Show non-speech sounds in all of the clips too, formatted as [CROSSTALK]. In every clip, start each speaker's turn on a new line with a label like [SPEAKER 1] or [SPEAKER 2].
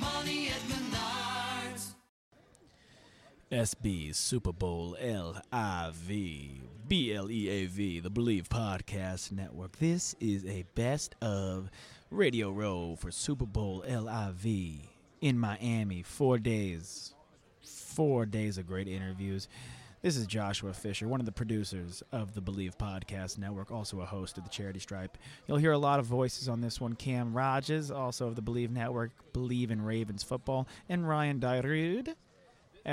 [SPEAKER 1] money at Menards.
[SPEAKER 2] SB Super Bowl L I V B L E A V, the Believe Podcast Network. This is a best of Radio Row for Super Bowl L I V in Miami. Four days. Four days of great interviews. This is Joshua Fisher, one of the producers of the Believe Podcast Network, also a host of the Charity Stripe. You'll hear a lot of voices on this one. Cam Rogers, also of the Believe Network, Believe in Ravens Football, and Ryan Dyrud.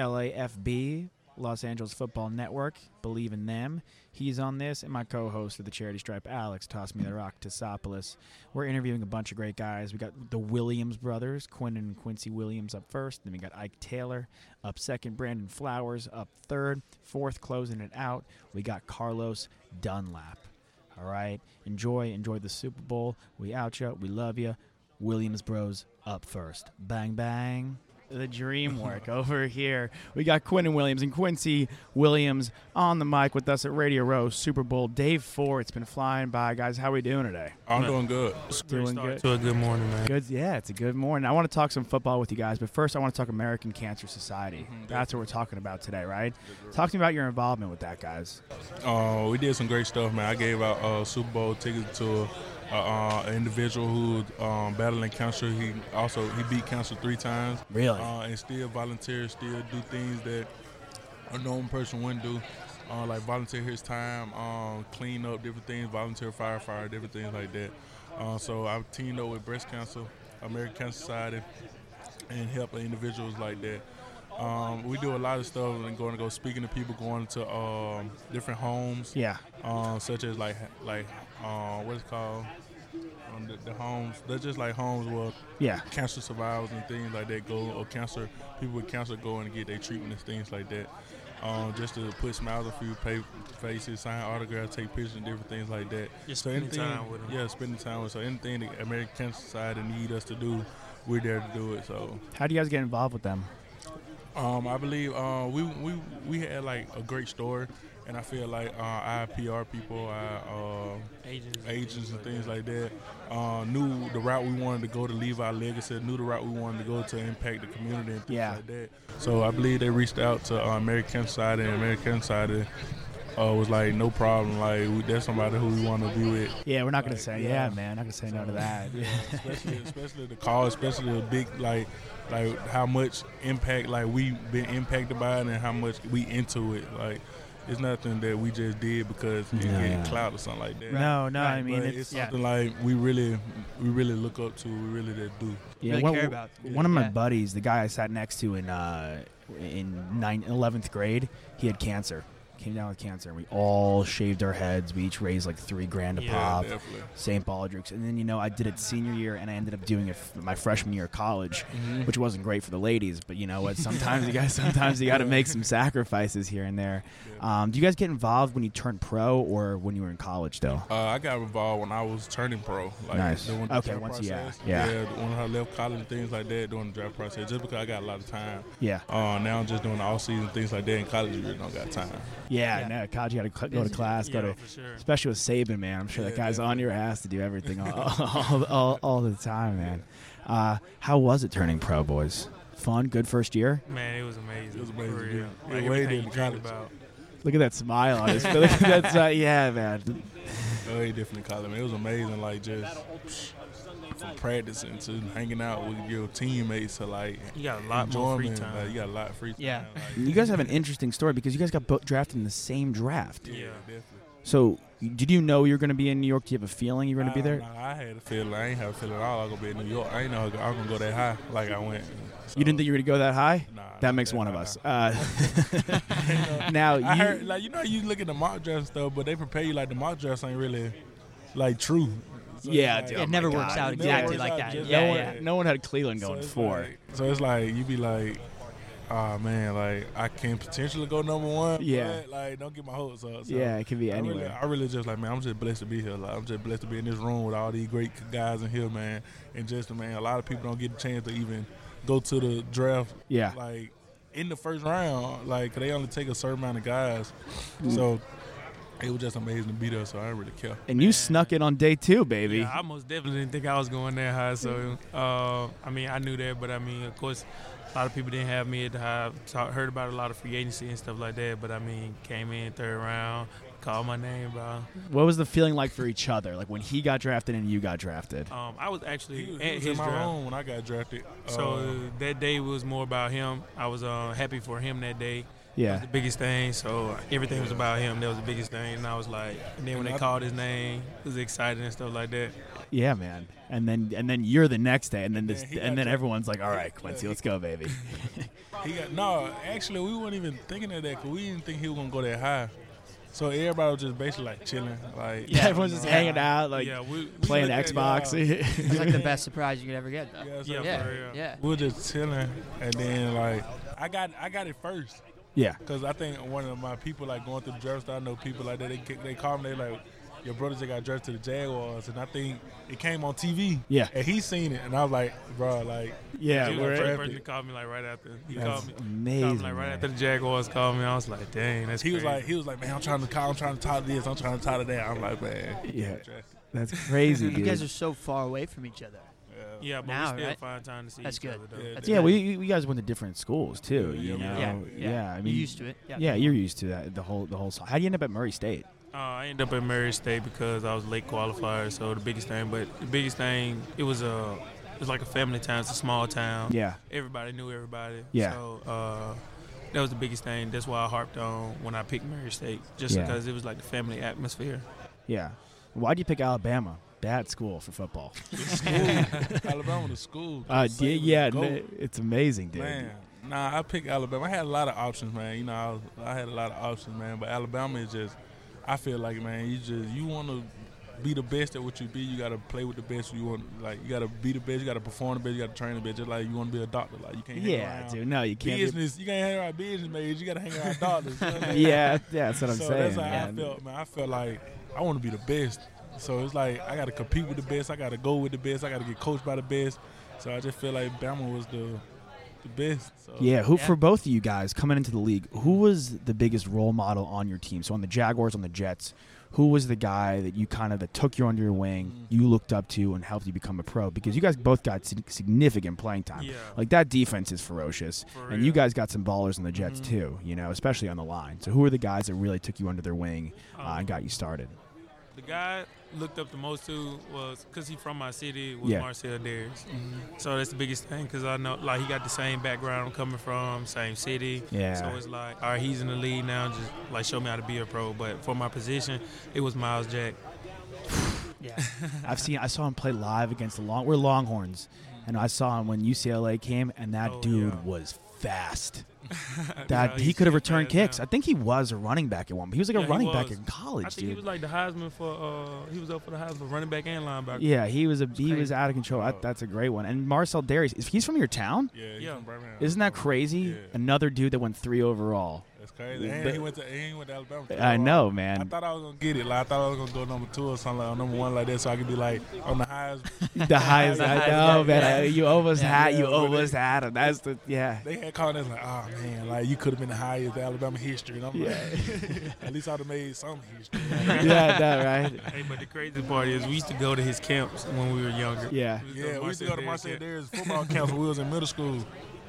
[SPEAKER 2] LAFB, Los Angeles Football Network, Believe in Them. He's on this, and my co host of the Charity Stripe, Alex Toss Me the Rock, Tassopoulos. We're interviewing a bunch of great guys. We got the Williams brothers, Quentin and Quincy Williams up first. Then we got Ike Taylor up second, Brandon Flowers up third, fourth, closing it out. We got Carlos Dunlap. All right. Enjoy, enjoy the Super Bowl. We out ya. We love ya. Williams Bros up first. Bang, bang the [LAUGHS] dream work over here. We got Quentin Williams and Quincy Williams on the mic with us at Radio Row Super Bowl Day Four. It's been flying by, guys. How we doing today?
[SPEAKER 3] I'm doing good.
[SPEAKER 2] Doing good.
[SPEAKER 4] to a good morning, man.
[SPEAKER 2] Good. Yeah, it's a good morning. I want to talk some football with you guys, but first I want to talk American Cancer Society.
[SPEAKER 3] Mm-hmm,
[SPEAKER 2] That's what we're talking about today, right? Talk to me about your involvement with that, guys.
[SPEAKER 3] Uh, we did some great stuff, man. I gave out uh, Super Bowl tickets to uh, uh, an individual who um, battling cancer. He also he beat cancer three times.
[SPEAKER 2] Really?
[SPEAKER 3] Uh, and still volunteers, still do things that a known person wouldn't do. Uh, like volunteer his time, um, clean up different things, volunteer firefighter, different things like that. Uh, so I've teamed up with Breast Cancer, American Cancer Society, and help individuals like that. Um, we do a lot of stuff and going to go speaking to people, going to um, different homes,
[SPEAKER 2] Yeah.
[SPEAKER 3] uh, such as like like uh, what's it called um, the, the homes. They're just like homes where
[SPEAKER 2] Yeah.
[SPEAKER 3] cancer survivors and things like that go, or cancer people with cancer go and get their treatment and things like that. Um, just to put smiles on few pa- faces, sign autographs, take pictures, and different things like that.
[SPEAKER 4] Just spending time with 'em.
[SPEAKER 3] Yeah, spending time with. So anything the American Cancer Society need us to do, we're there to do it. So
[SPEAKER 2] How do you guys get involved with them?
[SPEAKER 3] um, I believe uh, we, we we had like a great store, and I feel like uh, our PR people, our uh,
[SPEAKER 4] Agents,
[SPEAKER 3] agents and things like that, uh, knew the route we wanted to go to leave our legacy, knew the route we wanted to go to impact the community and things
[SPEAKER 2] Yeah.
[SPEAKER 3] like that. So I believe they reached out to uh, American Side and American Side uh, was like, no problem, like we, that's somebody who we want to be with.
[SPEAKER 2] Yeah, we're not gonna say. Yeah,
[SPEAKER 3] yeah.
[SPEAKER 2] man, not gonna say no to that. [LAUGHS]
[SPEAKER 3] especially especially the call, especially the big like like how much impact like we been impacted by it and how much we into it. Like it's nothing that we just did because it
[SPEAKER 2] Yeah.
[SPEAKER 3] get clout or something like that.
[SPEAKER 2] No, no, I mean
[SPEAKER 3] But
[SPEAKER 2] it's,
[SPEAKER 3] it's,
[SPEAKER 2] yeah.
[SPEAKER 3] something like we really we really look up to, we really that do.
[SPEAKER 2] Yeah,
[SPEAKER 5] really
[SPEAKER 2] one,
[SPEAKER 5] care about.
[SPEAKER 2] one of my
[SPEAKER 5] Yeah.
[SPEAKER 2] buddies, the guy I sat next to in uh, in nine, 11th grade, he had cancer. Came down with cancer, and we all shaved our heads. We each raised like three grand a
[SPEAKER 4] Yeah,
[SPEAKER 2] pop.
[SPEAKER 3] definitely.
[SPEAKER 2] St. Baldrick's, and then you know I did it senior year, and I ended up doing it f- my freshman year of college,
[SPEAKER 5] Mm-hmm.
[SPEAKER 2] which wasn't great for the ladies. But
[SPEAKER 5] [LAUGHS]
[SPEAKER 2] you know what? Sometimes you guys, sometimes you got to make some sacrifices here and there. Um, do you guys get involved when you turned pro or when you were in college, though?
[SPEAKER 3] Uh, I got involved when I was turning pro. Like
[SPEAKER 2] Nice.
[SPEAKER 3] During the
[SPEAKER 2] Okay,
[SPEAKER 3] draft
[SPEAKER 2] once you- yeah,
[SPEAKER 3] process.
[SPEAKER 2] yeah.
[SPEAKER 3] When I left college and things like that during the draft process, just because I got a lot of time.
[SPEAKER 2] Yeah.
[SPEAKER 3] Uh, now I'm just doing the off season things like that in college. You really don't got time.
[SPEAKER 2] Yeah,
[SPEAKER 5] Yeah.
[SPEAKER 2] no, college you got to go to class, go
[SPEAKER 4] Yeah,
[SPEAKER 2] to,
[SPEAKER 4] for sure.
[SPEAKER 2] especially with Saban, man. I'm sure that
[SPEAKER 3] Yeah,
[SPEAKER 2] guy's on your ass to do everything
[SPEAKER 3] [LAUGHS]
[SPEAKER 2] all, all, all, all the time, man. Uh, how was it turning pro, boys? Fun, good first year.
[SPEAKER 4] Man, it was amazing.
[SPEAKER 3] It was amazing,
[SPEAKER 4] For real.
[SPEAKER 3] yeah. Yeah,
[SPEAKER 4] Like
[SPEAKER 3] way
[SPEAKER 4] everything
[SPEAKER 3] did
[SPEAKER 4] you dreamed
[SPEAKER 3] the college.
[SPEAKER 4] about.
[SPEAKER 2] Look at that smile on his. [LAUGHS] Look at that smile. Yeah, man.
[SPEAKER 3] Very different in college. Man. It was amazing, like just psh, from practicing to hanging out with your teammates to like
[SPEAKER 4] You got a lot more free
[SPEAKER 3] enjoyment.
[SPEAKER 4] time.
[SPEAKER 3] Like, you got a lot of free time.
[SPEAKER 5] Yeah.
[SPEAKER 3] like,
[SPEAKER 2] You guys have an interesting story because you guys got both drafted in the same draft.
[SPEAKER 3] yeah,
[SPEAKER 4] Yeah.
[SPEAKER 3] definitely.
[SPEAKER 2] So, did you know you were going to be in New York? Do you have a feeling you were going to be there?
[SPEAKER 3] Nah, I had a feeling. I ain't have a feeling at all. I gonna be in New York. I ain't know I gonna go that high like I went.
[SPEAKER 2] You didn't think you were going to go that high?
[SPEAKER 3] Nah,
[SPEAKER 2] that makes
[SPEAKER 3] nah,
[SPEAKER 2] one of
[SPEAKER 3] nah.
[SPEAKER 2] us. Uh, [LAUGHS]
[SPEAKER 3] [LAUGHS]
[SPEAKER 2] now, you,
[SPEAKER 3] I heard like you know you look at the mock draft and stuff, but they prepare you like the mock drafts ain't really like true. So
[SPEAKER 2] Yeah,
[SPEAKER 3] it's
[SPEAKER 2] dude.
[SPEAKER 3] like-
[SPEAKER 5] it
[SPEAKER 2] Oh
[SPEAKER 5] never
[SPEAKER 2] my
[SPEAKER 5] works
[SPEAKER 2] God.
[SPEAKER 5] out
[SPEAKER 2] It
[SPEAKER 3] never
[SPEAKER 5] exactly
[SPEAKER 3] works
[SPEAKER 5] like
[SPEAKER 3] out
[SPEAKER 5] that.
[SPEAKER 3] just
[SPEAKER 5] Yeah,
[SPEAKER 3] that
[SPEAKER 2] no,
[SPEAKER 3] way.
[SPEAKER 5] yeah.
[SPEAKER 2] one, no one had Cleveland
[SPEAKER 3] so
[SPEAKER 2] going
[SPEAKER 3] it's
[SPEAKER 2] four.
[SPEAKER 3] like- so it's like you be like, oh man, like I can potentially go number one.
[SPEAKER 2] Yeah.
[SPEAKER 3] [LAUGHS] but, like don't get my hopes up. So.
[SPEAKER 2] yeah, it could be
[SPEAKER 3] I really,
[SPEAKER 2] anywhere.
[SPEAKER 3] I really just like man, I'm just blessed to be here. Like, I'm just blessed to be in this room with all these great guys in here, man. And just man, a lot of people don't get the chance to even go to the draft
[SPEAKER 2] Yeah.
[SPEAKER 3] like in the first round, like 'cause they only take a certain amount of guys.
[SPEAKER 2] Mm.
[SPEAKER 3] So it was just amazing to be there. So I didn't really care.
[SPEAKER 2] And you snuck it on day two, baby.
[SPEAKER 4] Yeah, I most definitely didn't think I was going that high. So, uh, I mean, I knew that, but I mean, of course, a lot of people didn't have me at the high. So I heard about a lot of free agency and stuff like that, but I mean, came in third round, called my name, bro.
[SPEAKER 2] What was the feeling like for each other? Like when he got drafted and you got drafted?
[SPEAKER 3] Uh,
[SPEAKER 4] Um, I was actually
[SPEAKER 3] He was,
[SPEAKER 4] at
[SPEAKER 3] he was in
[SPEAKER 4] his
[SPEAKER 3] my
[SPEAKER 4] draft.
[SPEAKER 3] room when I got drafted.
[SPEAKER 4] So
[SPEAKER 3] Uh,
[SPEAKER 2] Um,
[SPEAKER 4] that day was more about him. I was uh, happy for him that day. That was
[SPEAKER 2] yeah.
[SPEAKER 4] the biggest thing. So everything was about him. That was the biggest thing. And I was like, and then when they called his name, it was exciting and stuff like that.
[SPEAKER 2] Yeah, man. And then and then you're the next day and then this
[SPEAKER 3] Yeah, he
[SPEAKER 2] and
[SPEAKER 3] got
[SPEAKER 2] then
[SPEAKER 3] dra-
[SPEAKER 2] everyone's like, "All right,
[SPEAKER 3] [LAUGHS] yeah,
[SPEAKER 2] Quincy,
[SPEAKER 3] he-
[SPEAKER 2] let's go, baby."
[SPEAKER 3] He got no. Actually, we weren't even thinking of that because we didn't think he was gonna go that high. So everybody was just basically like chilling, like
[SPEAKER 2] Yeah, everyone's just
[SPEAKER 3] you know,
[SPEAKER 2] hanging out like
[SPEAKER 4] yeah, we, we
[SPEAKER 2] playing
[SPEAKER 3] looked at
[SPEAKER 2] Xbox. [LAUGHS]
[SPEAKER 1] It's like the best surprise you could ever get, though.
[SPEAKER 3] Yeah, so
[SPEAKER 4] Yeah,
[SPEAKER 1] yeah,
[SPEAKER 4] for real.
[SPEAKER 1] yeah.
[SPEAKER 3] we were just chilling, and then like I got I got it first
[SPEAKER 2] yeah.
[SPEAKER 3] because I think one of my people like going through the draft. I know people like that. They ca- they call me. They like your brother just got drafted to the Jaguars, and I think it came on TV.
[SPEAKER 2] Yeah.
[SPEAKER 3] and he seen it, and I was like, bro, like
[SPEAKER 2] Yeah,
[SPEAKER 4] He was
[SPEAKER 2] we're
[SPEAKER 4] the first
[SPEAKER 3] drafted.
[SPEAKER 4] person to call me like right after. He
[SPEAKER 2] That's
[SPEAKER 4] called me. Called me
[SPEAKER 2] amazing.
[SPEAKER 4] like right
[SPEAKER 2] man.
[SPEAKER 4] after the Jaguars called me. I was like, dang, that's
[SPEAKER 3] he was
[SPEAKER 4] crazy.
[SPEAKER 3] like he was like, man, I'm trying to call, I'm trying to talk to this, I'm trying to talk to that. I'm like, man,
[SPEAKER 2] Yeah.
[SPEAKER 3] drafted.
[SPEAKER 2] That's
[SPEAKER 3] [LAUGHS]
[SPEAKER 2] crazy,
[SPEAKER 1] You
[SPEAKER 2] dude.
[SPEAKER 1] guys are so far away from each other.
[SPEAKER 4] yeah, but
[SPEAKER 1] Now,
[SPEAKER 4] we still
[SPEAKER 1] right?
[SPEAKER 4] find time to see
[SPEAKER 1] That's
[SPEAKER 4] each
[SPEAKER 1] good.
[SPEAKER 4] other though.
[SPEAKER 3] Yeah,
[SPEAKER 1] That's
[SPEAKER 2] yeah,
[SPEAKER 1] good.
[SPEAKER 2] we we guys went to different schools too, you know.
[SPEAKER 3] Yeah,
[SPEAKER 1] yeah,
[SPEAKER 2] yeah,
[SPEAKER 1] yeah.
[SPEAKER 2] I mean
[SPEAKER 1] You're used to it. Yeah.
[SPEAKER 2] Yeah, you're used to that the whole the whole song. How do you end up at Murray State?
[SPEAKER 4] Uh, I ended up at Murray State because I was late qualifier. So the biggest thing, but the biggest thing, it was a, it was like a family town. It's a small town.
[SPEAKER 2] Yeah.
[SPEAKER 4] Everybody knew everybody.
[SPEAKER 2] Yeah.
[SPEAKER 4] So uh, that was the biggest thing. That's why I harped on when I picked Murray State, just
[SPEAKER 2] Yeah.
[SPEAKER 4] because it was like the family atmosphere.
[SPEAKER 2] Yeah. Why'd you pick Alabama? Bad school for football. [LAUGHS]
[SPEAKER 3] Alabama to school.
[SPEAKER 2] Uh,
[SPEAKER 3] Saban
[SPEAKER 2] yeah,
[SPEAKER 3] the
[SPEAKER 2] yeah
[SPEAKER 3] GOAT.
[SPEAKER 2] no, it's amazing, dude.
[SPEAKER 3] Man, nah, I picked Alabama. I had a lot of options, man. You know, I, was, I had a lot of options, man. But Alabama is just, I feel like, man, you just you want to be the best at what you be. You got to play with the best. You want like you got to be the best. You got to perform the best. You got to train the best. Just like you want to be a doctor, like you can't. Hang
[SPEAKER 2] Yeah,
[SPEAKER 3] around
[SPEAKER 2] dude. No, you can't. be-
[SPEAKER 3] Business, you can't hang around business majors. You got to hang around doctors. you know what I
[SPEAKER 2] [LAUGHS]
[SPEAKER 3] mean?
[SPEAKER 2] yeah, yeah, that's what I'm
[SPEAKER 3] so
[SPEAKER 2] saying.
[SPEAKER 3] that's how
[SPEAKER 2] man.
[SPEAKER 3] I felt, man. I felt like I want to be the best. So it's like I got to compete with the best. I got to go with the best. I got to get coached by the best. So I just feel like Bama was the the best.
[SPEAKER 4] Oh,
[SPEAKER 3] So
[SPEAKER 2] Yeah, who
[SPEAKER 1] Yeah.
[SPEAKER 2] for both of you guys coming into the league, who was the biggest role model on your team? So on the Jaguars, on the Jets, who was the guy that you kind of that took you under your
[SPEAKER 4] Mm.
[SPEAKER 2] wing, you looked up to, and helped you become a pro? Because you guys both got sig- significant playing time.
[SPEAKER 4] Yeah.
[SPEAKER 2] Like that defense is ferocious,
[SPEAKER 4] For
[SPEAKER 2] and you
[SPEAKER 4] real. Mm-hmm.
[SPEAKER 2] guys got some ballers on the Jets too. You know, especially on the line. So who are the guys that really took you under their wing
[SPEAKER 4] Oh.
[SPEAKER 2] uh, and got you
[SPEAKER 4] [LAUGHS]
[SPEAKER 2] started?
[SPEAKER 4] The guy I looked up the most to was because he from my city was
[SPEAKER 2] Yeah.
[SPEAKER 4] Marcel Darius. So that's the biggest thing because I know like he got the same background I'm coming from, same city.
[SPEAKER 2] Yeah.
[SPEAKER 4] So it's like, all right, he's in the league now. Just like show me how to be a pro. But for my position, it was Miles Jack. [LAUGHS]
[SPEAKER 1] Yeah.
[SPEAKER 2] I've seen I saw him play live against the long we're Longhorns, and I saw him when UCLA came, and that
[SPEAKER 4] Oh,
[SPEAKER 2] dude
[SPEAKER 4] yeah.
[SPEAKER 2] was fast.
[SPEAKER 4] No,
[SPEAKER 2] That he
[SPEAKER 4] he's
[SPEAKER 2] could have
[SPEAKER 4] still
[SPEAKER 2] returned
[SPEAKER 4] fast now.
[SPEAKER 2] kicks. I think he was a running back at one. He was like
[SPEAKER 4] Yeah,
[SPEAKER 2] a
[SPEAKER 4] he
[SPEAKER 2] running back
[SPEAKER 4] was.
[SPEAKER 2] in
[SPEAKER 4] I
[SPEAKER 2] college,
[SPEAKER 4] think he
[SPEAKER 2] dude.
[SPEAKER 4] was like the Heisman for uh he was up for the Heisman running back and linebacker.
[SPEAKER 2] yeah, he was a he
[SPEAKER 1] crazy.
[SPEAKER 2] was out of control. I, that's a great one. And Marcel Darius, if he's from your town,
[SPEAKER 3] Oh. yeah, he's
[SPEAKER 4] Yeah.
[SPEAKER 3] from Birmingham.
[SPEAKER 2] isn't that crazy?
[SPEAKER 3] Yeah.
[SPEAKER 2] Another dude that went three overall.
[SPEAKER 3] That's crazy. And
[SPEAKER 2] But-
[SPEAKER 3] he went to and he went to Alabama. Oh,
[SPEAKER 2] I know,
[SPEAKER 3] I
[SPEAKER 2] man.
[SPEAKER 3] thought I was gonna get it. Like I thought I was gonna go number two or something, like, or number one like that, so I could be like on the highest.
[SPEAKER 2] [LAUGHS] the highest,
[SPEAKER 3] The
[SPEAKER 2] I
[SPEAKER 1] highest
[SPEAKER 2] know,
[SPEAKER 1] guy,
[SPEAKER 2] man.
[SPEAKER 1] yeah.
[SPEAKER 2] I- you almost
[SPEAKER 1] Yeah,
[SPEAKER 2] had, you
[SPEAKER 3] yeah, but
[SPEAKER 2] almost had him. That's the yeah.
[SPEAKER 3] They had called us like, oh man, like you could have been the highest in Alabama history. And I'm like, [LAUGHS]
[SPEAKER 6] [LAUGHS]
[SPEAKER 3] at least I'd have made some history.
[SPEAKER 2] [LAUGHS] yeah, that right.
[SPEAKER 4] Hey, but the crazy part is we used to go to his camps when we were younger.
[SPEAKER 2] Yeah.
[SPEAKER 4] used
[SPEAKER 3] Yeah, we used to go to Marcel
[SPEAKER 4] camp.
[SPEAKER 3] Darius football camps when we was in middle school.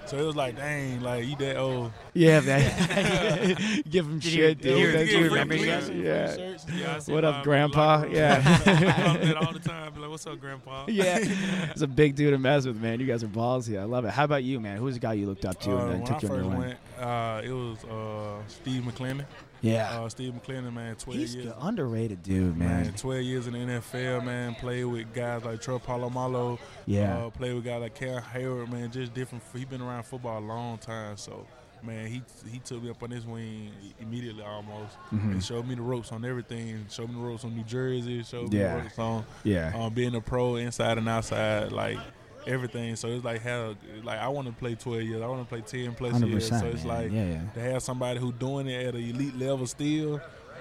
[SPEAKER 3] So it was like, dang, like you that old.
[SPEAKER 2] Yeah, man. [LAUGHS]
[SPEAKER 3] [LAUGHS]
[SPEAKER 2] Give him
[SPEAKER 1] Did you-
[SPEAKER 2] shit,
[SPEAKER 1] did
[SPEAKER 2] dude.
[SPEAKER 1] you-
[SPEAKER 2] That's
[SPEAKER 1] did you
[SPEAKER 2] weird.
[SPEAKER 1] remember
[SPEAKER 4] you
[SPEAKER 3] shirts,
[SPEAKER 4] guys?
[SPEAKER 2] Yeah.
[SPEAKER 3] shirts.
[SPEAKER 4] Yeah, I see
[SPEAKER 2] What up,
[SPEAKER 4] Bob in the
[SPEAKER 2] Grandpa?
[SPEAKER 4] locker room.
[SPEAKER 2] Yeah.
[SPEAKER 4] I
[SPEAKER 2] [LAUGHS]
[SPEAKER 4] love that all the time. Be like, what's up, Grandpa?
[SPEAKER 2] Yeah, it's a big dude to mess with, man. You guys are ballsy. I love it. How about you, man? Who's the guy you looked up to
[SPEAKER 3] Uh,
[SPEAKER 2] and then
[SPEAKER 3] when I
[SPEAKER 2] took you
[SPEAKER 3] first
[SPEAKER 2] under your wing?
[SPEAKER 3] went, uh, it was uh, Steve McClendon.
[SPEAKER 2] Yeah,
[SPEAKER 3] Uh, Steve McClendon, man, 12
[SPEAKER 2] he's
[SPEAKER 3] years.
[SPEAKER 2] the underrated dude, man.
[SPEAKER 3] Man, 12 years in the NFL, man. Played with guys like Troy Palomalo.
[SPEAKER 2] Yeah.
[SPEAKER 3] Uh, played with guys like Cam Hayward, man. Just different. He been around football a long time, so man, he he took me up on his wing immediately almost,
[SPEAKER 2] Mm-hmm.
[SPEAKER 3] and showed me the ropes on everything. Showed me the ropes on uh, New Jersey. Showed me
[SPEAKER 2] Yeah.
[SPEAKER 3] the ropes on
[SPEAKER 2] yeah,
[SPEAKER 3] um, being a pro inside and outside. Like everything. So it's like hell. Like I want to play twelve years. I want to play ten plus years. So it's
[SPEAKER 2] man.
[SPEAKER 3] like
[SPEAKER 2] yeah, yeah.
[SPEAKER 3] to have somebody who doing it at an elite level still,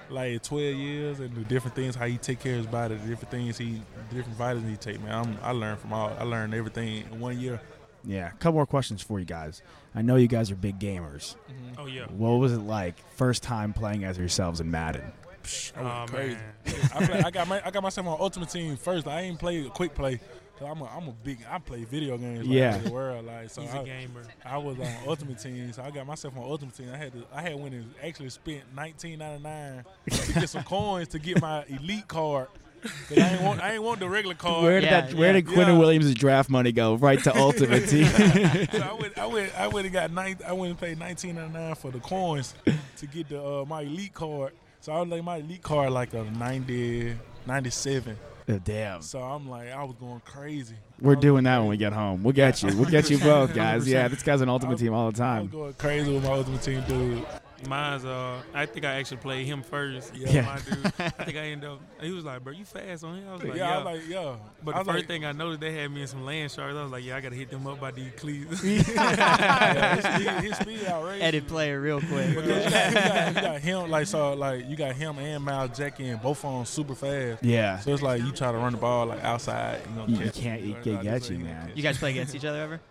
[SPEAKER 3] like twelve years and the different things how he take care of his body, the different things he, the different vitamins he take. Man, I'm, I learned from all. I learned everything in one year.
[SPEAKER 2] Yeah, a couple more questions for you guys. I know you guys are big gamers.
[SPEAKER 4] Oh yeah.
[SPEAKER 2] What was it like first time playing as yourselves in Madden?
[SPEAKER 3] I went
[SPEAKER 4] Oh,
[SPEAKER 3] crazy.
[SPEAKER 4] man.
[SPEAKER 3] I, play, I got my, I got myself on Ultimate Team first. I ain't played a quick play. i I'm a, I'm a big. I play video games. Like,
[SPEAKER 2] Yeah.
[SPEAKER 3] in the world like so.
[SPEAKER 4] He's
[SPEAKER 3] I,
[SPEAKER 4] a gamer.
[SPEAKER 3] I was on Ultimate Team, so I got myself on Ultimate Team. I had to, I had went and actually spent 19.99 to
[SPEAKER 2] [LAUGHS]
[SPEAKER 3] get some coins to get my elite card. 'Cause I ain't want I ain't want the regular card.
[SPEAKER 2] Where did
[SPEAKER 1] Yeah,
[SPEAKER 2] that? Where
[SPEAKER 1] yeah.
[SPEAKER 2] did Quinton
[SPEAKER 3] Oh, Yeah.
[SPEAKER 2] Williams' draft money go? Right
[SPEAKER 3] [LAUGHS]
[SPEAKER 2] to Ultimate Team.
[SPEAKER 3] So I went, I went, I went and got nine. I went and paid nineteen ninety nine for the coins to get the uh, my elite card. So I was like my elite card like a 90, 97.
[SPEAKER 2] Oh, Damn,
[SPEAKER 3] So I'm like I was going crazy.
[SPEAKER 2] we're doing that when we get home. We'll get you. We'll get
[SPEAKER 3] [LAUGHS]
[SPEAKER 2] you both, guys. Yeah, this guy's on Ultimate Team all the
[SPEAKER 3] I was
[SPEAKER 2] time.
[SPEAKER 3] going crazy with my ultimate team
[SPEAKER 2] [LAUGHS]
[SPEAKER 3] dude.
[SPEAKER 4] Mine's uh, I think I actually played him first. Yeah.
[SPEAKER 2] Yeah.
[SPEAKER 4] My dude. I think I ended up. He was like, "Bro, you fast on him." I was like,
[SPEAKER 3] yeah,
[SPEAKER 4] "Yeah."
[SPEAKER 3] I was like yeah.
[SPEAKER 4] but
[SPEAKER 3] I
[SPEAKER 4] the
[SPEAKER 3] was
[SPEAKER 4] first
[SPEAKER 3] like,
[SPEAKER 4] thing I noticed, they had me in some land sharks. I was like, "Yeah, I gotta hit them up by these cleats."
[SPEAKER 3] [LAUGHS] yeah, his speed, his speed outrageous.
[SPEAKER 1] Edit player real quick.
[SPEAKER 3] Because you got, you, got, you got him like so like you got him and Miles Jack in both on super fast.
[SPEAKER 2] Yeah,
[SPEAKER 3] So it's like you try to run the ball like outside. You, know,
[SPEAKER 2] You- you
[SPEAKER 3] catch it.
[SPEAKER 2] can't- you
[SPEAKER 3] Like,
[SPEAKER 2] can't
[SPEAKER 3] I
[SPEAKER 2] get
[SPEAKER 3] just
[SPEAKER 2] you,
[SPEAKER 3] ain't gonna
[SPEAKER 2] man.
[SPEAKER 3] catch
[SPEAKER 1] You guys play
[SPEAKER 3] [LAUGHS]
[SPEAKER 1] against each other ever?
[SPEAKER 3] it.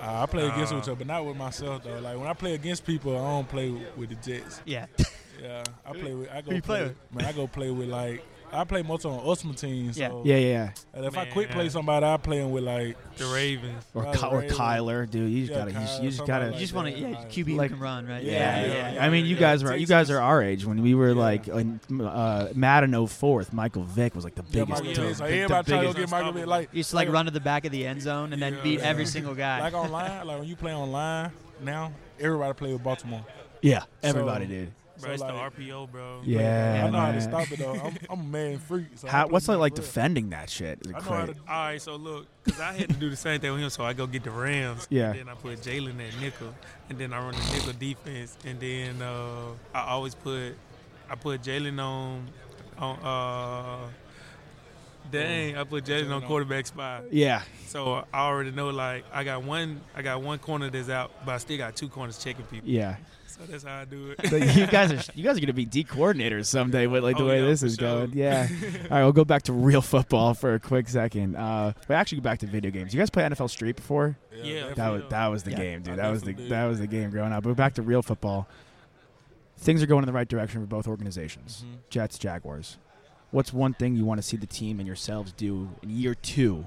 [SPEAKER 3] Uh, I play against each other, but not with myself though. Like when I play against people, I don't play with, with the Jets.
[SPEAKER 1] Yeah.
[SPEAKER 3] Yeah, I play with. I go
[SPEAKER 1] you play
[SPEAKER 3] Man, I go play with like. I play most on ultimate teams.
[SPEAKER 1] Yeah.
[SPEAKER 3] So
[SPEAKER 2] yeah, yeah.
[SPEAKER 3] and if I quit
[SPEAKER 4] Man.
[SPEAKER 3] play somebody, I play him with like.
[SPEAKER 4] the Ravens.
[SPEAKER 2] Or
[SPEAKER 3] Right,
[SPEAKER 2] Ky- or
[SPEAKER 3] right, right.
[SPEAKER 2] Kyler, dude. You just
[SPEAKER 3] Yeah,
[SPEAKER 2] gotta. You just, you
[SPEAKER 3] Kyler,
[SPEAKER 2] just
[SPEAKER 3] somebody
[SPEAKER 2] gotta.
[SPEAKER 1] You
[SPEAKER 3] like
[SPEAKER 1] just want to,
[SPEAKER 3] that,
[SPEAKER 1] yeah,
[SPEAKER 3] like-
[SPEAKER 1] QB who
[SPEAKER 2] Like-
[SPEAKER 1] can run, right?
[SPEAKER 2] Yeah,
[SPEAKER 3] Yeah,
[SPEAKER 2] yeah,
[SPEAKER 3] yeah,
[SPEAKER 2] I mean, you
[SPEAKER 3] yeah.
[SPEAKER 2] guys were you guys are our age when we were
[SPEAKER 3] Yeah.
[SPEAKER 2] like in, uh, Madden 04. Michael Vick was like the
[SPEAKER 3] Yeah,
[SPEAKER 2] biggest.
[SPEAKER 3] Michael
[SPEAKER 4] yeah.
[SPEAKER 3] Vick. So
[SPEAKER 4] The- the
[SPEAKER 3] everybody try to go
[SPEAKER 4] biggest-
[SPEAKER 3] get Michael Vick. Like
[SPEAKER 1] You used to like run to the back of the end zone and then
[SPEAKER 4] Yeah.
[SPEAKER 1] beat every single guy.
[SPEAKER 3] like online, like when you play online now, everybody play with Baltimore.
[SPEAKER 2] yeah, everybody
[SPEAKER 3] So-
[SPEAKER 2] did.
[SPEAKER 4] Bro, it's
[SPEAKER 3] So, like-
[SPEAKER 4] the RPO, bro.
[SPEAKER 2] Yeah,
[SPEAKER 3] I know how to
[SPEAKER 2] man.
[SPEAKER 3] stop it though. I'm, I'm a man freak. So I
[SPEAKER 2] How,
[SPEAKER 3] play
[SPEAKER 2] what's it
[SPEAKER 3] man
[SPEAKER 2] like
[SPEAKER 3] for real.
[SPEAKER 2] defending that shit? Is it
[SPEAKER 3] I know how [LAUGHS]
[SPEAKER 2] crazy?
[SPEAKER 3] to.
[SPEAKER 4] All right, so look, because I had to do the same thing with him, so I go get the Rams.
[SPEAKER 2] Yeah.
[SPEAKER 4] And then I put Jalen at nickel, and then I run the nickel defense, and then uh, I always put I put Jalen on on uh, dang I put Jalen on quarterback spot.
[SPEAKER 2] Yeah,
[SPEAKER 4] So I already know like I got one I got one corner that's out, but I still got two corners checking people.
[SPEAKER 2] yeah.
[SPEAKER 4] So that's how I do
[SPEAKER 2] [LAUGHS]
[SPEAKER 4] it.
[SPEAKER 2] But you guys are you guys are gonna be D coordinators someday with like the
[SPEAKER 4] Oh,
[SPEAKER 2] way
[SPEAKER 4] yeah,
[SPEAKER 2] this
[SPEAKER 4] for
[SPEAKER 2] is
[SPEAKER 4] sure.
[SPEAKER 2] going. Yeah.
[SPEAKER 3] [LAUGHS]
[SPEAKER 2] All right, we'll go back to real football for a quick second. Uh, but actually, go back to video games. You guys play NFL Street before?
[SPEAKER 4] Yeah.
[SPEAKER 2] That was
[SPEAKER 4] Yeah.
[SPEAKER 2] that was the
[SPEAKER 1] Yeah.
[SPEAKER 2] game, dude.
[SPEAKER 3] I
[SPEAKER 2] That was the
[SPEAKER 3] definitely did.
[SPEAKER 2] that was the game growing up. But back to real football. Things are going in the right direction for both organizations.
[SPEAKER 4] Mm-hmm.
[SPEAKER 2] Jets, Jaguars. What's one thing you want to see the team and yourselves do in year two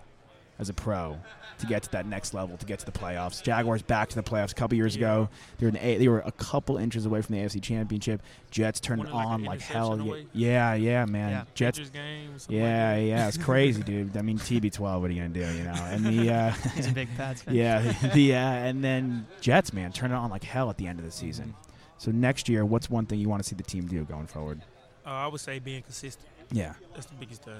[SPEAKER 2] as a pro to get to that next level, to get to the playoffs? Jaguars back to the playoffs a couple years ago. They were in the a- they were a couple inches away from the AFC Championship. Jets turned it
[SPEAKER 4] Wasn't it like
[SPEAKER 2] on
[SPEAKER 4] an
[SPEAKER 2] like
[SPEAKER 4] interception
[SPEAKER 2] hell. Yeah,
[SPEAKER 4] away?
[SPEAKER 2] yeah, yeah, man.
[SPEAKER 1] Yeah.
[SPEAKER 2] Jets
[SPEAKER 4] Patriots game. something like
[SPEAKER 2] yeah,
[SPEAKER 4] that.
[SPEAKER 2] yeah, it's
[SPEAKER 4] [LAUGHS]
[SPEAKER 2] crazy, dude. I mean, TB12, what are you gonna do, you know? And the [LAUGHS] uh,
[SPEAKER 1] He's a big Pats fan. [LAUGHS]
[SPEAKER 2] yeah, the uh, and then Jets, man, turn it on like hell at the end of the
[SPEAKER 1] Mm-hmm.
[SPEAKER 2] season. So next year, what's one thing you want to see the team do going forward?
[SPEAKER 4] [LAUGHS] Uh, I would say being consistent.
[SPEAKER 2] Yeah,
[SPEAKER 4] That's the biggest thing.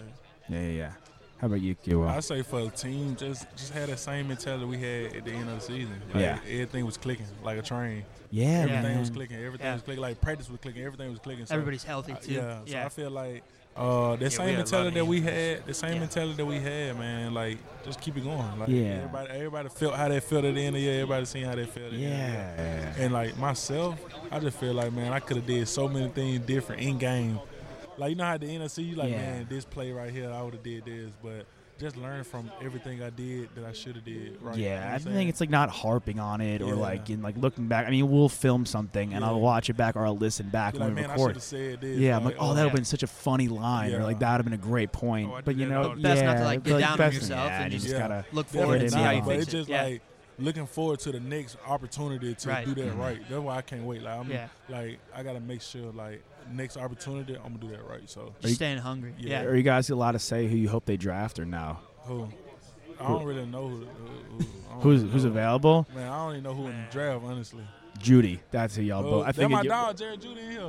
[SPEAKER 2] yeah, yeah. yeah. How about you, Kiwa?
[SPEAKER 3] I say for a team, just just had that same mentality we had at the end of the season. Like,
[SPEAKER 2] Yeah.
[SPEAKER 3] everything was clicking like a train.
[SPEAKER 2] Yeah,
[SPEAKER 3] Everything
[SPEAKER 2] man.
[SPEAKER 3] was clicking. Everything
[SPEAKER 1] Yeah.
[SPEAKER 3] was clicking. Like practice was clicking. Everything was clicking. So,
[SPEAKER 1] Everybody's healthy
[SPEAKER 3] uh,
[SPEAKER 1] too.
[SPEAKER 3] Yeah. So
[SPEAKER 1] yeah.
[SPEAKER 3] I feel like uh, the
[SPEAKER 4] we had
[SPEAKER 3] same
[SPEAKER 4] a lot
[SPEAKER 3] mentality
[SPEAKER 4] of
[SPEAKER 3] that we
[SPEAKER 4] injuries.
[SPEAKER 3] had, the same
[SPEAKER 1] Yeah.
[SPEAKER 3] mentality that we had, man. Like just keep it going. Like
[SPEAKER 2] Yeah.
[SPEAKER 3] everybody, everybody felt how they felt at the end of the year. Everybody seen how they felt. At the end of the year.
[SPEAKER 2] Yeah.
[SPEAKER 3] And like myself, I just feel like man, I could have did so many things different in game. Like you know how at the NFC, you like
[SPEAKER 2] Yeah.
[SPEAKER 3] man, this play right here, I would have did this, but just learn from everything I did that I should have did. Right. You know what
[SPEAKER 2] Yeah,
[SPEAKER 3] I'm
[SPEAKER 2] I
[SPEAKER 3] saying?
[SPEAKER 2] think it's like not harping on it or
[SPEAKER 3] Yeah.
[SPEAKER 2] like in like looking back. I mean, we'll film something and
[SPEAKER 3] Yeah.
[SPEAKER 2] I'll watch it back or I'll listen back
[SPEAKER 3] You're
[SPEAKER 2] when
[SPEAKER 3] like
[SPEAKER 2] we
[SPEAKER 3] man, I should
[SPEAKER 2] record.
[SPEAKER 3] have said this.
[SPEAKER 2] Yeah, I'm like, oh, that would
[SPEAKER 3] that.
[SPEAKER 2] have been such a funny line, or
[SPEAKER 3] Yeah.
[SPEAKER 2] like that would have been a great point.
[SPEAKER 4] Oh, I
[SPEAKER 2] but
[SPEAKER 4] did
[SPEAKER 2] you
[SPEAKER 4] that
[SPEAKER 2] know,
[SPEAKER 4] all the
[SPEAKER 1] Best
[SPEAKER 2] yeah,
[SPEAKER 1] not to, like, get
[SPEAKER 2] but
[SPEAKER 1] down on
[SPEAKER 2] best-
[SPEAKER 1] yourself
[SPEAKER 2] yeah,
[SPEAKER 1] and
[SPEAKER 2] you
[SPEAKER 1] just
[SPEAKER 2] just gotta
[SPEAKER 1] look forward
[SPEAKER 2] it
[SPEAKER 1] and
[SPEAKER 2] in
[SPEAKER 1] see how you
[SPEAKER 2] mind.
[SPEAKER 3] but
[SPEAKER 1] fix
[SPEAKER 3] it's
[SPEAKER 1] it.
[SPEAKER 3] just
[SPEAKER 1] yeah.
[SPEAKER 3] like looking forward to the next opportunity to
[SPEAKER 1] Right.
[SPEAKER 3] do
[SPEAKER 2] Mm-hmm.
[SPEAKER 3] that right. That's why I can't wait. Like I'm
[SPEAKER 1] Yeah.
[SPEAKER 3] like I gotta make sure like next opportunity I'm gonna do that right. So
[SPEAKER 1] Just staying hungry.
[SPEAKER 3] Yeah.
[SPEAKER 1] Yeah.
[SPEAKER 2] Are you guys allowed to say who you hope they draft or no?
[SPEAKER 3] who I don't really know who, who, who I don't
[SPEAKER 2] Who's
[SPEAKER 3] really
[SPEAKER 2] who's
[SPEAKER 3] know.
[SPEAKER 2] available?
[SPEAKER 3] Man, I don't even know who in the draft, honestly.
[SPEAKER 2] Judy. That's who y'all
[SPEAKER 3] Oh,
[SPEAKER 2] both. I
[SPEAKER 3] that
[SPEAKER 2] think.
[SPEAKER 3] my
[SPEAKER 2] it-
[SPEAKER 3] dog, Jared Judy in here.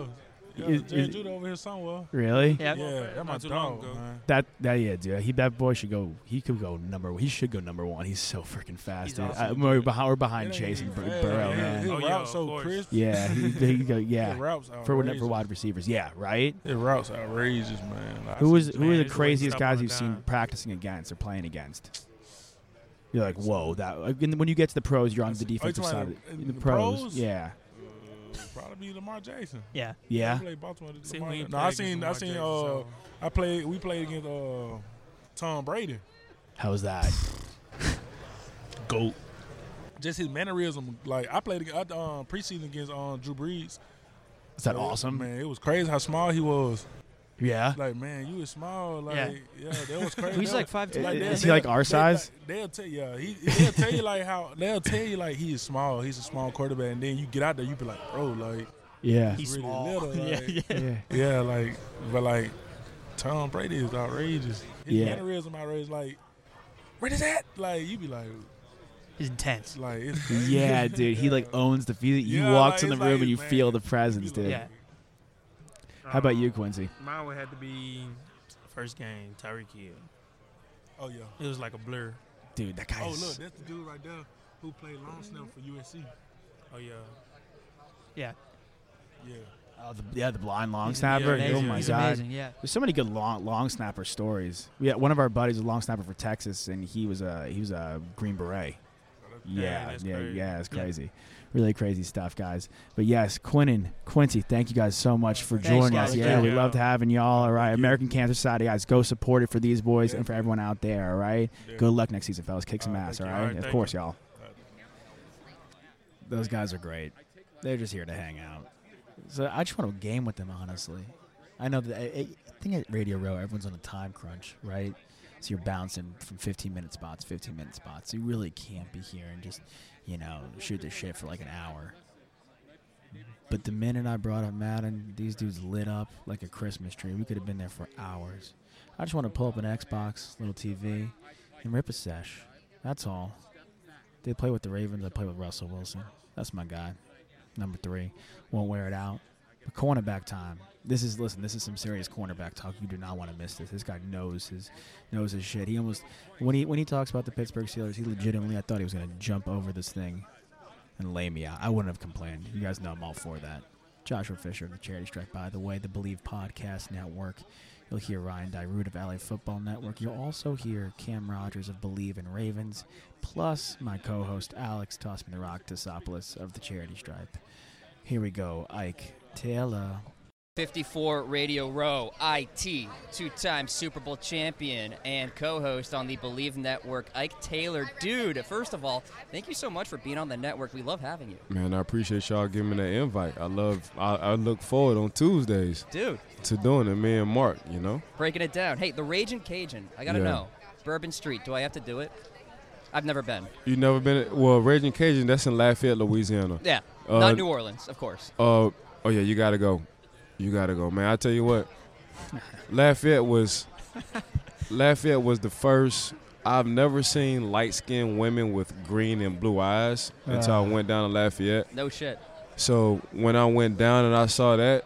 [SPEAKER 3] Yeah,
[SPEAKER 2] Is-
[SPEAKER 3] Jared
[SPEAKER 2] is-
[SPEAKER 3] Judy over here somewhere.
[SPEAKER 2] Really?
[SPEAKER 1] Yeah.
[SPEAKER 3] Yeah, that my
[SPEAKER 4] Not too long
[SPEAKER 3] dog,
[SPEAKER 4] ago.
[SPEAKER 3] man.
[SPEAKER 2] That that yeah, dude. He that boy should go. He could go number. He should go number one. He's so freaking fast,
[SPEAKER 1] He's
[SPEAKER 2] dude.
[SPEAKER 1] awesome,
[SPEAKER 2] Uh, we're behind, we're behind
[SPEAKER 3] It ain't
[SPEAKER 2] Chase and
[SPEAKER 3] even
[SPEAKER 2] Bur-
[SPEAKER 3] fair.
[SPEAKER 2] Burrow,
[SPEAKER 3] Yeah,
[SPEAKER 2] man.
[SPEAKER 3] His
[SPEAKER 4] Oh, yeah,
[SPEAKER 3] routes
[SPEAKER 4] of
[SPEAKER 3] so
[SPEAKER 4] course.
[SPEAKER 3] crisp. [LAUGHS]
[SPEAKER 2] Yeah, he, he could go.
[SPEAKER 3] His
[SPEAKER 2] Yeah,
[SPEAKER 3] routes
[SPEAKER 2] for
[SPEAKER 3] outrageous.
[SPEAKER 2] for wide receivers. Yeah, right.
[SPEAKER 3] His routes outrageous, man. Like, I
[SPEAKER 2] Who
[SPEAKER 3] see-
[SPEAKER 2] is who
[SPEAKER 4] Man,
[SPEAKER 2] are the
[SPEAKER 4] it's like
[SPEAKER 2] craziest
[SPEAKER 4] stop
[SPEAKER 2] guys
[SPEAKER 4] on a
[SPEAKER 2] you've seen
[SPEAKER 4] dime.
[SPEAKER 2] practicing against or playing against? You're like, whoa, that. like, and when you get to the pros, you're on the
[SPEAKER 3] Are Oh, you
[SPEAKER 2] defensive
[SPEAKER 3] talking
[SPEAKER 2] side.
[SPEAKER 3] about
[SPEAKER 2] of
[SPEAKER 3] in
[SPEAKER 2] the, the
[SPEAKER 3] the
[SPEAKER 2] pros,
[SPEAKER 3] pros? Uh,
[SPEAKER 2] yeah,
[SPEAKER 3] Probably be Lamar Jackson.
[SPEAKER 1] Yeah.
[SPEAKER 2] yeah.
[SPEAKER 3] He played Baltimore.
[SPEAKER 4] See,
[SPEAKER 3] Lamar-
[SPEAKER 4] we ain't
[SPEAKER 3] no, I
[SPEAKER 4] played against
[SPEAKER 3] seen. I
[SPEAKER 4] Lamar
[SPEAKER 3] seen.
[SPEAKER 4] Jackson,
[SPEAKER 3] Uh,
[SPEAKER 4] so-
[SPEAKER 3] I played. We played against uh, Tom Brady.
[SPEAKER 2] How's
[SPEAKER 3] [LAUGHS]
[SPEAKER 2] that?
[SPEAKER 3] Goat. Just his mannerism. Like I played against, I, um, preseason against um, Drew Brees.
[SPEAKER 2] Is that
[SPEAKER 3] It-
[SPEAKER 2] awesome?
[SPEAKER 3] man? It was crazy how small he was.
[SPEAKER 2] Yeah.
[SPEAKER 3] Like man, you was small. Like
[SPEAKER 1] Yeah.
[SPEAKER 3] yeah,
[SPEAKER 2] [LAUGHS]
[SPEAKER 3] that was crazy.
[SPEAKER 1] He's
[SPEAKER 3] That
[SPEAKER 1] like
[SPEAKER 3] was-
[SPEAKER 1] five two.
[SPEAKER 2] I-
[SPEAKER 3] they'll-
[SPEAKER 2] is he like
[SPEAKER 3] they'll-
[SPEAKER 2] our
[SPEAKER 3] they-
[SPEAKER 2] size?
[SPEAKER 3] They'll tell you. Yeah, he, they'll tell you like how they'll tell you like he is small. He's a small quarterback, and then you get out there, you be like, bro, like
[SPEAKER 2] Yeah.
[SPEAKER 1] He's
[SPEAKER 3] really
[SPEAKER 1] small. [LAUGHS]
[SPEAKER 3] little,
[SPEAKER 1] yeah,
[SPEAKER 3] like-
[SPEAKER 1] yeah.
[SPEAKER 2] yeah.
[SPEAKER 3] yeah, like but like Tom Brady is outrageous. His
[SPEAKER 2] Yeah.
[SPEAKER 3] mannerism outrageous. Like where is that? Like you be like,
[SPEAKER 1] He's [LAUGHS] intense.
[SPEAKER 3] like it's
[SPEAKER 1] [LAUGHS]
[SPEAKER 3] crazy.
[SPEAKER 2] Yeah, dude. He like
[SPEAKER 3] Yeah.
[SPEAKER 2] owns the feel. He
[SPEAKER 3] Yeah,
[SPEAKER 2] walks
[SPEAKER 3] like,
[SPEAKER 2] in
[SPEAKER 3] it's
[SPEAKER 2] the room
[SPEAKER 3] like,
[SPEAKER 2] and you
[SPEAKER 3] man,
[SPEAKER 2] feel the
[SPEAKER 3] you
[SPEAKER 2] presence,
[SPEAKER 3] be
[SPEAKER 2] dude.
[SPEAKER 3] like-
[SPEAKER 1] Yeah.
[SPEAKER 2] How about you, Quincy?
[SPEAKER 4] Um, Mine would have to be first game, Tyreek Hill.
[SPEAKER 3] Oh yeah.
[SPEAKER 4] It was like a blur.
[SPEAKER 2] Dude, that guy.
[SPEAKER 3] Oh
[SPEAKER 2] is-
[SPEAKER 3] look, that's the dude right there who played long snap for USC.
[SPEAKER 4] Oh yeah.
[SPEAKER 1] Yeah.
[SPEAKER 3] Yeah.
[SPEAKER 2] oh, the, yeah, the blind long
[SPEAKER 1] He's
[SPEAKER 2] snapper.
[SPEAKER 4] amazing.
[SPEAKER 2] oh my
[SPEAKER 1] He's
[SPEAKER 2] god.
[SPEAKER 1] amazing. Yeah.
[SPEAKER 2] There's so many good long long snapper stories. We had one of our buddies was a long snapper for Texas, and he was a he was a Green Beret. Yeah,
[SPEAKER 4] that's
[SPEAKER 2] yeah,
[SPEAKER 4] crazy.
[SPEAKER 2] yeah, it's
[SPEAKER 1] Yeah.
[SPEAKER 2] crazy, really crazy stuff, guys. But yes, Quinnen, Quincy, thank you guys so much for
[SPEAKER 1] Thanks,
[SPEAKER 2] joining
[SPEAKER 1] guys.
[SPEAKER 2] us. Yeah,
[SPEAKER 4] Thank
[SPEAKER 2] we
[SPEAKER 4] you.
[SPEAKER 2] loved having y'all. All right, American Cancer Society, guys, go support it for these boys
[SPEAKER 3] Yeah.
[SPEAKER 2] and for everyone out there. All right,
[SPEAKER 3] Yeah.
[SPEAKER 2] good luck next season, fellas. Kick some
[SPEAKER 3] Uh,
[SPEAKER 2] ass. All
[SPEAKER 3] thank
[SPEAKER 2] right,
[SPEAKER 3] you.
[SPEAKER 4] All right,
[SPEAKER 2] of
[SPEAKER 4] thank
[SPEAKER 2] course,
[SPEAKER 4] you.
[SPEAKER 2] y'all. Those guys are great. They're just here to hang out. So I just want to game with them, honestly. I know that I, I think at Radio Row, everyone's on a time crunch, right? So you're bouncing from 15 minute spots, 15 minute spots. So you really can't be here and just, you know, shoot the shit for like an hour. But the minute I brought up Madden, these dudes lit up like a Christmas tree. We could have been there for hours. I just want to pull up an Xbox, little TV, and rip a sesh. That's all. They play with the Ravens. I play with Russell Wilson. That's my guy. Number three. Won't wear it out. But cornerback time. This is listen. This is some serious cornerback talk. You do not want to miss this. This guy knows his knows his shit. He almost when he when he talks about the Pittsburgh Steelers, he legitimately I thought he was gonna jump over this thing and lay me out. I wouldn't have complained. You guys know I'm all for that. Joshua Fisher of the Charity Strike, by the way, the Believe Podcast Network. You'll hear Ryan Dyrud of LA Football Network. You'll also hear Cam Rogers of Believe in Ravens, plus my co host Alex Toss Me the Rock Tosopoulos of the Charity Stripe. Here we go, Ike Taylor.
[SPEAKER 7] 54 Radio Row, IT, two time Super Bowl champion and co host on the Believe Network, Ike Taylor. Dude, first of all, thank you so much for being on the network. We love having you.
[SPEAKER 8] Man, I appreciate y'all giving me that invite. I love. I, I look forward on Tuesdays
[SPEAKER 7] Dude,
[SPEAKER 8] to doing it, me and Mark. You know.
[SPEAKER 7] breaking it down. Hey, the Raging Cajun, I gotta
[SPEAKER 8] Yeah.
[SPEAKER 7] know. Bourbon Street, do I have to do it? I've never been.
[SPEAKER 8] You never been well, Raging Cajun. That's in Lafayette, Louisiana.
[SPEAKER 7] Yeah,
[SPEAKER 8] Uh,
[SPEAKER 7] not New Orleans, of course.
[SPEAKER 8] Uh, oh yeah, you gotta go. You gotta go, man. I tell
[SPEAKER 7] [LAUGHS]
[SPEAKER 8] you what, Lafayette was Lafayette was the first. I've never seen light skinned women with green and blue eyes until I went down to Lafayette.
[SPEAKER 7] Uh. No shit.
[SPEAKER 8] So when I went down and I saw that,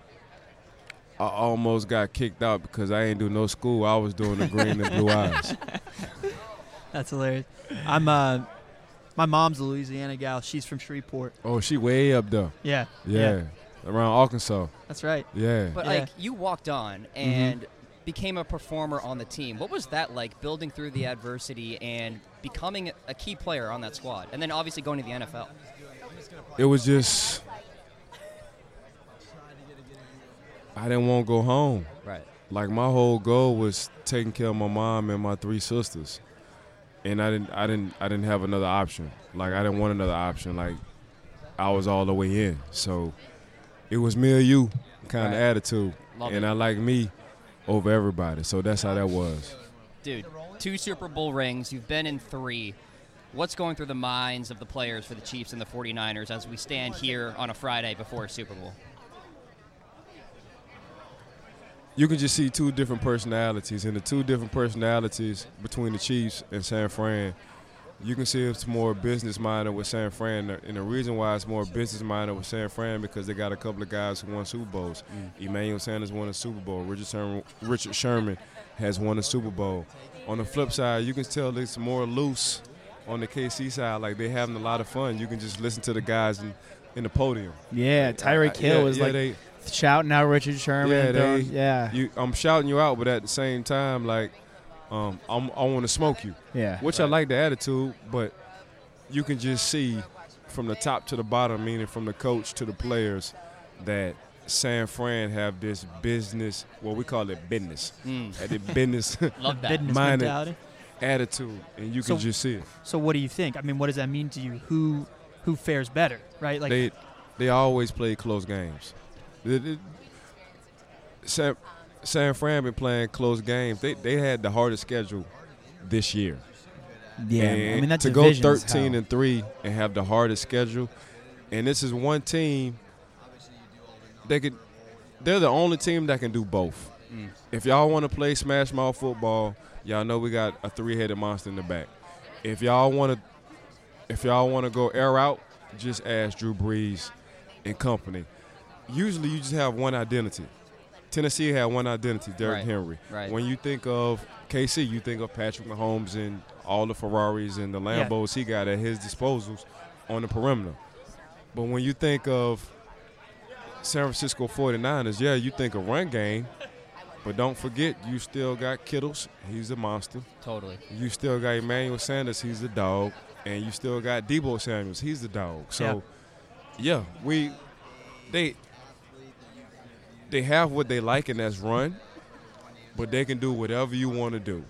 [SPEAKER 8] I almost got kicked out because I ain't do no school. I was doing the green
[SPEAKER 7] [LAUGHS]
[SPEAKER 8] and blue eyes.
[SPEAKER 1] [LAUGHS] That's hilarious. I'm uh, my mom's a Louisiana gal. She's from Shreveport.
[SPEAKER 8] Oh, she way up there.
[SPEAKER 1] Yeah.
[SPEAKER 8] Yeah. Around Arkansas.
[SPEAKER 1] That's right.
[SPEAKER 8] Yeah.
[SPEAKER 7] But,
[SPEAKER 1] Yeah. Mm-hmm.
[SPEAKER 7] like, you walked on and became a performer on the team. What was that like, building through the adversity and becoming a key player on that squad? And then obviously going to the NFL.
[SPEAKER 8] it was just I didn't want to go home.
[SPEAKER 7] Right.
[SPEAKER 8] Like my whole goal was taking care of my mom and my three sisters. And I didn't I didn't I didn't have another option. Like I didn't want another option. Like I was all the way in. So it was me or you kind
[SPEAKER 7] Right.
[SPEAKER 8] of attitude.
[SPEAKER 7] Love
[SPEAKER 8] and
[SPEAKER 7] it.
[SPEAKER 8] I like me over everybody. So that's how that was.
[SPEAKER 7] Dude, two Super Bowl rings. You've been in three. What's going through the minds of the players for the Chiefs and the 49ers as we stand here on a Friday before a Super Bowl?
[SPEAKER 8] you can just see two different personalities, and the two different personalities between the Chiefs and San Fran, you can see it's more business minded with San Fran, and the reason why it's more business minded with San Fran because they got a couple of guys who won Super Bowls.
[SPEAKER 2] Mm.
[SPEAKER 8] Emmanuel Sanders won a Super Bowl. Richard Sherman, Richard Sherman has won a Super Bowl. On the flip side, you can tell it's more loose on the KC side. Like they having a lot of fun. You can just listen to the guys in, in the podium.
[SPEAKER 2] Yeah, Tyreek
[SPEAKER 8] I-
[SPEAKER 2] Hill
[SPEAKER 8] Uh, yeah,
[SPEAKER 2] was
[SPEAKER 8] yeah,
[SPEAKER 2] like
[SPEAKER 8] they-
[SPEAKER 2] shouting out Richard Sherman.
[SPEAKER 8] Yeah,
[SPEAKER 2] and throwing-
[SPEAKER 8] they-
[SPEAKER 2] yeah.
[SPEAKER 8] you, I'm shouting you out, but at the same time, like um, I'm, I want to smoke you.
[SPEAKER 9] Yeah.
[SPEAKER 8] Which I like the attitude, but you can just see from the top to the bottom, meaning from the coach to the players, that San Fran have this business, well, we call it business,
[SPEAKER 7] Mm.
[SPEAKER 8] at
[SPEAKER 1] [LAUGHS]
[SPEAKER 8] the business [LAUGHS]
[SPEAKER 7] Love that.
[SPEAKER 1] Hmm. Business
[SPEAKER 8] Mine is-
[SPEAKER 1] mentality.
[SPEAKER 8] attitude, and you can
[SPEAKER 1] So-
[SPEAKER 8] just see it.
[SPEAKER 1] So what do you think? I mean, what does that mean to you? Who who fares better, right? Like
[SPEAKER 8] they they always play close games. The- the- San, San Fran been playing close games. They they had the hardest schedule this year.
[SPEAKER 9] Yeah. I
[SPEAKER 8] And
[SPEAKER 9] mean, that
[SPEAKER 8] to go
[SPEAKER 9] division is
[SPEAKER 8] 13
[SPEAKER 9] how-
[SPEAKER 8] and three and have the hardest schedule, and this is one team. They could, they're the only team that can do both.
[SPEAKER 7] Mm.
[SPEAKER 8] If y'all want to play smash mouth football, y'all know we got a three-headed monster in the back. If y'all want to, if y'all want to go air out, just ask Drew Brees and company. Usually, you just have one identity. Tennessee had one identity, Derrick
[SPEAKER 7] Right.
[SPEAKER 8] Henry.
[SPEAKER 7] Right.
[SPEAKER 8] When you think of KC, you think of Patrick Mahomes and all the Ferraris and the
[SPEAKER 1] Yeah.
[SPEAKER 8] Lambos he got at his disposals on the perimeter. But when you think of San Francisco 49ers, yeah, you think of run game, but don't forget you still got Kittles, he's a monster.
[SPEAKER 7] Totally.
[SPEAKER 8] You still got Emmanuel Sanders, he's the dog, and you still got Debo Samuels, he's the dog. So, yeah, we they they have what they like, and that's run, but they can do whatever you want to do.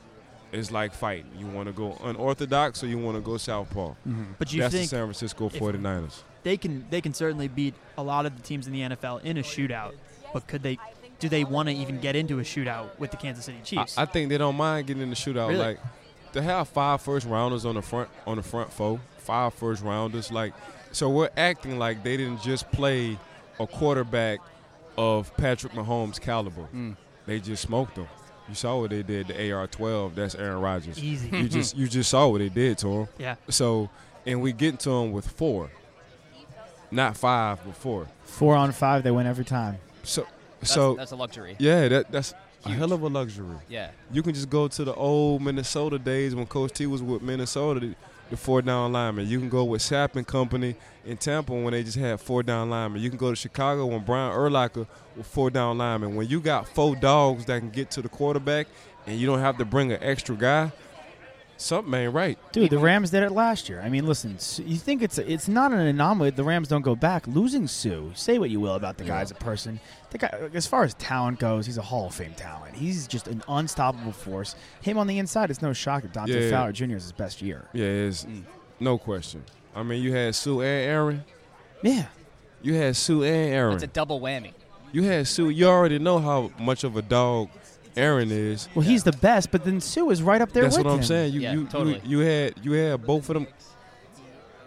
[SPEAKER 8] It's like fighting. You want to go unorthodox or you want to go southpaw.
[SPEAKER 1] Mm-hmm. but you
[SPEAKER 8] That's the
[SPEAKER 1] think
[SPEAKER 8] San Francisco 49ers.
[SPEAKER 1] they can they can certainly beat a lot of the teams in the NFL in a shootout, but could they do they want to even get into a shootout with the Kansas City
[SPEAKER 8] I,
[SPEAKER 1] Chiefs?
[SPEAKER 8] I think they don't mind getting in the shootout.
[SPEAKER 1] Really?
[SPEAKER 8] Like they have five first rounders on the front on the front four, five first rounders. Like so, we're acting like they didn't just play a quarterback of Patrick Mahomes caliber.
[SPEAKER 1] Mm.
[SPEAKER 8] They just smoked them. You saw what they did to AR-12. That's Aaron Rodgers.
[SPEAKER 1] Easy.
[SPEAKER 8] You just you just saw what they did to him.
[SPEAKER 1] Yeah.
[SPEAKER 8] So and we get to him with four, not five, but four.
[SPEAKER 9] Four on five, they win every time.
[SPEAKER 8] So
[SPEAKER 7] That's,
[SPEAKER 8] so
[SPEAKER 7] that's a luxury.
[SPEAKER 8] yeah, that that's a hell of a luxury.
[SPEAKER 7] Yeah.
[SPEAKER 8] You can just go to the old Minnesota days when Coach T was with Minnesota, the, the four down linemen. You can go with Sapp and Company in Tampa when they just had four down linemen. You can go to Chicago when Brian Urlacher with four down linemen. When you got four dogs that can get to the quarterback and you don't have to bring an extra guy, something ain't right.
[SPEAKER 2] Dude, the Rams did it last year. I mean, listen, s- you think it's it's not an anomaly. that The Rams don't go back. Losing Sue, say what you will about the guy as a person. The guy, as far as talent goes, he's a Hall of Fame talent. He's just an unstoppable force. Him on the inside, it's no shock that Dante
[SPEAKER 8] Yeah, yeah.
[SPEAKER 2] Fowler Jr. is his best year.
[SPEAKER 8] Yeah, it's
[SPEAKER 7] Mm.
[SPEAKER 8] no question. I mean, you had Sue and Aaron.
[SPEAKER 2] Yeah,
[SPEAKER 8] You had Sue and Aaron.
[SPEAKER 7] That's a double whammy.
[SPEAKER 8] you had Sue. You already know how much of a dog Aaron is.
[SPEAKER 2] well, he's the best, but then Sue is right up there.
[SPEAKER 8] That's
[SPEAKER 2] with
[SPEAKER 8] what I'm
[SPEAKER 2] him.
[SPEAKER 8] saying. You,
[SPEAKER 7] Yeah,
[SPEAKER 8] you,
[SPEAKER 7] totally.
[SPEAKER 8] you you had you had both of them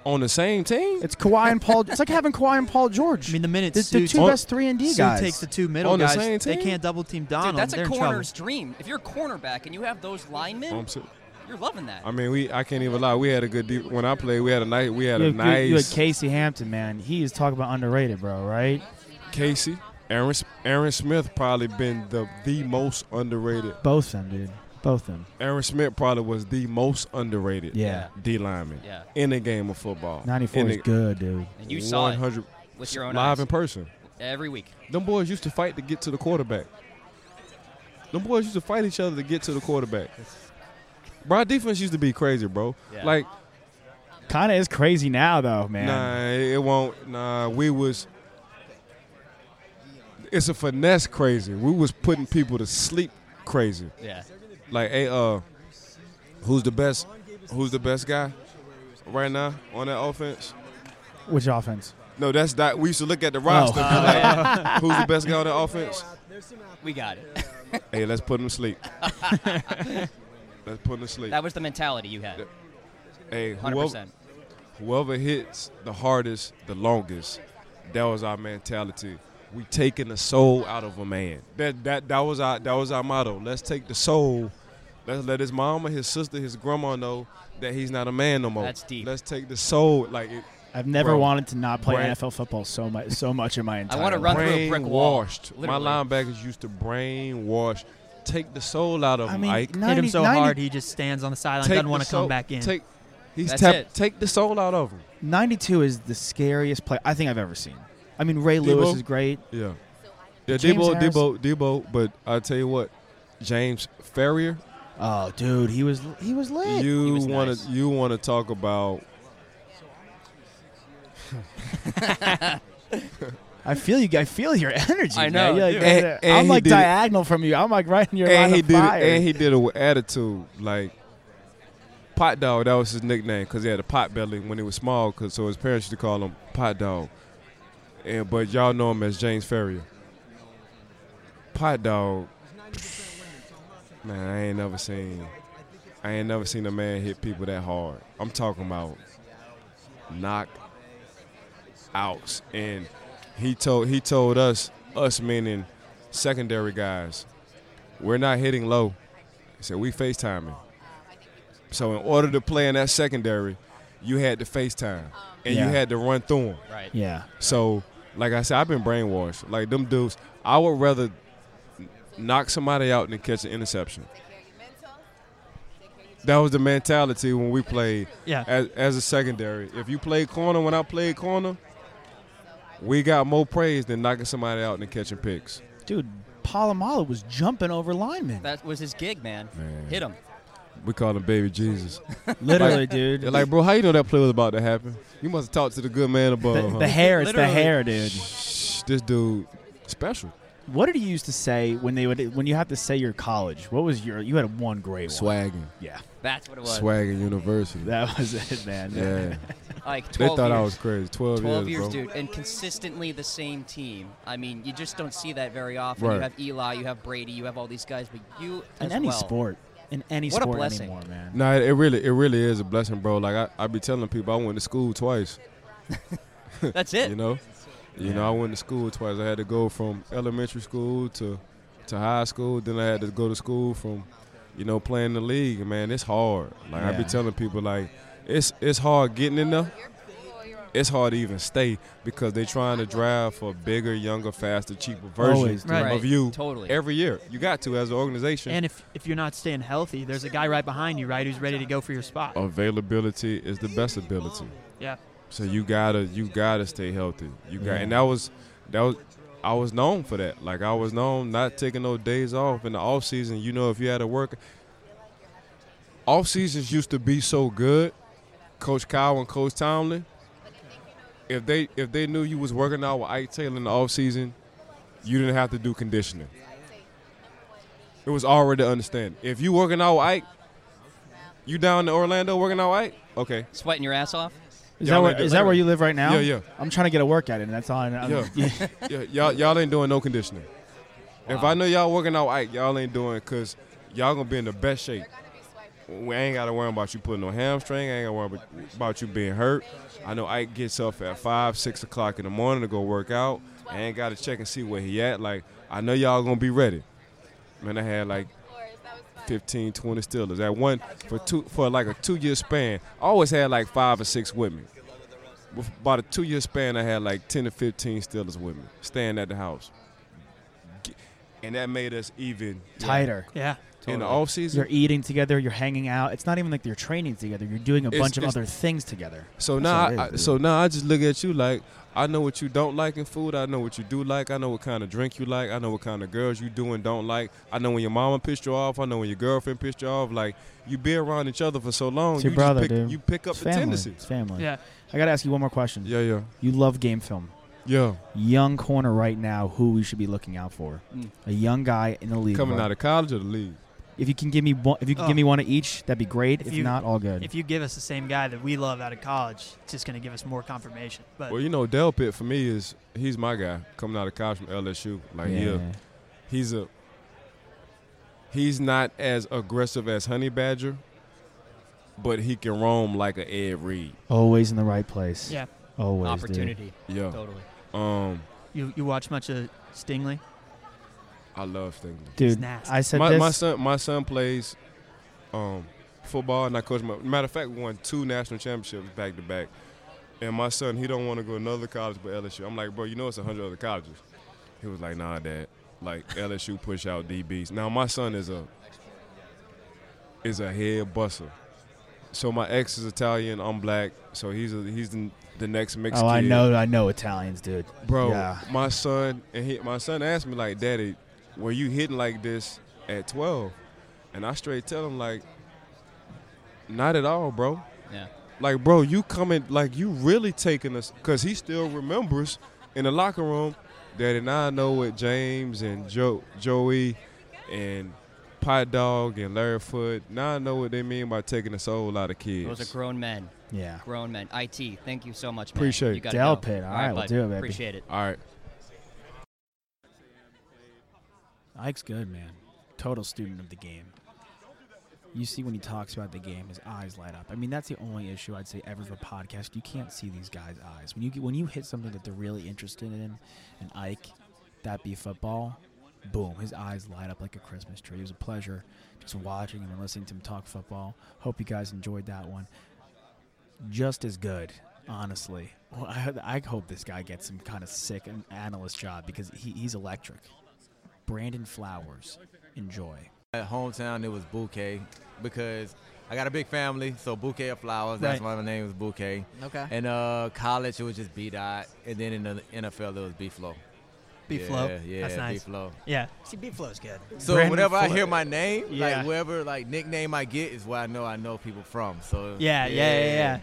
[SPEAKER 8] on the same team
[SPEAKER 2] It's Kawhi and
[SPEAKER 8] [LAUGHS]
[SPEAKER 2] Paul. It's like having Kawhi and Paul George.
[SPEAKER 1] I mean, the minute
[SPEAKER 2] the, the
[SPEAKER 1] Sue,
[SPEAKER 2] two
[SPEAKER 8] on-
[SPEAKER 2] best three and D
[SPEAKER 1] Sue
[SPEAKER 2] guys.
[SPEAKER 1] takes the two middle
[SPEAKER 8] Oh. On the
[SPEAKER 1] guys,
[SPEAKER 8] same
[SPEAKER 1] they
[SPEAKER 8] team?
[SPEAKER 1] can't double team Donald.
[SPEAKER 7] Dude, that's
[SPEAKER 1] they're
[SPEAKER 7] a
[SPEAKER 1] in
[SPEAKER 7] corner's dream. If you're a cornerback and you have those linemen,
[SPEAKER 8] Um, so-
[SPEAKER 7] you're loving that.
[SPEAKER 8] I mean, we I can't even lie. We had a good deep, when I played. We had a night. We had
[SPEAKER 2] You
[SPEAKER 8] a
[SPEAKER 2] had, you had- you had
[SPEAKER 8] nice
[SPEAKER 2] Casey Hampton, man. He is talking about underrated, bro. Right?
[SPEAKER 8] Casey. Aaron S- Aaron Smith probably been the the most underrated.
[SPEAKER 2] Both of them, dude. Both of them.
[SPEAKER 8] Aaron Smith probably was the most underrated.
[SPEAKER 2] Yeah.
[SPEAKER 8] D lineman
[SPEAKER 7] yeah.
[SPEAKER 8] in the game of football.
[SPEAKER 2] 94
[SPEAKER 8] In
[SPEAKER 2] is
[SPEAKER 8] the-
[SPEAKER 2] good, dude.
[SPEAKER 7] And you saw it
[SPEAKER 8] 100
[SPEAKER 7] with your own
[SPEAKER 8] live
[SPEAKER 7] eyes
[SPEAKER 8] in person.
[SPEAKER 7] every week.
[SPEAKER 8] Them boys used to fight to get to the quarterback. Them boys used to fight each other to get to the quarterback. Bro, our defense used to be crazy, bro.
[SPEAKER 7] Yeah.
[SPEAKER 8] Like
[SPEAKER 2] Kind of is crazy now, though, man.
[SPEAKER 8] Nah, it it won't. Nah, we was. It's a finesse crazy. We was putting people to sleep crazy.
[SPEAKER 7] Yeah.
[SPEAKER 8] Like, hey, uh, who's the best? Who's the best guy right now on that offense?
[SPEAKER 2] Which offense?
[SPEAKER 8] No, that's not. We used to look at the roster.
[SPEAKER 1] Oh.
[SPEAKER 8] and be
[SPEAKER 7] Oh.
[SPEAKER 8] like, [LAUGHS] who's the best guy on that offense?
[SPEAKER 7] We got
[SPEAKER 8] [LAUGHS]
[SPEAKER 7] it.
[SPEAKER 8] Hey, let's put him to sleep. let's put him to sleep.
[SPEAKER 7] That was the mentality you had.
[SPEAKER 8] Hey,
[SPEAKER 7] 100%.
[SPEAKER 8] whoever, whoever hits the hardest, the longest, that was our mentality. We taking the soul out of a man. That that that was our that was our motto. Let's take the soul. Let's let his mama, his sister, his grandma know that he's not a man no more.
[SPEAKER 7] That's deep.
[SPEAKER 8] Let's take the soul. Like it,
[SPEAKER 2] I've never
[SPEAKER 8] Bro.
[SPEAKER 2] wanted to not play
[SPEAKER 8] Brand-
[SPEAKER 2] NFL football so much, so much in my
[SPEAKER 7] I
[SPEAKER 2] entire.
[SPEAKER 7] want to
[SPEAKER 2] life.
[SPEAKER 7] run through a brick wall.
[SPEAKER 8] brainwashed. My
[SPEAKER 7] literally.
[SPEAKER 8] linebackers used to brainwash. Take the soul out of
[SPEAKER 2] I
[SPEAKER 8] him,
[SPEAKER 2] mean,
[SPEAKER 8] Ike.
[SPEAKER 2] 90,
[SPEAKER 1] Hit him so
[SPEAKER 2] 90
[SPEAKER 1] hard, he just stands on the sideline,
[SPEAKER 8] Take
[SPEAKER 1] doesn't want
[SPEAKER 8] the
[SPEAKER 1] to come
[SPEAKER 8] soul-
[SPEAKER 1] back in.
[SPEAKER 8] Take, he's
[SPEAKER 7] That's
[SPEAKER 8] tap,
[SPEAKER 7] it.
[SPEAKER 8] take the soul out of him.
[SPEAKER 2] 92 is the scariest play I think I've ever seen. I mean, Ray Lewis is great. [LAUGHS]
[SPEAKER 8] Yeah. Yeah,
[SPEAKER 2] James
[SPEAKER 8] Debo,
[SPEAKER 2] Harris-
[SPEAKER 8] Debo, Debo, but I tell you what, James Ferrier
[SPEAKER 2] Oh, dude, he was he was lit.
[SPEAKER 7] He
[SPEAKER 8] You
[SPEAKER 7] was
[SPEAKER 8] want
[SPEAKER 7] nice.
[SPEAKER 8] to you want to talk about
[SPEAKER 2] [LAUGHS] I feel you. I feel your energy.
[SPEAKER 7] I know, dude.
[SPEAKER 2] man. You're like-
[SPEAKER 8] And-
[SPEAKER 2] I'm
[SPEAKER 8] and he
[SPEAKER 2] like
[SPEAKER 8] did it-
[SPEAKER 2] diagonal from you. I'm like right in your line
[SPEAKER 8] and he
[SPEAKER 2] of
[SPEAKER 8] did
[SPEAKER 2] fire.
[SPEAKER 8] it and he did it with attitude like pot dog that was his nickname because he had a pot belly when he was small 'cause- so his parents used to call him pot dog and but y'all know him as james ferrier pot dog man i ain't never seen i ain't never seen a man hit people that hard i'm talking about knock outs and he told he told us us meaning secondary guys we're not hitting low. He said, we FaceTiming. So in order to play in that secondary, you had to FaceTime. And
[SPEAKER 2] Yeah.
[SPEAKER 8] you had to run through them.
[SPEAKER 7] Right.
[SPEAKER 2] yeah.
[SPEAKER 8] So, like I said, I've been brainwashed. Like them dudes, I would rather knock somebody out than catch an interception. That was the mentality when we played
[SPEAKER 1] Yeah.
[SPEAKER 8] as, as a secondary. If you played corner when I played corner, we got more praise than knocking somebody out and catching picks.
[SPEAKER 2] Dude, Palomalo was jumping over linemen.
[SPEAKER 7] That was his gig, man.
[SPEAKER 8] Man.
[SPEAKER 7] Hit him.
[SPEAKER 8] We call him Baby Jesus.
[SPEAKER 2] [LAUGHS] Literally,
[SPEAKER 8] Like-
[SPEAKER 2] dude.
[SPEAKER 8] They're like, bro, how you know that play was about to happen? You must have talked to the good man above.
[SPEAKER 2] the,
[SPEAKER 8] huh?
[SPEAKER 2] the hair, it's the
[SPEAKER 7] Literally.
[SPEAKER 2] hair, dude.
[SPEAKER 8] Shh, this dude special.
[SPEAKER 2] What did you used to say when they would when you had to say your college? What was your you had one great one?
[SPEAKER 8] Swagging.
[SPEAKER 2] Yeah,
[SPEAKER 7] That's what it was.
[SPEAKER 8] Swagging University.
[SPEAKER 2] that was it, man. [LAUGHS]
[SPEAKER 8] yeah.
[SPEAKER 7] [LAUGHS] Like
[SPEAKER 8] they
[SPEAKER 7] 12
[SPEAKER 8] thought
[SPEAKER 7] years.
[SPEAKER 8] I was crazy. 12,
[SPEAKER 7] 12
[SPEAKER 8] years,
[SPEAKER 7] years,
[SPEAKER 8] bro.
[SPEAKER 7] dude, and consistently the same team. I mean, you just don't see that very often. You
[SPEAKER 8] Right.
[SPEAKER 7] have Eli, you have Brady, you have all these guys, but you
[SPEAKER 2] In
[SPEAKER 7] as
[SPEAKER 2] any
[SPEAKER 7] well.
[SPEAKER 2] sport, in any
[SPEAKER 7] What a
[SPEAKER 2] sport
[SPEAKER 7] blessing.
[SPEAKER 2] anymore, man.
[SPEAKER 8] Nah, it, it really it really is a blessing, bro. Like I, I be telling people I went to school twice.
[SPEAKER 7] [LAUGHS] That's it.
[SPEAKER 8] [LAUGHS] You know? You know, I went to school twice. I had to go from elementary school to to high school. Then I had to go to school from, you know, playing in the league. And, Man, it's hard. Like I be
[SPEAKER 2] Yeah.
[SPEAKER 8] telling people, like it's it's hard getting in there. It's hard to even stay because they trying to drive for a bigger, younger, faster, cheaper version
[SPEAKER 2] Always do.
[SPEAKER 7] Right.
[SPEAKER 8] of you
[SPEAKER 7] Totally.
[SPEAKER 8] every year. You got to as an organization.
[SPEAKER 1] And if, if you're not staying healthy, there's a guy right behind you, right, who's ready to go for your spot.
[SPEAKER 8] Availability is the best ability.
[SPEAKER 1] Yeah.
[SPEAKER 8] So you gotta you gotta stay healthy. You got
[SPEAKER 2] Yeah.
[SPEAKER 8] and that was that was I was known for that. Like I was known not taking no days off in the off season. You know, if you had to work, off seasons used to be so good. Coach Kyle and Coach Tomlin, if they if they knew you was working out with Ike Taylor in the off season, you didn't have to do conditioning. It was already understanding. If you working out with Ike, you down in Orlando working out with Ike, okay.
[SPEAKER 7] Sweating your ass off.
[SPEAKER 2] Is
[SPEAKER 8] Yeah,
[SPEAKER 2] that where,
[SPEAKER 8] like,
[SPEAKER 2] is that where
[SPEAKER 8] literally.
[SPEAKER 2] you live right now?
[SPEAKER 8] Yeah, yeah.
[SPEAKER 2] I'm trying to get a workout in. That's all I know. I'm-
[SPEAKER 8] Yeah.
[SPEAKER 7] [LAUGHS]
[SPEAKER 8] [LAUGHS] Yeah, y'all y'all ain't doing no conditioning. If I know y'all working out, Ike, y'all ain't doing because y'all gonna be in the best shape. We ain't gotta worry about you putting no hamstring. I ain't gotta worry about- about you being hurt. I know Ike gets up at five, six o'clock in the morning to go work out. I ain't gotta check and see where he at. Like I know y'all gonna be ready. Man, I had like 15, 20 Steelers. That one for two for like a two year span. I always had like five or six with me. With about a two year span, I had like ten to fifteen Steelers with me, staying at the house, G- and that made us even
[SPEAKER 2] Tighter.
[SPEAKER 1] Yeah.
[SPEAKER 8] in the
[SPEAKER 7] Totally.
[SPEAKER 8] off season.
[SPEAKER 2] You're eating together. You're hanging out. It's not even like you're training together. You're doing a
[SPEAKER 8] It's-
[SPEAKER 2] bunch of
[SPEAKER 8] it's-
[SPEAKER 2] other things together.
[SPEAKER 8] So
[SPEAKER 2] That's
[SPEAKER 8] now,
[SPEAKER 2] what it
[SPEAKER 8] I,
[SPEAKER 2] is,
[SPEAKER 8] I-
[SPEAKER 2] dude.
[SPEAKER 8] so now I just look at you like I know what you don't like in food. I know what you do like. I know what kind of drink you like. I know what kind of girls you do and don't like. I know when your mama pissed you off. I know when your girlfriend pissed you off. Like you be around each other for so long,
[SPEAKER 2] It's
[SPEAKER 8] Oh,
[SPEAKER 2] your
[SPEAKER 8] you just
[SPEAKER 2] brother,
[SPEAKER 8] pick,
[SPEAKER 2] dude.
[SPEAKER 8] You pick up
[SPEAKER 2] It's
[SPEAKER 8] the
[SPEAKER 2] family.
[SPEAKER 8] tendencies.
[SPEAKER 2] It's family.
[SPEAKER 1] Yeah.
[SPEAKER 2] I gotta ask you one more question.
[SPEAKER 8] Yeah, yeah,
[SPEAKER 2] You love game film.
[SPEAKER 8] yeah.
[SPEAKER 2] Young corner right now. Who we should be looking out for?
[SPEAKER 7] Mm.
[SPEAKER 2] A young guy in the league.
[SPEAKER 8] Coming
[SPEAKER 2] right?
[SPEAKER 8] out of college or the league.
[SPEAKER 2] If you can give me one, if you can give
[SPEAKER 1] Oh.
[SPEAKER 2] me one of each, that'd be great. If,
[SPEAKER 1] If you-
[SPEAKER 2] not, all good.
[SPEAKER 1] If you give us the same guy that we love out of college, it's just going to give us more confirmation. But
[SPEAKER 8] Well, you know, Del Pitt for me is he's my guy coming out of college from LSU. Like, yeah, he's a he's not as aggressive as Honey Badger, but he can roam like a Ed Reed.
[SPEAKER 2] Always in the right place.
[SPEAKER 1] Yeah.
[SPEAKER 2] Always. dude.
[SPEAKER 7] Opportunity.
[SPEAKER 8] Yeah.
[SPEAKER 7] Totally.
[SPEAKER 8] Um,
[SPEAKER 1] you, you watch much of Stingley?
[SPEAKER 8] I love Stingley.
[SPEAKER 2] Dude,
[SPEAKER 1] He's nasty.
[SPEAKER 2] I said
[SPEAKER 8] My,
[SPEAKER 2] this.
[SPEAKER 8] my son, my son plays um, football, and I coach. My, matter of fact, we won two national championships back to back. And my son, he don't want to go to another college but LSU. I'm like, bro, you know it's a hundred other colleges. He was like, nah, dad. Like LSU push out DBs. Now my son is a is a head buster. So my ex is Italian. I'm black. So he's a, he's the, the next mixed
[SPEAKER 2] oh, I
[SPEAKER 8] kid.
[SPEAKER 2] know, I know Italians, dude.
[SPEAKER 8] bro.
[SPEAKER 2] Yeah.
[SPEAKER 8] My son and he, my son asked me like, "Daddy, were you hitting like this at 12?" And I straight tell him like, not at all, bro.
[SPEAKER 7] Yeah.
[SPEAKER 8] Like, bro, you coming like you really taking us because he still remembers in the locker room that and I know what James and Joe Joey and Pot Dog and Larry Foot. Now I know what they mean by taking a soul out of kids.
[SPEAKER 7] Those are grown men.
[SPEAKER 2] Yeah.
[SPEAKER 7] Grown men. IT, thank you so much, man.
[SPEAKER 8] Appreciate
[SPEAKER 7] you
[SPEAKER 8] it.
[SPEAKER 7] gotta
[SPEAKER 2] Del
[SPEAKER 7] go.
[SPEAKER 2] Pit. All right, we'll
[SPEAKER 7] bud.
[SPEAKER 2] do it, baby.
[SPEAKER 7] Appreciate it.
[SPEAKER 8] all right.
[SPEAKER 2] Ike's good, man. Total student of the game. You see when he talks about the game, his eyes light up. I mean, that's the only issue I'd say ever for podcast. You can't see these guys' eyes when you get, when you hit something that they're really interested in, and Ike, that be football. Boom, his eyes light up like a Christmas tree. It was a pleasure just watching him and listening to him talk football. Hope you guys enjoyed that one. Just as good, honestly. Well, I, I hope this guy gets some kind of sick an- analyst job because he, he's electric. Brandon Flowers. Enjoy.
[SPEAKER 10] At hometown, it was Bouquet because I got a big family, so Bouquet of Flowers. That's
[SPEAKER 2] Right.
[SPEAKER 10] why my name was Bouquet.
[SPEAKER 7] Okay.
[SPEAKER 10] And uh, college, it was just B Dot, and then in the NFL, it was B Flow.
[SPEAKER 1] B
[SPEAKER 10] yeah,
[SPEAKER 1] flow.
[SPEAKER 10] Yeah,
[SPEAKER 1] That's nice.
[SPEAKER 10] B Flow.
[SPEAKER 1] Yeah.
[SPEAKER 11] See, B flow's good.
[SPEAKER 10] So
[SPEAKER 2] Brandon
[SPEAKER 10] whenever I
[SPEAKER 2] Flo-
[SPEAKER 10] hear my name,
[SPEAKER 2] Yeah.
[SPEAKER 10] like whoever like nickname I get is where I know I know people from. So
[SPEAKER 2] Yeah, yeah, yeah, yeah.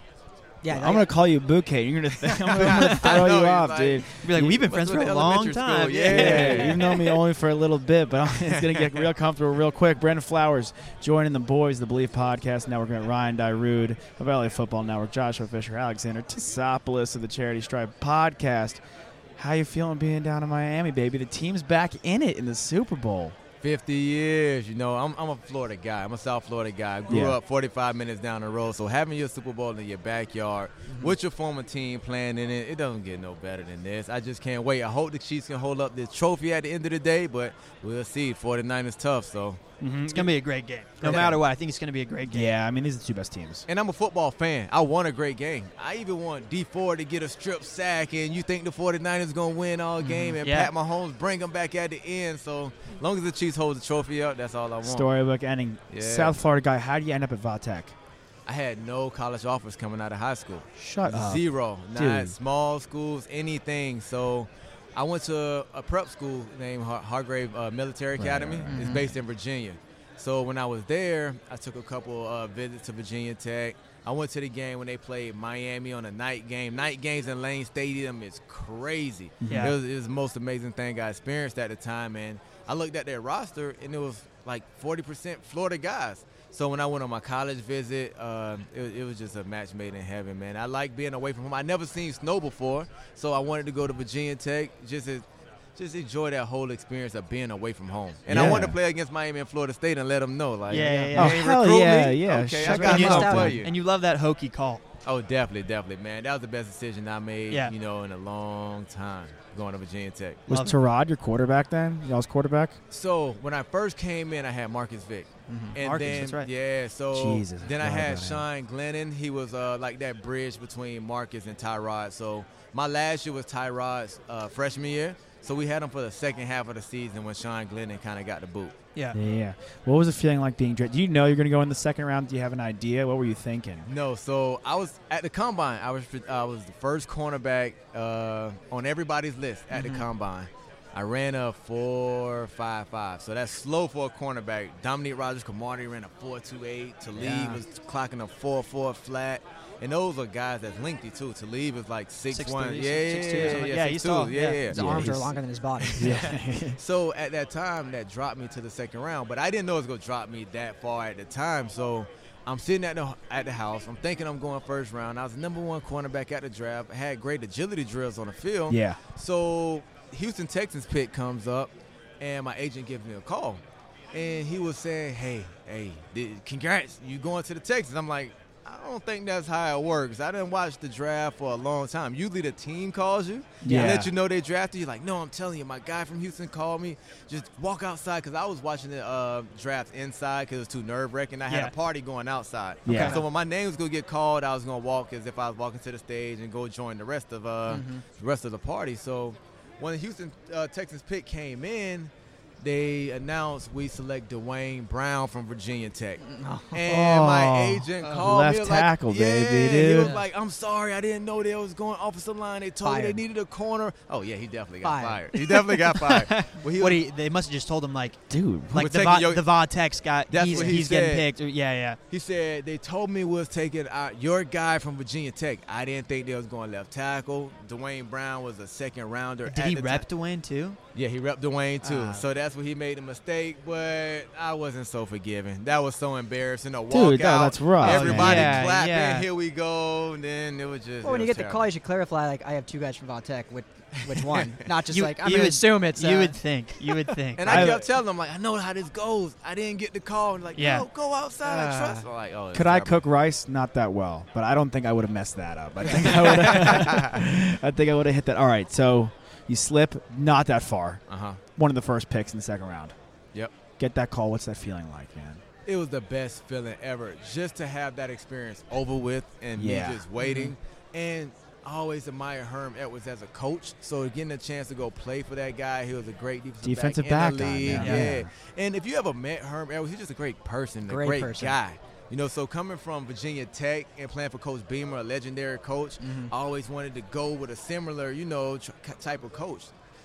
[SPEAKER 11] Yeah,
[SPEAKER 2] I'm gonna call you Bouquet. You're
[SPEAKER 1] [LAUGHS]
[SPEAKER 2] gonna, th- I'm gonna
[SPEAKER 10] I
[SPEAKER 2] throw
[SPEAKER 10] know,
[SPEAKER 2] you
[SPEAKER 10] he's
[SPEAKER 2] off,
[SPEAKER 10] like-
[SPEAKER 2] dude.
[SPEAKER 1] Be like,
[SPEAKER 2] You-
[SPEAKER 1] we've been
[SPEAKER 10] What's
[SPEAKER 1] friends
[SPEAKER 10] with
[SPEAKER 1] for a long
[SPEAKER 10] elementary
[SPEAKER 1] time.
[SPEAKER 10] School? Yeah.
[SPEAKER 2] Yeah, [LAUGHS] you've known me only for a little bit, but [LAUGHS] I'm- it's gonna get real comfortable real quick. Brandon Flowers joining the boys, the Believe Podcast Network, at Ryan Dyrude of LA Football Network, Joshua Fisher, Alexander Tisopoulos of the Charity Stripe Podcast. How you feeling being down in Miami, baby? The team's back in it in the Super Bowl.
[SPEAKER 10] 50 years, you know, I'm, I'm a Florida guy. I'm a South Florida guy. I grew
[SPEAKER 2] Yeah.
[SPEAKER 10] up 45 minutes down the road. So having your Super Bowl in your backyard
[SPEAKER 1] Mm-hmm.
[SPEAKER 10] with your former team playing in it, it doesn't get no better than this. I just can't wait. I hope the Chiefs can hold up this trophy at the end of the day, but we'll see. 49 is tough, so.
[SPEAKER 1] Mm-hmm. It's gonna be a great game. No
[SPEAKER 10] Yeah.
[SPEAKER 1] matter what, I think it's gonna be a great game.
[SPEAKER 2] Yeah, I mean these are the two best teams.
[SPEAKER 10] And I'm a football fan. I want a great game. I even want D4 to get a strip sack, and you think the 49ers going to win
[SPEAKER 2] Mm-hmm.
[SPEAKER 10] all game, and
[SPEAKER 1] Yeah.
[SPEAKER 10] Pat Mahomes bring them back at the end. So long as the Chiefs hold the trophy up, that's all I want.
[SPEAKER 2] Storybook ending.
[SPEAKER 10] Yeah.
[SPEAKER 2] South Florida guy, how do you end up at Vatech?
[SPEAKER 10] I had no college offers coming out of high school.
[SPEAKER 2] Shut up.
[SPEAKER 10] Zero. Not
[SPEAKER 2] dude.
[SPEAKER 10] small schools, anything. So I went to a prep school named Har- Hargrave uh, Military Academy.
[SPEAKER 2] Mm-hmm.
[SPEAKER 10] It's based in Virginia. So when I was there, I took a couple uh, visits to Virginia Tech. I went to the game when they played Miami on a night game. Night games in Lane Stadium is crazy.
[SPEAKER 1] Yeah.
[SPEAKER 10] It, was, it was the most amazing thing I experienced at the time. And I looked at their roster, and it was like 40% Florida guys. So when I went on my college visit, uh, it, it was just a match made in heaven, man. I like being away from home. I never seen snow before, so I wanted to go to Virginia Tech just to, just enjoy that whole experience of being away from home. And I
[SPEAKER 2] Yeah.
[SPEAKER 10] wanted to play against Miami and Florida State and let them know, like,
[SPEAKER 1] Yeah, yeah, yeah.
[SPEAKER 2] Oh
[SPEAKER 10] you ain't
[SPEAKER 2] hell
[SPEAKER 10] recruit
[SPEAKER 2] yeah,
[SPEAKER 10] me?
[SPEAKER 2] yeah.
[SPEAKER 10] Okay, I
[SPEAKER 2] Shut
[SPEAKER 10] got
[SPEAKER 2] the
[SPEAKER 1] you
[SPEAKER 10] nothing
[SPEAKER 2] mouth
[SPEAKER 1] love
[SPEAKER 10] for
[SPEAKER 1] that,
[SPEAKER 10] you.
[SPEAKER 1] and you love that hokey call.
[SPEAKER 10] Oh, definitely, definitely, man. That was the best decision I made,
[SPEAKER 1] Yeah.
[SPEAKER 10] you know, in a long time going to Virginia Tech.
[SPEAKER 2] Was
[SPEAKER 1] Love it.
[SPEAKER 2] Tarad your quarterback then? Y'all's quarterback?
[SPEAKER 10] So when I first came in, I had Marcus Vick,
[SPEAKER 2] Mm-hmm.
[SPEAKER 10] and
[SPEAKER 1] Marcus,
[SPEAKER 10] then
[SPEAKER 1] that's right.
[SPEAKER 10] yeah, so
[SPEAKER 2] Jesus, I
[SPEAKER 10] then I
[SPEAKER 2] forgot
[SPEAKER 10] had
[SPEAKER 2] about him.
[SPEAKER 10] Sean Glennon. He was uh, like that bridge between Marcus and Tyrod. So my last year was Tyrod's uh, freshman year. So we had him for the second half of the season when Sean Glennon kind of got the boot.
[SPEAKER 1] Yeah.
[SPEAKER 2] Yeah, yeah. What was it feeling like being drafted? Do you know you're going to go in the second round? Do you have an idea? What were you thinking?
[SPEAKER 10] No, so I was at the combine. I was I was the first cornerback uh, on everybody's list at the combine. I ran a four five five, so that's slow for a cornerback. Dominique Rogers Camardi ran a four two eight. Talib
[SPEAKER 2] Yeah.
[SPEAKER 10] was clocking a four four flat, and those are guys that's lengthy too. Talib is like six, one,
[SPEAKER 1] three,
[SPEAKER 10] yeah,
[SPEAKER 1] six- six two,
[SPEAKER 10] yeah,
[SPEAKER 1] something.
[SPEAKER 10] yeah,
[SPEAKER 1] Yeah,
[SPEAKER 10] six
[SPEAKER 1] he's
[SPEAKER 10] two.
[SPEAKER 1] tall. Yeah.
[SPEAKER 10] yeah, yeah.
[SPEAKER 11] His
[SPEAKER 2] Yeah,
[SPEAKER 11] arms are
[SPEAKER 2] he's-
[SPEAKER 11] longer than
[SPEAKER 10] [LAUGHS]
[SPEAKER 11] his body.
[SPEAKER 2] Yeah.
[SPEAKER 10] So at that time, that dropped me to the second round, but I didn't know it was gonna drop me that far at the time. So I'm sitting at the at the house. I'm thinking I'm going first round. I was the number one cornerback at the draft. I had great agility drills on the field.
[SPEAKER 2] yeah.
[SPEAKER 10] So Houston Texans pick comes up, and my agent gives me a call, and he was saying, "Hey, hey, th- congrats, you going to the Texans?" I'm like. I don't think that's how it works. I didn't watch the draft for a long time. Usually the team calls you
[SPEAKER 2] Yeah.
[SPEAKER 10] and let you know they drafted you. Like, no, I'm telling you, my guy from Houston called me. Just walk outside because I was watching the uh, draft inside because it was too nerve wracking. I had
[SPEAKER 1] Yeah.
[SPEAKER 10] a party going outside.
[SPEAKER 2] Yeah.
[SPEAKER 10] So when my name was gonna get called, I was gonna walk as if I was walking to the stage and go join the rest
[SPEAKER 2] Mm-hmm.
[SPEAKER 10] of uh, the rest of the party. So when the Houston uh, Texans pick came in, they announced we select Dwayne Brown from Virginia
[SPEAKER 2] [LAUGHS]
[SPEAKER 10] Tech. And my
[SPEAKER 2] Oh,
[SPEAKER 10] agent called
[SPEAKER 2] left
[SPEAKER 10] me like,
[SPEAKER 2] tackle, baby,
[SPEAKER 10] yeah. He was
[SPEAKER 2] dude.
[SPEAKER 10] like, "I'm sorry, I didn't know they was going offensive line. They told me
[SPEAKER 1] Fired.
[SPEAKER 10] they needed a corner." Oh yeah, he definitely got
[SPEAKER 1] Fired.
[SPEAKER 10] fired. He definitely
[SPEAKER 1] [LAUGHS]
[SPEAKER 10] got fired. Well, he
[SPEAKER 1] what
[SPEAKER 10] was-
[SPEAKER 1] he, they must have just told him like,
[SPEAKER 2] Dude,
[SPEAKER 1] like the
[SPEAKER 10] taking
[SPEAKER 1] Va,
[SPEAKER 10] your-
[SPEAKER 1] the Va Tech's got
[SPEAKER 10] That's
[SPEAKER 1] he's,
[SPEAKER 10] what he
[SPEAKER 1] he's getting
[SPEAKER 10] said.
[SPEAKER 1] picked. Or, yeah, yeah.
[SPEAKER 10] He said they told me we was taking out your guy from Virginia Tech. I didn't think they was going left tackle. Dwayne Brown was a second rounder.
[SPEAKER 1] Did
[SPEAKER 10] at
[SPEAKER 1] he
[SPEAKER 10] the
[SPEAKER 1] rep
[SPEAKER 10] ti-
[SPEAKER 1] Dwayne too?
[SPEAKER 10] Yeah, he repped Dwayne too.
[SPEAKER 1] Ah.
[SPEAKER 10] so that's where he made the mistake. But I wasn't so forgiving. That was so embarrassing. A
[SPEAKER 2] Dude,
[SPEAKER 10] walkout.
[SPEAKER 2] that- that's rough,
[SPEAKER 10] Everybody
[SPEAKER 11] man. Yeah,
[SPEAKER 10] clapping.
[SPEAKER 11] yeah.
[SPEAKER 10] Here we go. And then it was just.
[SPEAKER 11] Well, when
[SPEAKER 10] it
[SPEAKER 11] you
[SPEAKER 10] was
[SPEAKER 11] get the call,
[SPEAKER 10] terrible.
[SPEAKER 11] you should clarify like I have two guys from Va Tech. Which which one?
[SPEAKER 1] [LAUGHS]
[SPEAKER 11] Not just
[SPEAKER 1] You-
[SPEAKER 11] like I'm
[SPEAKER 1] you
[SPEAKER 11] gonna
[SPEAKER 1] would-
[SPEAKER 11] assume [LAUGHS] it's.
[SPEAKER 1] you
[SPEAKER 11] uh,
[SPEAKER 1] would think. You would think.
[SPEAKER 10] [LAUGHS] And I,
[SPEAKER 2] I-
[SPEAKER 10] kept telling him like, I know how this goes. I didn't get the call. And like,
[SPEAKER 1] Yeah. Uh,
[SPEAKER 10] no, go outside.
[SPEAKER 11] Ah.
[SPEAKER 10] I trust. I'm like, oh, it's
[SPEAKER 2] Could I
[SPEAKER 10] terrible.
[SPEAKER 2] cook rice? Not that well, but I don't think I would have messed that up. I
[SPEAKER 10] [LAUGHS]
[SPEAKER 2] think I would. have [LAUGHS] I think I would have hit that. All right, so you slip not that far.
[SPEAKER 10] Uh huh.
[SPEAKER 2] One of the first picks in the second round.
[SPEAKER 10] Yep.
[SPEAKER 2] Get that call. What's that feeling like, man?
[SPEAKER 10] It was the best feeling ever just to have that experience over [LAUGHS] with and
[SPEAKER 2] Yeah.
[SPEAKER 10] me just waiting. And I always admire Herm Edwards as a coach. So getting a chance to go play for that guy, he was a great
[SPEAKER 2] Defensive
[SPEAKER 10] defensive,
[SPEAKER 2] back
[SPEAKER 10] in the
[SPEAKER 2] guy,
[SPEAKER 10] league.
[SPEAKER 2] yeah.
[SPEAKER 10] Yeah.
[SPEAKER 2] Yeah.
[SPEAKER 10] And if you ever met Herm Edwards, he's just a great person,
[SPEAKER 11] Great
[SPEAKER 10] a great
[SPEAKER 11] person.
[SPEAKER 10] guy. You know, so coming from Virginia Tech and playing for Coach Beamer, a legendary coach, I always wanted to go with a similar, you know, tr- type of coach.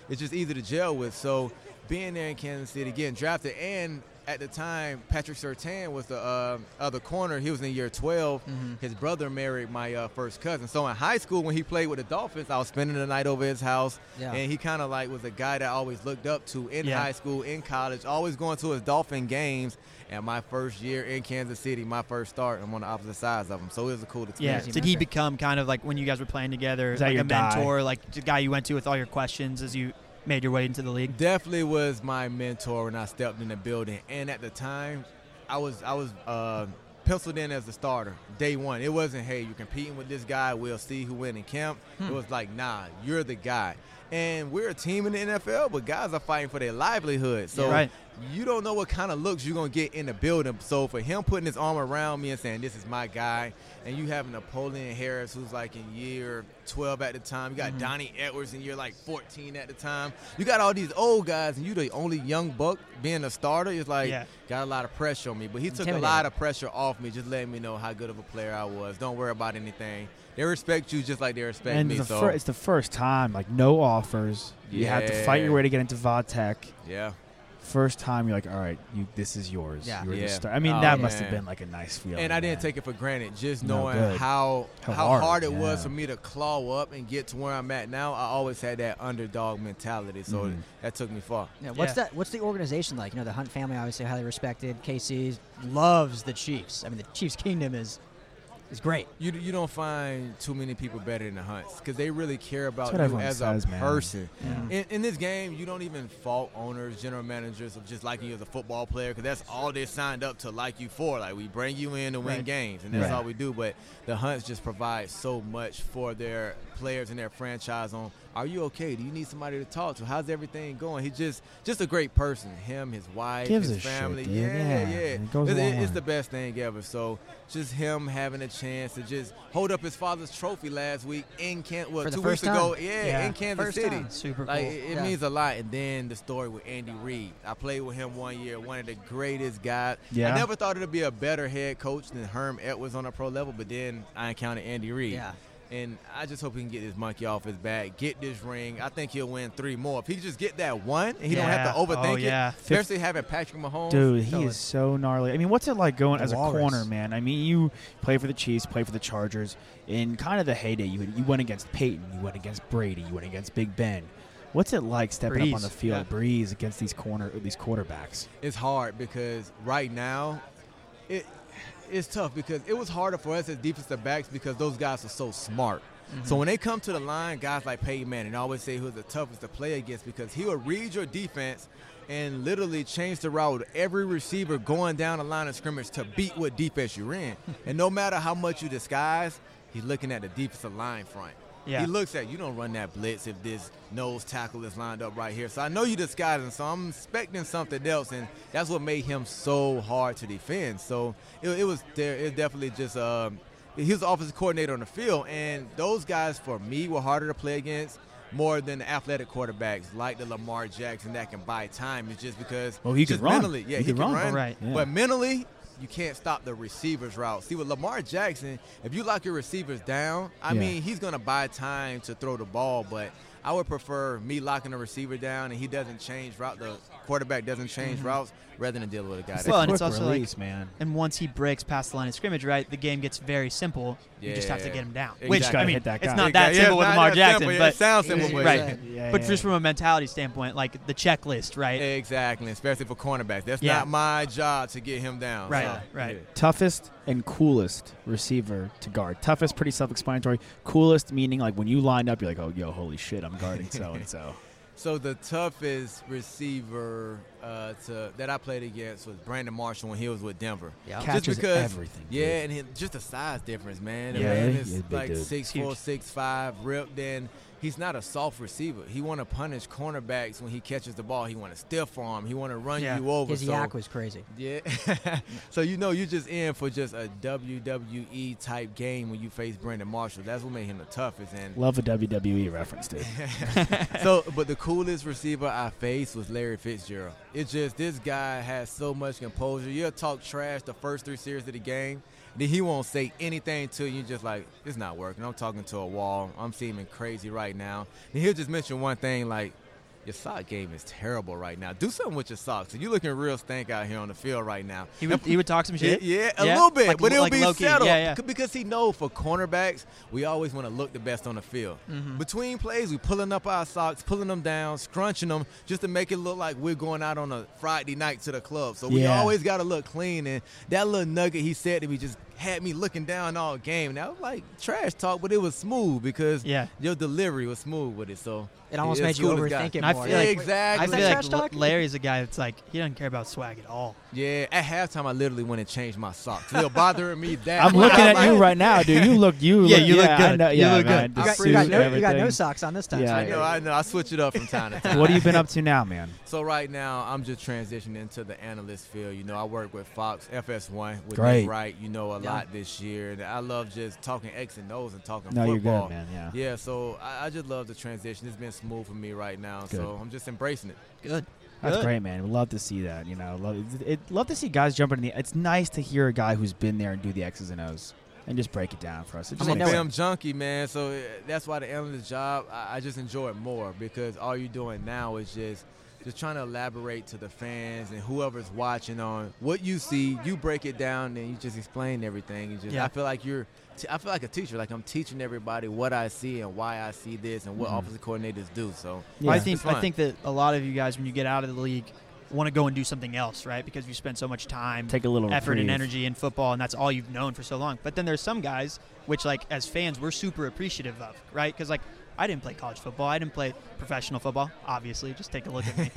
[SPEAKER 10] It's just easy to gel with. So being there in Kansas City, getting drafted, and at the time, Patrick Sertan was the uh, other corner. He was in year 12. His brother married my uh, first cousin. So in high school, when he played with the Dolphins, I was spending the night over his house.
[SPEAKER 11] Yeah.
[SPEAKER 10] And he kind of like was a guy that I always looked up to in
[SPEAKER 1] Yeah.
[SPEAKER 10] high school, in college, always going to his Dolphin games. And my first year in Kansas City, my first start, I'm on the opposite sides of him. So it was a cool
[SPEAKER 1] Yeah.
[SPEAKER 10] experience.
[SPEAKER 1] Did he become kind of like when you guys were playing together,
[SPEAKER 2] Is that
[SPEAKER 1] like
[SPEAKER 2] your
[SPEAKER 1] a
[SPEAKER 2] guy?
[SPEAKER 1] mentor, like the guy you went to with all your questions as you made your way into the league?
[SPEAKER 10] definitely was my mentor when I stepped in the building. And at the time, I was I was uh, penciled in as the starter day one. It wasn't hey you're competing with this guy. We'll see who win in camp.
[SPEAKER 1] Hmm.
[SPEAKER 10] It was like nah, you're the guy. And we're a team in the NFL, but guys are fighting for their livelihood. So
[SPEAKER 1] Yeah. Right.
[SPEAKER 10] you don't know what kind of looks you're gonna get in the building. So for him putting his arm around me and saying this is my guy, and you have Napoleon Harris who's like in year 12 at the time, you
[SPEAKER 1] Mm-hmm.
[SPEAKER 10] got Donnie Edwards and you're like 14 at the time. You got all these old guys, and you the only young buck being a starter. It's like
[SPEAKER 1] Yeah.
[SPEAKER 10] got a lot of pressure on me, but he took a
[SPEAKER 11] Intimidating.
[SPEAKER 10] lot of pressure off me, just letting me know how good of a player I was. Don't worry about anything. They respect you just like they respect
[SPEAKER 2] and
[SPEAKER 10] me.
[SPEAKER 2] the
[SPEAKER 10] so
[SPEAKER 2] fir- it's the first time, like no offers. You have to fight your
[SPEAKER 10] Yeah.
[SPEAKER 2] way to get into Va Tech.
[SPEAKER 10] yeah.
[SPEAKER 2] First time, you're like, all right, you this is yours.
[SPEAKER 11] Yeah.
[SPEAKER 2] You're the
[SPEAKER 10] Yeah.
[SPEAKER 2] star- I mean,
[SPEAKER 10] Oh,
[SPEAKER 2] that must have
[SPEAKER 10] man.
[SPEAKER 2] been like a nice feeling.
[SPEAKER 10] And I didn't
[SPEAKER 2] man.
[SPEAKER 10] take it for granted, just
[SPEAKER 2] No
[SPEAKER 10] knowing
[SPEAKER 2] good.
[SPEAKER 10] how
[SPEAKER 2] How
[SPEAKER 10] how,
[SPEAKER 2] hard,
[SPEAKER 10] hard, it was
[SPEAKER 2] yeah.
[SPEAKER 10] for me to claw up and get to where I'm at now. I always had that underdog mentality, so
[SPEAKER 2] Mhm.
[SPEAKER 10] that took me far.
[SPEAKER 11] Yeah, what's
[SPEAKER 1] Yeah.
[SPEAKER 11] that? What's the organization like? You know, the Hunt family obviously highly respected. KC loves the Chiefs. I mean, the Chiefs kingdom is is great.
[SPEAKER 10] You you don't find too many people better than the Hunts because they really care about
[SPEAKER 2] what
[SPEAKER 10] you
[SPEAKER 2] everyone
[SPEAKER 10] as
[SPEAKER 2] says,
[SPEAKER 10] a
[SPEAKER 2] man.
[SPEAKER 10] person.
[SPEAKER 2] Yeah.
[SPEAKER 10] In, in this game, you don't even fault owners, general managers of just liking you as a football player because that's all they signed up to like you for. Like we bring you in to win
[SPEAKER 1] Right.
[SPEAKER 10] games, and that's
[SPEAKER 2] Right.
[SPEAKER 10] all we do. But the Hunts just provide so much for their players and their franchise. On are you okay? Do you need somebody to talk to? How's everything going? He's just just a great person. Him, his wife,
[SPEAKER 2] Gives
[SPEAKER 10] his
[SPEAKER 2] a shit,
[SPEAKER 10] family.
[SPEAKER 2] dude.
[SPEAKER 10] yeah,
[SPEAKER 2] Yeah,
[SPEAKER 10] yeah.
[SPEAKER 2] it goes a
[SPEAKER 10] It-
[SPEAKER 2] long
[SPEAKER 10] it-
[SPEAKER 2] way.
[SPEAKER 10] it's the best thing ever. So just him having a chance to just hold up his father's trophy last week in Kansas. Well,
[SPEAKER 11] For the
[SPEAKER 10] two
[SPEAKER 11] first
[SPEAKER 10] weeks ago,
[SPEAKER 11] time.
[SPEAKER 10] yeah,
[SPEAKER 1] Yeah,
[SPEAKER 10] in Kansas
[SPEAKER 11] first
[SPEAKER 10] City.
[SPEAKER 11] time. Super
[SPEAKER 10] Like
[SPEAKER 11] cool.
[SPEAKER 10] it, it
[SPEAKER 11] Yeah.
[SPEAKER 10] means a lot. And then the story with Andy Reid. I played with him one year. One of the greatest guys.
[SPEAKER 2] Yeah.
[SPEAKER 10] I never thought it'd be a better head coach than Herm Edwards on a pro level. But then I encountered Andy Reid.
[SPEAKER 11] Yeah.
[SPEAKER 10] And I just hope he can get this monkey off his back, get this ring. I think he'll win three more. If he just get that one, and he
[SPEAKER 1] Yeah.
[SPEAKER 10] don't have to
[SPEAKER 1] Oh,
[SPEAKER 10] overthink
[SPEAKER 1] yeah.
[SPEAKER 10] it. Especially having Patrick Mahomes.
[SPEAKER 2] Dude, he
[SPEAKER 10] No,
[SPEAKER 2] is so gnarly. I mean, what's it like going
[SPEAKER 11] The
[SPEAKER 2] as a
[SPEAKER 11] walrus.
[SPEAKER 2] corner, man? I mean, you play for the Chiefs, play for the Chargers. In kind of the heyday, you you went against Peyton, you went against Brady, you went against Big Ben. What's it like stepping up on
[SPEAKER 1] Breeze,
[SPEAKER 2] the field, Breeze, against these corner these quarterbacks?
[SPEAKER 10] it's hard because right now it it's tough because it was harder for us as defensive backs because those guys are so smart.
[SPEAKER 2] Mm-hmm.
[SPEAKER 10] So when they come to the line, guys like Peyton Manning I always say who's the toughest to play against because he will read your defense and literally change the route with every receiver going down the line of scrimmage to beat what defense you're
[SPEAKER 2] [LAUGHS]
[SPEAKER 10] in. and no matter how much you disguise, he's looking at the defensive line front.
[SPEAKER 1] Yeah.
[SPEAKER 10] He looks at you don't run that blitz if this nose tackle is lined up right here. So I know you disguising, so I'm expecting something else, and that's what made him so hard to defend. So it, it was there. It definitely just um, he was the offensive coordinator on the field, and those guys for me were harder to play against. more than the athletic quarterbacks like the Lamar Jackson that can buy time. It's just because
[SPEAKER 2] Well, he can
[SPEAKER 10] just
[SPEAKER 2] run.
[SPEAKER 10] mentally, yeah,
[SPEAKER 2] He
[SPEAKER 10] he,
[SPEAKER 2] can
[SPEAKER 10] can,
[SPEAKER 2] run.
[SPEAKER 10] run,
[SPEAKER 2] All right, yeah.
[SPEAKER 10] But mentally, you can't stop the receiver's route. See, with Lamar Jackson, if you lock your receivers down, I
[SPEAKER 2] Yeah.
[SPEAKER 10] mean, he's going to buy time to throw the ball, but I would prefer me locking the receiver down and he doesn't change route. The quarterback doesn't change
[SPEAKER 1] Mhm.
[SPEAKER 10] routes rather than dealing with a guy. that-
[SPEAKER 1] well, and it's also
[SPEAKER 2] release,
[SPEAKER 1] like,
[SPEAKER 2] man.
[SPEAKER 1] and once he breaks past the line of scrimmage, right, the game gets very simple. You just have to
[SPEAKER 10] Yeah.
[SPEAKER 1] get him down.
[SPEAKER 10] Exactly.
[SPEAKER 1] Which
[SPEAKER 10] Gotta
[SPEAKER 1] I mean,
[SPEAKER 10] hit that
[SPEAKER 1] it's
[SPEAKER 10] guy.
[SPEAKER 1] not
[SPEAKER 10] Yeah,
[SPEAKER 1] that
[SPEAKER 10] yeah,
[SPEAKER 1] simple
[SPEAKER 10] it's
[SPEAKER 1] with
[SPEAKER 10] not
[SPEAKER 1] Lamar
[SPEAKER 10] that
[SPEAKER 1] Jackson,
[SPEAKER 10] simple. It
[SPEAKER 1] but
[SPEAKER 10] sounds simple, but-
[SPEAKER 1] right?
[SPEAKER 10] Yeah,
[SPEAKER 1] but
[SPEAKER 10] yeah,
[SPEAKER 1] just from a mentality standpoint, like the checklist, right?
[SPEAKER 10] Exactly, especially for cornerbacks. That's
[SPEAKER 1] Yeah.
[SPEAKER 10] not my job to get him down.
[SPEAKER 1] Right,
[SPEAKER 10] So,
[SPEAKER 1] right.
[SPEAKER 2] toughest and coolest receiver to guard. Toughest, pretty self-explanatory. Coolest meaning like when you line up, you're like, oh, yo, holy shit, I'm
[SPEAKER 1] [LAUGHS]
[SPEAKER 2] guarding so and so.
[SPEAKER 10] [LAUGHS] So the toughest receiver uh, to, that I played against was Brandon Marshall when he was with Denver.
[SPEAKER 11] Yeah.
[SPEAKER 2] Catches
[SPEAKER 10] just because,
[SPEAKER 2] everything,
[SPEAKER 10] Yeah, and he, just the size difference, man. The
[SPEAKER 2] Yeah,
[SPEAKER 10] man
[SPEAKER 2] he
[SPEAKER 10] is
[SPEAKER 2] is a big
[SPEAKER 10] like
[SPEAKER 2] dude.
[SPEAKER 10] six four, six five, ripped. Then he's not a soft receiver. He want to punish cornerbacks when he catches the ball. He want to stiff arm. He want to run
[SPEAKER 1] Yeah.
[SPEAKER 10] you over.
[SPEAKER 11] His
[SPEAKER 10] So
[SPEAKER 11] yak was crazy.
[SPEAKER 10] yeah. [LAUGHS] so you know you just in for just a WWE type game when you face Brandon Marshall. That's what made him the toughest. And
[SPEAKER 2] Love a WWE
[SPEAKER 1] [LAUGHS]
[SPEAKER 2] reference, dude.
[SPEAKER 10] [LAUGHS] so, but the coolest receiver I faced was Larry Fitzgerald. It's just this guy has so much composure. You'll talk trash the first three series of the game, then he won't say anything to you. Just like it's not working. I'm talking to a wall. I'm seeming crazy right now. Then he'll just mention one thing like. Your sock game is terrible right now. Do something with your socks. You're looking real stank out here on the field right now.
[SPEAKER 1] He would, he would talk
[SPEAKER 10] [LAUGHS]
[SPEAKER 1] some
[SPEAKER 10] Yeah,
[SPEAKER 1] shit.
[SPEAKER 10] yeah, a little bit,
[SPEAKER 1] Like-
[SPEAKER 10] but it'll
[SPEAKER 1] like
[SPEAKER 10] be
[SPEAKER 1] low-key.
[SPEAKER 10] settled
[SPEAKER 1] Yeah, yeah.
[SPEAKER 10] C- because he know for cornerbacks, we always want to look the best on the field.
[SPEAKER 1] Mm-hmm.
[SPEAKER 10] Between plays, we pulling up our socks, pulling them down, scrunching them just to make it look like we're going out on a Friday night to the club. So we
[SPEAKER 2] Yeah.
[SPEAKER 10] always got to look clean. And that little nugget he said to me just had me looking down all game. And I was like trash talk, but it was smooth because
[SPEAKER 1] Yeah.
[SPEAKER 10] your delivery was smooth with it. So
[SPEAKER 11] It almost
[SPEAKER 10] it's
[SPEAKER 11] made you
[SPEAKER 10] cool as guy.
[SPEAKER 11] overthink it
[SPEAKER 1] And I
[SPEAKER 11] more.
[SPEAKER 1] feel like- I
[SPEAKER 10] exactly.
[SPEAKER 11] that
[SPEAKER 1] feel
[SPEAKER 11] trash
[SPEAKER 1] like
[SPEAKER 11] talk?
[SPEAKER 1] L- Larry's a guy that's like he doesn't care about swag at all.
[SPEAKER 10] Yeah, at halftime I literally went and changed my socks. They're bothering me that.
[SPEAKER 2] I'm
[SPEAKER 10] much.
[SPEAKER 2] looking
[SPEAKER 10] I'm
[SPEAKER 2] at you
[SPEAKER 10] like,
[SPEAKER 2] right now, dude. You look, you
[SPEAKER 1] Yeah,
[SPEAKER 2] look,
[SPEAKER 1] you look
[SPEAKER 2] yeah, I
[SPEAKER 1] good.
[SPEAKER 2] know-
[SPEAKER 1] You
[SPEAKER 2] yeah,
[SPEAKER 1] look
[SPEAKER 2] man,
[SPEAKER 1] good.
[SPEAKER 2] the
[SPEAKER 11] You got, you
[SPEAKER 2] suit,
[SPEAKER 11] got no, you got no
[SPEAKER 2] everything.
[SPEAKER 11] socks on this time.
[SPEAKER 2] Yeah.
[SPEAKER 10] I know, I know. I switch it up from time to time.
[SPEAKER 2] What have you been up to now, man?
[SPEAKER 10] [LAUGHS] So right now, I'm just transitioning to the analyst field. You know, I work with Fox FS1 with
[SPEAKER 2] Great.
[SPEAKER 10] Nick Wright. You know, a
[SPEAKER 11] Yeah.
[SPEAKER 10] lot this year, and I love just talking X and O's and talking
[SPEAKER 2] No, you're
[SPEAKER 10] football.
[SPEAKER 2] good, man. Yeah.
[SPEAKER 10] Yeah, so I, I just love the transition. It's been smooth for me right now, so I'm just embracing it.
[SPEAKER 1] Good.
[SPEAKER 2] That's
[SPEAKER 1] Good.
[SPEAKER 2] great, man. We love to see that. You know, love it, it, love to see guys jumping in the. It's nice to hear a guy who's been there and do the X's and O's and just break it down for us. It
[SPEAKER 10] I'm
[SPEAKER 2] just
[SPEAKER 10] a
[SPEAKER 2] makes sense.
[SPEAKER 10] film junkie, man. So uh, that's why the analyst job, I, I just enjoy it more because all you're doing now is just just trying to elaborate to the fans and whoever's watching on what you see. You break it down and you just explain everything. You just,
[SPEAKER 1] Yeah.
[SPEAKER 10] I feel like you're, t- I feel like a teacher. Like I'm teaching everybody what I see and why I see this and what offensive coordinators do. So
[SPEAKER 2] Mm-hmm. Yeah.
[SPEAKER 1] I
[SPEAKER 2] It's
[SPEAKER 1] think I
[SPEAKER 10] fun.
[SPEAKER 1] think that a lot of you guys, when you get out of the league, want to go and do something else, right? Because you spend so much time,
[SPEAKER 2] Take a little
[SPEAKER 1] effort and
[SPEAKER 2] reprieve.
[SPEAKER 1] energy in football, and that's all you've known for so long. But then there's some guys which, like as fans, we're super appreciative of, right? Because like I didn't play college football, I didn't play professional football, obviously. Just take a look at me.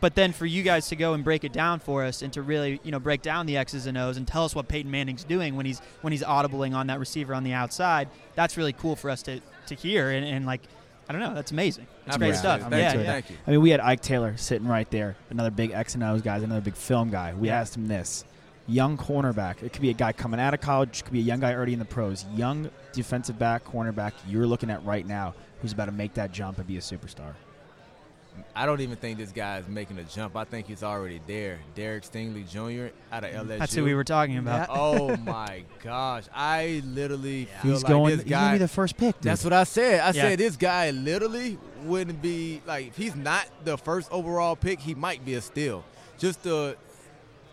[SPEAKER 1] but then for you guys to go and break it down for us, and to really you know break down the X's and O's, and tell us what Peyton Manning's doing when he's when he's audibling on that receiver on the outside, that's really cool for us to to hear and, and like. I don't know. That's amazing. It's
[SPEAKER 10] I
[SPEAKER 1] great
[SPEAKER 10] appreciate
[SPEAKER 1] stuff.
[SPEAKER 10] it.
[SPEAKER 2] I'm
[SPEAKER 10] Thank
[SPEAKER 1] yeah,
[SPEAKER 2] into
[SPEAKER 10] you.
[SPEAKER 2] it.
[SPEAKER 1] yeah.
[SPEAKER 10] Thank you.
[SPEAKER 2] I mean, we had Ike Taylor sitting right there, another big X and O's guy, another big film guy. We asked him this: young cornerback. It could be a guy coming out of college, it could be a young guy already in the pros, young defensive back, cornerback. You're looking at right now, who's about to make that jump and be a superstar.
[SPEAKER 10] I don't even think this guy is making a jump. I think he's already there. Derek Stingley Jr. out of
[SPEAKER 2] Mm,
[SPEAKER 10] LSU.
[SPEAKER 1] That's who we were talking about.
[SPEAKER 10] oh my gosh! I literally feel
[SPEAKER 2] he's
[SPEAKER 10] like
[SPEAKER 2] going.
[SPEAKER 10] this
[SPEAKER 2] he's gonna
[SPEAKER 10] guy.
[SPEAKER 2] be the first pick. Dude.
[SPEAKER 10] That's what I said. I
[SPEAKER 1] Yeah.
[SPEAKER 10] said this guy literally wouldn't be like if he's not the first overall pick, he might be a steal. Just the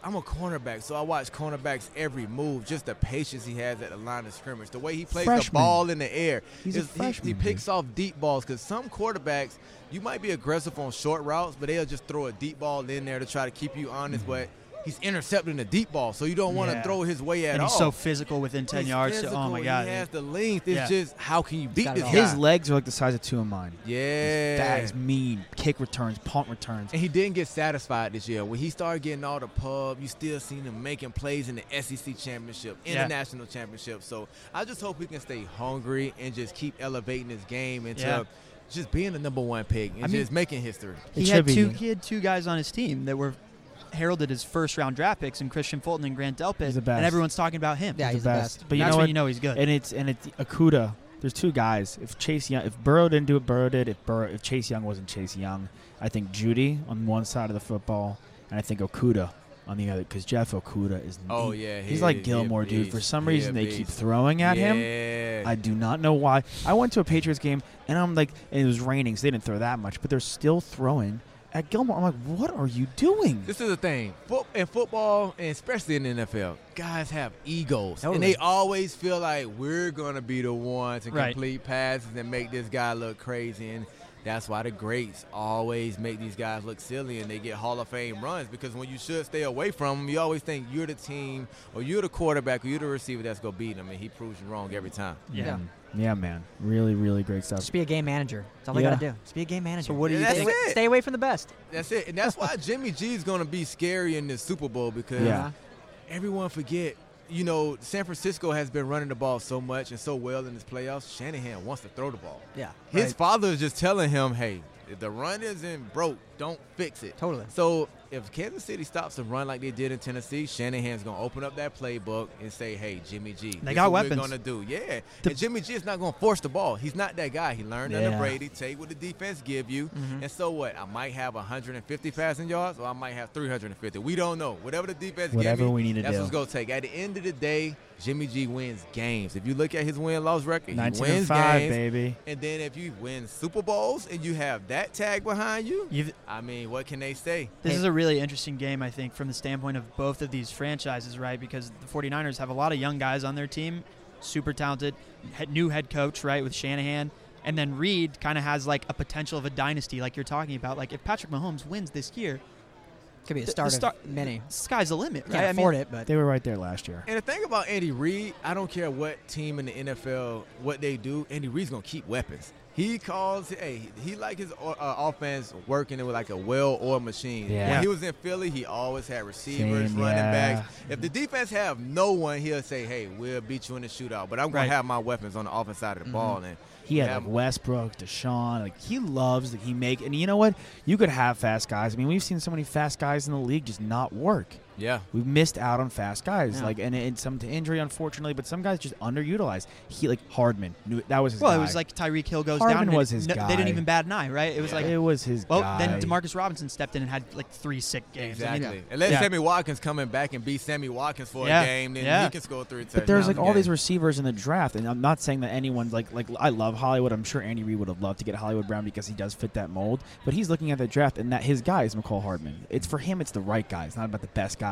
[SPEAKER 10] I'm a cornerback, so I watch cornerbacks every move. Just the patience he has at the line of scrimmage, the way he plays the
[SPEAKER 2] Freshman.
[SPEAKER 10] ball in the air.
[SPEAKER 2] He's a
[SPEAKER 10] It's- he-
[SPEAKER 2] freshman,
[SPEAKER 10] He,
[SPEAKER 2] dude.
[SPEAKER 10] picks off deep balls because some quarterbacks you might be aggressive on short routes, but they'll just throw a deep ball in there to try to keep you honest. But he's intercepting the deep ball, so you don't want to
[SPEAKER 1] Mm-hmm. Yeah.
[SPEAKER 10] throw his way at
[SPEAKER 1] and
[SPEAKER 10] all.
[SPEAKER 1] he's so physical within 10
[SPEAKER 10] He's
[SPEAKER 1] yards. so- oh
[SPEAKER 10] physical,
[SPEAKER 1] my God.
[SPEAKER 10] He has the length. It's
[SPEAKER 1] Yeah.
[SPEAKER 10] just how can you beat
[SPEAKER 11] got it
[SPEAKER 10] this
[SPEAKER 11] all.
[SPEAKER 10] guy?
[SPEAKER 2] His legs are like the size of two of mine.
[SPEAKER 10] Yeah.
[SPEAKER 2] That is mean. Kick returns, punt returns.
[SPEAKER 10] And he didn't get satisfied this year. When he started getting all the pub, you still seen him making plays in the SEC championship,
[SPEAKER 1] Yeah.
[SPEAKER 10] international championship. So I just hope he can stay hungry and just keep elevating his game into
[SPEAKER 1] Yeah.
[SPEAKER 10] just being the number one pick and
[SPEAKER 1] I mean-
[SPEAKER 10] just making history.
[SPEAKER 2] It
[SPEAKER 1] He
[SPEAKER 2] should
[SPEAKER 1] had,
[SPEAKER 2] be.
[SPEAKER 1] two, he had two guys on his team that were heralded as first round draft picks, and Christian Fulton and Grant Delpit.
[SPEAKER 2] He's the best.
[SPEAKER 1] And everyone's talking about him.
[SPEAKER 11] Yeah, he's the best.
[SPEAKER 2] But you
[SPEAKER 1] That's
[SPEAKER 2] know
[SPEAKER 1] when
[SPEAKER 2] what?
[SPEAKER 1] you know he's good.
[SPEAKER 2] and it's and it's Akuda There's two guys. If Chase Young, if Burrow didn't do it, Burrow did. If Burrow, if Chase Young wasn't Chase Young, I think Judy on one side of the football, and I think Okuda on the other, because Jeff Okuda is.
[SPEAKER 10] Oh,
[SPEAKER 2] the-
[SPEAKER 10] yeah, he
[SPEAKER 2] he's like
[SPEAKER 10] is. He a
[SPEAKER 2] Gilmore, dude. For
[SPEAKER 10] beast.
[SPEAKER 2] some
[SPEAKER 10] He a
[SPEAKER 2] reason, they keep
[SPEAKER 10] beast.
[SPEAKER 2] throwing at
[SPEAKER 10] Yeah.
[SPEAKER 2] him. I do not know why. I went to a Patriots game, and I'm like, and it was raining, so they didn't throw that much, but they're still throwing at Gilmore. I'm like, what are you doing?
[SPEAKER 10] This is the thing. Fo- in football, and especially in the NFL, guys have egos.
[SPEAKER 2] Totally.
[SPEAKER 10] And they always feel like we're going to be the ones to
[SPEAKER 1] Right.
[SPEAKER 10] complete passes and make this guy look crazy. And that's why the greats always make these guys look silly and they get Hall of Fame runs because when you should stay away from them, you always think you're the team or you're the quarterback or you're the receiver that's going to beat them. And he proves you wrong every time.
[SPEAKER 11] Yeah.
[SPEAKER 2] Yeah, man. Really, really great stuff.
[SPEAKER 11] Just be a game manager. That's all
[SPEAKER 2] Yeah.
[SPEAKER 11] they gotta do. Just be a game manager. So
[SPEAKER 10] what do you Yeah, that's think? it.
[SPEAKER 11] Stay away from the best.
[SPEAKER 10] That's it. And that's
[SPEAKER 11] [LAUGHS]
[SPEAKER 10] why Jimmy G is going to be scary in this Super Bowl because
[SPEAKER 2] Yeah.
[SPEAKER 10] everyone forget, you know, San Francisco has been running the ball so much and so well in this playoffs. Shanahan wants to throw the ball.
[SPEAKER 11] Yeah.
[SPEAKER 10] His
[SPEAKER 11] right.
[SPEAKER 10] father is just telling him, hey, if the run isn't broke, don't fix it.
[SPEAKER 11] Totally.
[SPEAKER 10] So if Kansas City stops the run like they did in Tennessee, Shanahan's going to open up that playbook and say, hey, Jimmy G.
[SPEAKER 1] They got
[SPEAKER 10] what we're
[SPEAKER 1] weapons.
[SPEAKER 10] gonna do. Yeah, and Jimmy G is not going to force the ball. He's not that guy. He learned under
[SPEAKER 2] Yeah. Mm-hmm.
[SPEAKER 10] Brady. Take what the defense give you, and so what? I might have 150 passing yards, or I might have 350. We don't know. Whatever the defense
[SPEAKER 2] Whatever
[SPEAKER 10] give me,
[SPEAKER 2] we need to
[SPEAKER 10] that's
[SPEAKER 2] do.
[SPEAKER 10] what's going to take. At the end of the day, Jimmy G wins games. If you look at his win loss record, he
[SPEAKER 2] 19
[SPEAKER 10] wins
[SPEAKER 2] and 5,
[SPEAKER 10] games.
[SPEAKER 2] baby.
[SPEAKER 10] And then if you win Super Bowls and you have that tag behind you,
[SPEAKER 1] You've-
[SPEAKER 10] I mean, what can they say?
[SPEAKER 1] This is a really interesting game, I think, from the standpoint of both of these franchises, right? Because the 49ers have a lot of young guys on their team, super talented, he- new head coach, right, with Shanahan. And then Reed kind of has like a potential of a dynasty, like you're talking about. Like if Patrick Mahomes wins this year,
[SPEAKER 11] Could be a
[SPEAKER 1] the- the
[SPEAKER 11] start
[SPEAKER 1] star-
[SPEAKER 11] of many.
[SPEAKER 1] sky's the limit, right?
[SPEAKER 11] Can't
[SPEAKER 1] I mean,
[SPEAKER 11] afford it, but
[SPEAKER 2] They were right there last year.
[SPEAKER 10] And the thing about Andy Reid, I don't care what team in the NFL, what they do, Andy Reid's gonna keep weapons. He calls, hey, he like his uh, offense working with like a well-oiled machine.
[SPEAKER 2] Yeah.
[SPEAKER 10] When he was in Philly, he always had receivers,
[SPEAKER 2] Same,
[SPEAKER 10] running
[SPEAKER 2] yeah.
[SPEAKER 10] backs. If the defense have no one, he'll say, hey, we'll beat you in the shootout, but I'm gonna
[SPEAKER 1] Right.
[SPEAKER 10] have my weapons on the offense side of the ball. And
[SPEAKER 2] Mm-hmm. He had
[SPEAKER 10] Yeah.
[SPEAKER 2] like Westbrook, Deshaun. Like he loves that he make. And you know what? You could have fast guys. I mean, we've seen so many fast guys in the league just not work.
[SPEAKER 10] yeah,
[SPEAKER 2] We've missed out on fast guys.
[SPEAKER 1] Yeah.
[SPEAKER 2] Like and, and some to injury, unfortunately, but some guys just underutilized. He like Hardman. Knew, that was his.
[SPEAKER 1] well,
[SPEAKER 2] guy.
[SPEAKER 1] it was like Tyreek Hill goes
[SPEAKER 2] Hardman
[SPEAKER 1] down. and
[SPEAKER 2] was his
[SPEAKER 1] n-
[SPEAKER 2] guy.
[SPEAKER 1] They didn't even bat an eye, right? It was like,
[SPEAKER 2] it was his.
[SPEAKER 1] well,
[SPEAKER 2] guy.
[SPEAKER 1] then Demarcus Robinson stepped in and had like three sick games. I mean,
[SPEAKER 10] exactly. Unless
[SPEAKER 1] Yeah.
[SPEAKER 10] Sammy Watkins coming back and beat Sammy Watkins for
[SPEAKER 1] Yeah.
[SPEAKER 10] a game, then
[SPEAKER 1] Yeah.
[SPEAKER 10] he can score three touchdowns.
[SPEAKER 2] But there's like
[SPEAKER 10] a
[SPEAKER 2] all these
[SPEAKER 10] game.
[SPEAKER 2] receivers in the draft, and I'm not saying that anyone like like I love Hollywood. I'm sure Andy Reid would have loved to get Hollywood Brown because he does fit that mold. But he's looking at the draft, and that his guy is McCall Hardman. It's for him. It's the right guy. It's not about the best guys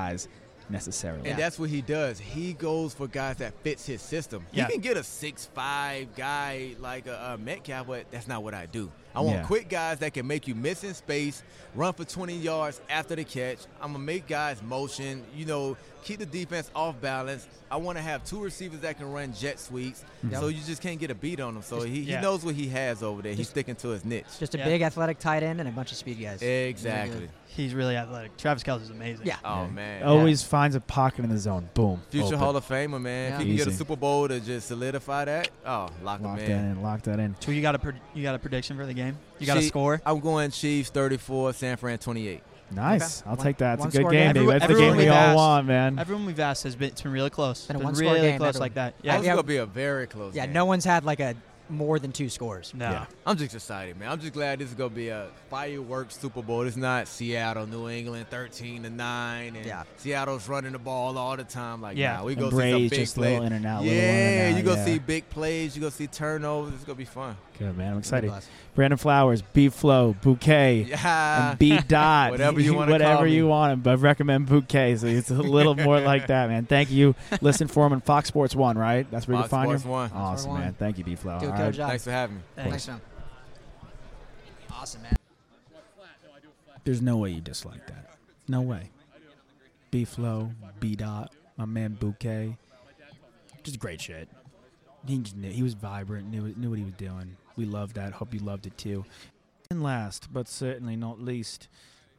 [SPEAKER 2] necessarily.
[SPEAKER 10] And that's what he does. He goes for guys that fits his system.
[SPEAKER 1] Yeah.
[SPEAKER 10] He can get a six-five guy like a, a Metcalf, but that's not what I do. I want
[SPEAKER 2] Yeah.
[SPEAKER 10] quick guys that can make you miss in space, run for 20 yards after the catch. I'm gonna make guys motion. You know, keep the defense off balance. I want to have two receivers that can run jet sweeps,
[SPEAKER 11] Mm-hmm.
[SPEAKER 10] so you just can't get a beat on him. So he,
[SPEAKER 1] yeah.
[SPEAKER 10] he knows what he has over there. He's sticking to his niche.
[SPEAKER 11] Just a
[SPEAKER 1] Yeah.
[SPEAKER 11] big athletic tight end and a bunch of speed guys.
[SPEAKER 10] Exactly.
[SPEAKER 1] He's really athletic. Travis Kelsey's amazing.
[SPEAKER 11] Yeah.
[SPEAKER 10] Oh man.
[SPEAKER 2] always finds a pocket in the zone. Boom.
[SPEAKER 10] Future
[SPEAKER 2] Open.
[SPEAKER 10] Hall of Famer, man.
[SPEAKER 11] Yeah.
[SPEAKER 10] If he can get a
[SPEAKER 2] Easy.
[SPEAKER 10] Super Bowl to just solidify that, oh, lock, him
[SPEAKER 2] Lock that in. Lock that in.
[SPEAKER 1] So you got a pred- you got a prediction for the game? You got a
[SPEAKER 10] Chief-
[SPEAKER 1] score?
[SPEAKER 10] I'm going Chiefs 34, San Fran 28.
[SPEAKER 2] Nice.
[SPEAKER 11] Okay.
[SPEAKER 2] I'll
[SPEAKER 11] One-
[SPEAKER 2] take that. It's
[SPEAKER 11] one
[SPEAKER 2] a good
[SPEAKER 11] score game.
[SPEAKER 2] game, baby.
[SPEAKER 1] Everyone-
[SPEAKER 2] That's the
[SPEAKER 1] everyone
[SPEAKER 2] game we
[SPEAKER 1] we've
[SPEAKER 2] all
[SPEAKER 1] asked-
[SPEAKER 2] want, man.
[SPEAKER 1] Everyone we've asked has been it's been really close.
[SPEAKER 11] Been a
[SPEAKER 1] Been
[SPEAKER 11] one-score
[SPEAKER 1] really
[SPEAKER 11] game,
[SPEAKER 1] close
[SPEAKER 11] everyone.
[SPEAKER 1] like that.
[SPEAKER 10] Yeah,
[SPEAKER 1] Yeah.
[SPEAKER 10] it's
[SPEAKER 11] yeah.
[SPEAKER 10] gonna be a very close.
[SPEAKER 11] Yeah,
[SPEAKER 10] game.
[SPEAKER 11] no one's had like a more than two scores.
[SPEAKER 1] No.
[SPEAKER 2] Yeah.
[SPEAKER 10] I'm just excited, man. I'm just glad this is gonna be a fireworks Super Bowl. It's not Seattle, New England, 13 to nine, and
[SPEAKER 11] Yeah.
[SPEAKER 10] Seattle's running the ball all the time. Like,
[SPEAKER 1] Yeah.
[SPEAKER 10] nah, we
[SPEAKER 2] And
[SPEAKER 10] go see some
[SPEAKER 2] Brady's
[SPEAKER 10] big
[SPEAKER 2] just
[SPEAKER 10] plays.
[SPEAKER 2] little in and out,
[SPEAKER 10] Yeah,
[SPEAKER 2] little in and out,
[SPEAKER 10] you gonna
[SPEAKER 2] yeah.
[SPEAKER 10] see big plays. You gonna see turnovers. It's gonna be fun.
[SPEAKER 2] Good man. I'm excited.
[SPEAKER 11] bless.
[SPEAKER 2] Brandon Flowers, B Flow, Bouquet.
[SPEAKER 10] Yeah.
[SPEAKER 2] and B dot
[SPEAKER 10] [LAUGHS] Whatever you wanna
[SPEAKER 2] whatever
[SPEAKER 10] call me.
[SPEAKER 2] you want him, but I recommend bouquet. So it's a little more like that, man.
[SPEAKER 10] [LAUGHS]
[SPEAKER 2] Thank you. Listen for him on Fox Sports One, right? That's where you
[SPEAKER 10] Fox
[SPEAKER 2] can find
[SPEAKER 10] Sports
[SPEAKER 2] him.
[SPEAKER 10] One.
[SPEAKER 11] Sports
[SPEAKER 2] Awesome,
[SPEAKER 11] One.
[SPEAKER 2] man. Thank you, B Flow.
[SPEAKER 11] Do a
[SPEAKER 2] All
[SPEAKER 11] good
[SPEAKER 2] right.
[SPEAKER 11] job.
[SPEAKER 10] Thanks for having me.
[SPEAKER 11] Thanks, man. Awesome, man.
[SPEAKER 2] There's no way you dislike that. No way. B Flow, B dot, my man Bouquet. Just great shit. He just knew, he was vibrant, knew knew what he was doing. We loved that. Hope you loved it too. And last, but certainly not least,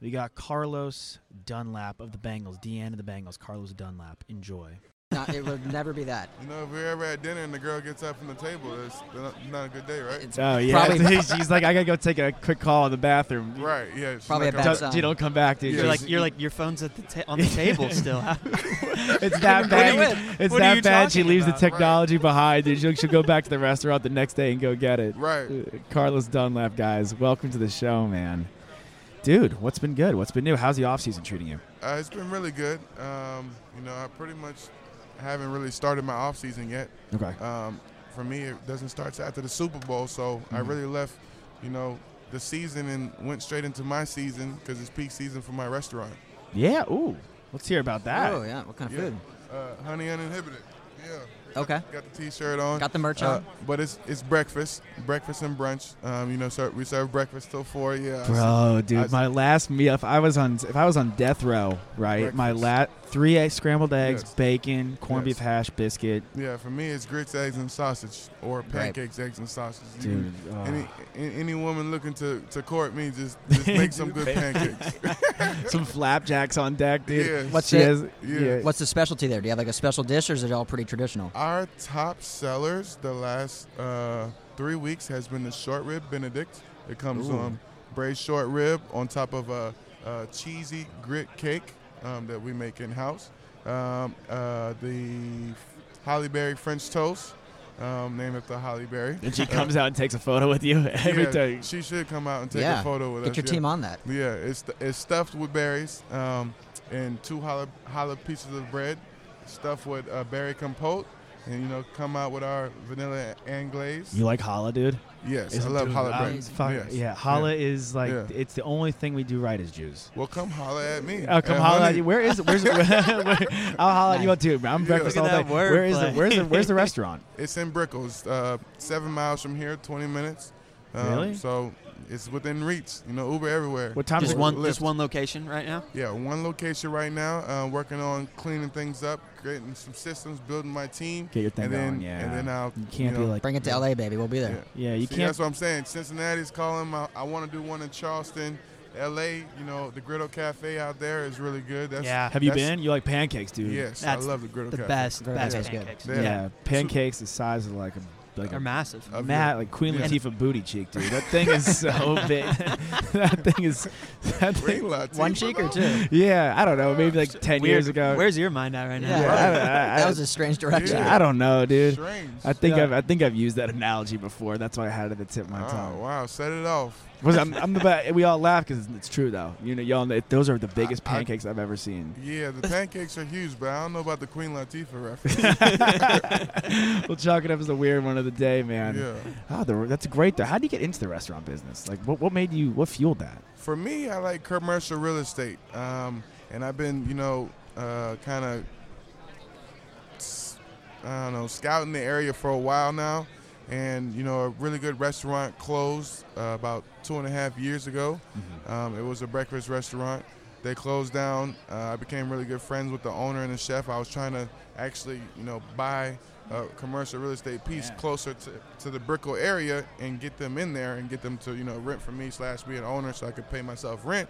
[SPEAKER 2] we got Carlos Dunlap of the Bengals, DN of the Bengals, Carlos Dunlap. Enjoy.
[SPEAKER 11] Not, it will never be that.
[SPEAKER 6] You know, if we're ever at dinner and the girl gets up from the table, it's not- not a good day, right?
[SPEAKER 2] [LAUGHS] Oh yeah, [LAUGHS]
[SPEAKER 11] [LAUGHS]
[SPEAKER 2] she's like, I gotta go take a quick call in the bathroom.
[SPEAKER 6] Right, yeah, she's
[SPEAKER 11] Probably
[SPEAKER 6] not
[SPEAKER 11] a bad
[SPEAKER 6] gonna-
[SPEAKER 11] sign.
[SPEAKER 2] Dude, don't come back, dude.
[SPEAKER 1] You're like you're like your phone's at the ta- on the
[SPEAKER 2] [LAUGHS]
[SPEAKER 1] table still.
[SPEAKER 2] It's that
[SPEAKER 1] are
[SPEAKER 2] bad.
[SPEAKER 1] you-
[SPEAKER 2] [LAUGHS] It's
[SPEAKER 1] what are you
[SPEAKER 2] that bad. She
[SPEAKER 1] talking
[SPEAKER 2] leaves
[SPEAKER 1] about?
[SPEAKER 2] the technology behind. Dude. She'll, she'll go back to the restaurant the next day and go get it.
[SPEAKER 6] Right.
[SPEAKER 2] Uh, Carlos Dunlap, guys, welcome to the show, man. Dude, what's been good? What's been new? How's the off season treating you?
[SPEAKER 6] Uh, it's been really good. Um, you know, I pretty much haven't really started my off season yet.
[SPEAKER 2] Okay.
[SPEAKER 6] Um, for me, it doesn't start till after the Super Bowl, so I
[SPEAKER 2] Mhm.
[SPEAKER 6] really left, you know, the season and went straight into my season because it's peak season for my restaurant.
[SPEAKER 2] Yeah. Ooh, let's hear about that.
[SPEAKER 11] Oh yeah, what kind of
[SPEAKER 6] Yeah.
[SPEAKER 11] food?
[SPEAKER 6] Uh, honey uninhibited. Yeah.
[SPEAKER 11] Okay.
[SPEAKER 6] Got the T-shirt on.
[SPEAKER 11] Got the merch
[SPEAKER 6] Uh,
[SPEAKER 11] on.
[SPEAKER 6] but it's it's breakfast, breakfast and brunch. Um, you know, sir, we serve breakfast till four. Yeah.
[SPEAKER 2] Bro, dude,
[SPEAKER 6] I-
[SPEAKER 2] my last meal. If I was on, if I was on death row, right? My lat three egg, scrambled eggs,
[SPEAKER 6] Yes.
[SPEAKER 2] bacon, corned
[SPEAKER 6] Yes.
[SPEAKER 2] beef hash, biscuit.
[SPEAKER 6] Yeah, for me it's grits, eggs, and sausage, or pancakes, eggs, and sausage. You
[SPEAKER 2] Dude,
[SPEAKER 6] can-
[SPEAKER 2] oh.
[SPEAKER 6] any a- any woman looking to, to court me, just just
[SPEAKER 2] [LAUGHS]
[SPEAKER 6] make some good pancakes.
[SPEAKER 2] Some flapjacks on deck, dude.
[SPEAKER 6] Yes.
[SPEAKER 11] What's
[SPEAKER 2] She
[SPEAKER 11] it?
[SPEAKER 2] has-
[SPEAKER 6] Yeah.
[SPEAKER 2] yeah.
[SPEAKER 11] What's the specialty there? Do you have like a special dish, or is it all pretty traditional?
[SPEAKER 6] Our top sellers the last uh, three weeks has been the short rib Benedict. It comes
[SPEAKER 11] Ooh.
[SPEAKER 6] um, braised short rib on top of a, a cheesy grit cake um, that we make in house. Um, uh, the Holly Berry French toast, um, named after Holly Berry. Uh,
[SPEAKER 2] And she comes out and takes a photo with you [LAUGHS] every
[SPEAKER 6] yeah,
[SPEAKER 2] time.
[SPEAKER 6] She should come out and take
[SPEAKER 11] Yeah.
[SPEAKER 6] a photo with
[SPEAKER 11] Get
[SPEAKER 6] us.
[SPEAKER 11] your
[SPEAKER 6] yeah.
[SPEAKER 11] team on that.
[SPEAKER 6] Yeah, it's it's stuffed with berries um, and two hollow, hollow pieces of bread, stuffed with uh, berry compote, and you know come out with our vanilla and glaze.
[SPEAKER 2] You like challah, dude?
[SPEAKER 6] yes, I
[SPEAKER 2] Isn't
[SPEAKER 6] love
[SPEAKER 2] dude,
[SPEAKER 6] hollow
[SPEAKER 2] um,
[SPEAKER 6] bread.
[SPEAKER 2] fuck-
[SPEAKER 6] yes.
[SPEAKER 2] Yeah, challah is like
[SPEAKER 6] Yeah.
[SPEAKER 2] it's the only thing we do right as Jews.
[SPEAKER 6] Well, come holla at me.
[SPEAKER 2] Oh, come
[SPEAKER 6] and
[SPEAKER 2] holla at
[SPEAKER 6] honey.
[SPEAKER 2] you. Where is it? Where's [LAUGHS] where, I'll holla at you on too. I'm
[SPEAKER 6] Yeah.
[SPEAKER 2] breakfast all
[SPEAKER 1] Look at
[SPEAKER 2] day.
[SPEAKER 1] that
[SPEAKER 2] Where is the
[SPEAKER 1] wordplay.
[SPEAKER 2] where's the
[SPEAKER 1] [LAUGHS]
[SPEAKER 2] where's
[SPEAKER 11] [LAUGHS]
[SPEAKER 2] the restaurant?
[SPEAKER 6] It's in Brickles, uh, seven miles from here, 20 minutes. Um,
[SPEAKER 2] Really?
[SPEAKER 6] So it's within reach. You know, Uber everywhere.
[SPEAKER 2] What time is
[SPEAKER 1] just
[SPEAKER 2] it?
[SPEAKER 1] one
[SPEAKER 6] Lyft.
[SPEAKER 1] just one location right now.
[SPEAKER 6] Yeah, one location right now. Uh, working on cleaning things up, creating some systems, building my team.
[SPEAKER 2] Get your thing
[SPEAKER 6] and then,
[SPEAKER 2] going, yeah.
[SPEAKER 6] And then I'll.
[SPEAKER 2] You can't
[SPEAKER 6] know,
[SPEAKER 2] be like
[SPEAKER 11] Bring it to LA, baby. We'll be there.
[SPEAKER 2] Yeah, you
[SPEAKER 6] See,
[SPEAKER 2] can't
[SPEAKER 6] That's what I'm saying. Cincinnati's calling. I, I want to do one in Charleston, L.A. You know, the Griddle Cafe out there is really good. That's,
[SPEAKER 1] Yeah.
[SPEAKER 2] Have you
[SPEAKER 6] that's-
[SPEAKER 2] been? You like pancakes, dude?
[SPEAKER 6] Yes,
[SPEAKER 1] That's
[SPEAKER 6] I love the Griddle
[SPEAKER 1] The
[SPEAKER 6] Cafe.
[SPEAKER 1] best
[SPEAKER 11] Very
[SPEAKER 1] best
[SPEAKER 11] good. That's good.
[SPEAKER 1] pancakes
[SPEAKER 6] They
[SPEAKER 2] Yeah.
[SPEAKER 6] have
[SPEAKER 2] Pancakes the size of like a like
[SPEAKER 1] are
[SPEAKER 2] a
[SPEAKER 1] massive.
[SPEAKER 6] Of
[SPEAKER 2] Matt,
[SPEAKER 6] your-
[SPEAKER 2] like Queen
[SPEAKER 6] Yeah.
[SPEAKER 2] Latifah booty cheek, dude. That thing
[SPEAKER 1] [LAUGHS]
[SPEAKER 2] is
[SPEAKER 6] [LAUGHS]
[SPEAKER 2] so big. [LAUGHS] that thing is that
[SPEAKER 6] Green
[SPEAKER 2] thing,
[SPEAKER 6] Latifah,
[SPEAKER 11] One cheek or
[SPEAKER 6] though?
[SPEAKER 11] two.
[SPEAKER 2] Yeah, I don't know. Maybe like ten
[SPEAKER 1] Weird.
[SPEAKER 2] years ago.
[SPEAKER 1] Where's your mind at right now?
[SPEAKER 11] Yeah.
[SPEAKER 2] yeah, I, I- I-
[SPEAKER 11] that was a strange direction.
[SPEAKER 6] Yeah.
[SPEAKER 2] I
[SPEAKER 6] [LAUGHS]
[SPEAKER 2] don't know, dude.
[SPEAKER 6] Strange.
[SPEAKER 2] I think
[SPEAKER 1] Yeah.
[SPEAKER 2] I've I think I've used that analogy before. That's why I had it at the tip of my
[SPEAKER 6] Oh,
[SPEAKER 2] tongue.
[SPEAKER 6] wow, set it off.
[SPEAKER 2] Was I'm, I'm the best. We all laugh because it's true though. You know, y'all. know Those are the biggest
[SPEAKER 6] I-
[SPEAKER 2] pancakes I, have ever seen.
[SPEAKER 6] Yeah, the pancakes are huge, but I don't know about the Queen Latifah reference.
[SPEAKER 2] we'll chalk it up as a weird one of the day, man.
[SPEAKER 6] yeah.
[SPEAKER 2] Ah, the, that's great. Though, how do you get into the restaurant business? Like, what, what made you? What fueled that?
[SPEAKER 6] For me, I like commercial real estate, um, and I've been, you know, uh, kind of, I don't know, scouting the area for a while now. And you know, a really good restaurant closed uh, about two and a half years ago. Um, it was a breakfast restaurant. They closed down. Uh, I became really good friends with the owner and the chef. I was trying to actually, you know, buy a commercial real estate piece closer to, to the Brickell area and get them in there and get them to, you know, rent from me slash be an owner so I could pay myself rent.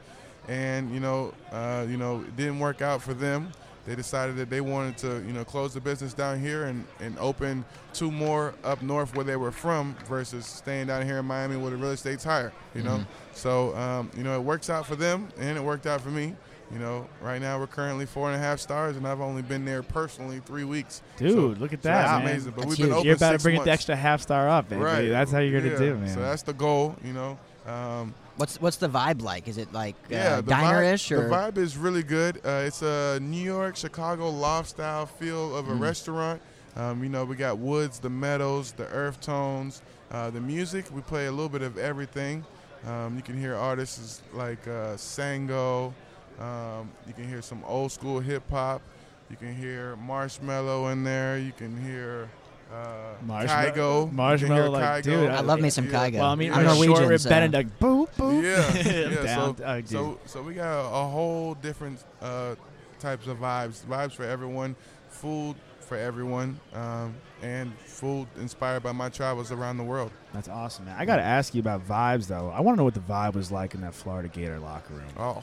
[SPEAKER 6] And you know, uh, you know, it didn't work out for them. They decided that they wanted to, you know, close the business down here and, and open two more up north where they were from versus staying down here in Miami where the real estate's higher, you know.
[SPEAKER 2] Mm-hmm.
[SPEAKER 6] So, um, you know, it works out for them and it worked out for me. You know, right now we're currently four and a half stars, and I've only been there personally three weeks.
[SPEAKER 2] Dude,
[SPEAKER 6] So-
[SPEAKER 2] look at
[SPEAKER 6] so
[SPEAKER 2] that,
[SPEAKER 6] that's
[SPEAKER 2] man.
[SPEAKER 6] amazing. But
[SPEAKER 11] That's
[SPEAKER 6] we've been
[SPEAKER 11] huge.
[SPEAKER 6] open
[SPEAKER 2] you're about to
[SPEAKER 6] six
[SPEAKER 2] bring it
[SPEAKER 6] months.
[SPEAKER 2] the extra half star up, baby.
[SPEAKER 6] Right.
[SPEAKER 2] That's how you're gonna
[SPEAKER 6] Yeah.
[SPEAKER 2] do, man.
[SPEAKER 6] So that's the goal, you know. Um,
[SPEAKER 11] What's what's the vibe like? Is it like
[SPEAKER 6] yeah,
[SPEAKER 11] uh,
[SPEAKER 6] the
[SPEAKER 11] diner-ish
[SPEAKER 6] vibe,
[SPEAKER 11] or
[SPEAKER 6] the vibe is really good. Uh, it's a New York, Chicago lifestyle feel of a
[SPEAKER 11] Mm.
[SPEAKER 6] restaurant. Um, you know, we got woods, the meadows, the earth tones, uh, the music. We play a little bit of everything. Um, you can hear artists like uh, Sango. Um, you can hear some old school hip hop. You can hear Marshmello in there. You can hear uh,
[SPEAKER 2] Marshmello-
[SPEAKER 6] Kygo.
[SPEAKER 2] Marshmello,
[SPEAKER 6] you can hear
[SPEAKER 2] like,
[SPEAKER 6] Kygo.
[SPEAKER 2] dude,
[SPEAKER 11] I love me some
[SPEAKER 6] Yeah.
[SPEAKER 11] Kygo.
[SPEAKER 2] well, I mean,
[SPEAKER 11] I'm
[SPEAKER 2] like short
[SPEAKER 11] Norwegian.
[SPEAKER 2] rib
[SPEAKER 11] so-
[SPEAKER 2] Benedict. Boop boop. [LAUGHS]
[SPEAKER 6] Yeah,
[SPEAKER 2] I'm
[SPEAKER 6] yeah.
[SPEAKER 2] down.
[SPEAKER 6] So,
[SPEAKER 2] Oh, dude.
[SPEAKER 6] so, so we got a, a whole different uh, types of vibes. Vibes for everyone, food for everyone, um, and food inspired by my travels around the world.
[SPEAKER 2] That's awesome, man. I gotta ask you about vibes though. I want to know what the vibe was like in that Florida Gator locker room.
[SPEAKER 6] Oh,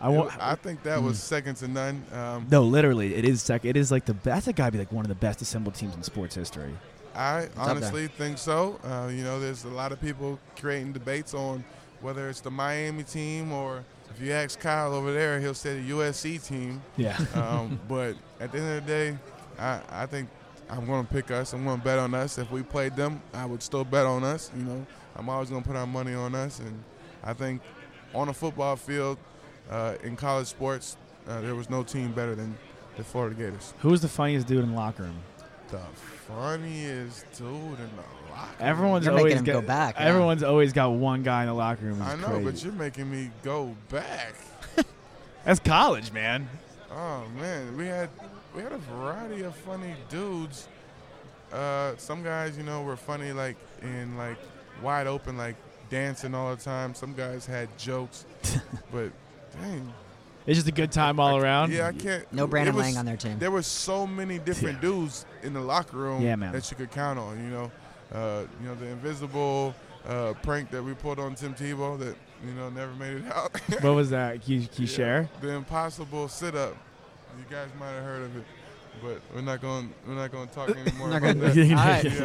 [SPEAKER 2] I won't.
[SPEAKER 6] I think that was
[SPEAKER 2] Mm.
[SPEAKER 6] second to none. Um,
[SPEAKER 2] No, literally, it is sec. It is like the that's got to be like one of the best assembled teams in sports history.
[SPEAKER 6] I
[SPEAKER 2] It's up there.
[SPEAKER 6] honestly think so. Uh, you know, there's a lot of people creating debates on whether it's the Miami team or if you ask Kyle over there, he'll say the USC team.
[SPEAKER 2] Yeah. [LAUGHS]
[SPEAKER 6] um, but at the end of the day, I, I think I'm going to pick us. I'm going to bet on us. If we played them, I would still bet on us. You know, I'm always going to put our money on us. And I think on a football field, uh, in college sports, uh, there was no team better than the Florida Gators.
[SPEAKER 2] Who was the funniest dude in the locker room?
[SPEAKER 6] The funniest dude in the locker.
[SPEAKER 2] Everyone's
[SPEAKER 6] room.
[SPEAKER 2] always got, Everyone's always got one guy in the locker room. who's
[SPEAKER 6] I know,
[SPEAKER 2] crazy.
[SPEAKER 6] but you're making me go back.
[SPEAKER 2] [LAUGHS] that's college, man.
[SPEAKER 6] Oh man, we had we had a variety of funny dudes. Uh, some guys, you know, were funny like in like wide open, like dancing all the time. Some guys had
[SPEAKER 2] [LAUGHS]
[SPEAKER 6] jokes, but dang,
[SPEAKER 2] It's just a good time all around.
[SPEAKER 6] yeah, I can't.
[SPEAKER 11] No Brandon
[SPEAKER 6] it was-
[SPEAKER 11] Lang on their team.
[SPEAKER 6] There were so many different dudes in the locker room
[SPEAKER 2] Yeah, man.
[SPEAKER 6] that you could count on. You know, uh, you know the invisible uh, prank that we pulled on Tim Tebow that you know never made it out.
[SPEAKER 2] What was that? Can you, can you share?
[SPEAKER 6] The impossible sit up. You guys might have heard of it, but we're not going. We're not going to talk
[SPEAKER 11] [LAUGHS]
[SPEAKER 6] anymore.
[SPEAKER 11] Not
[SPEAKER 6] about
[SPEAKER 11] gonna-
[SPEAKER 6] that.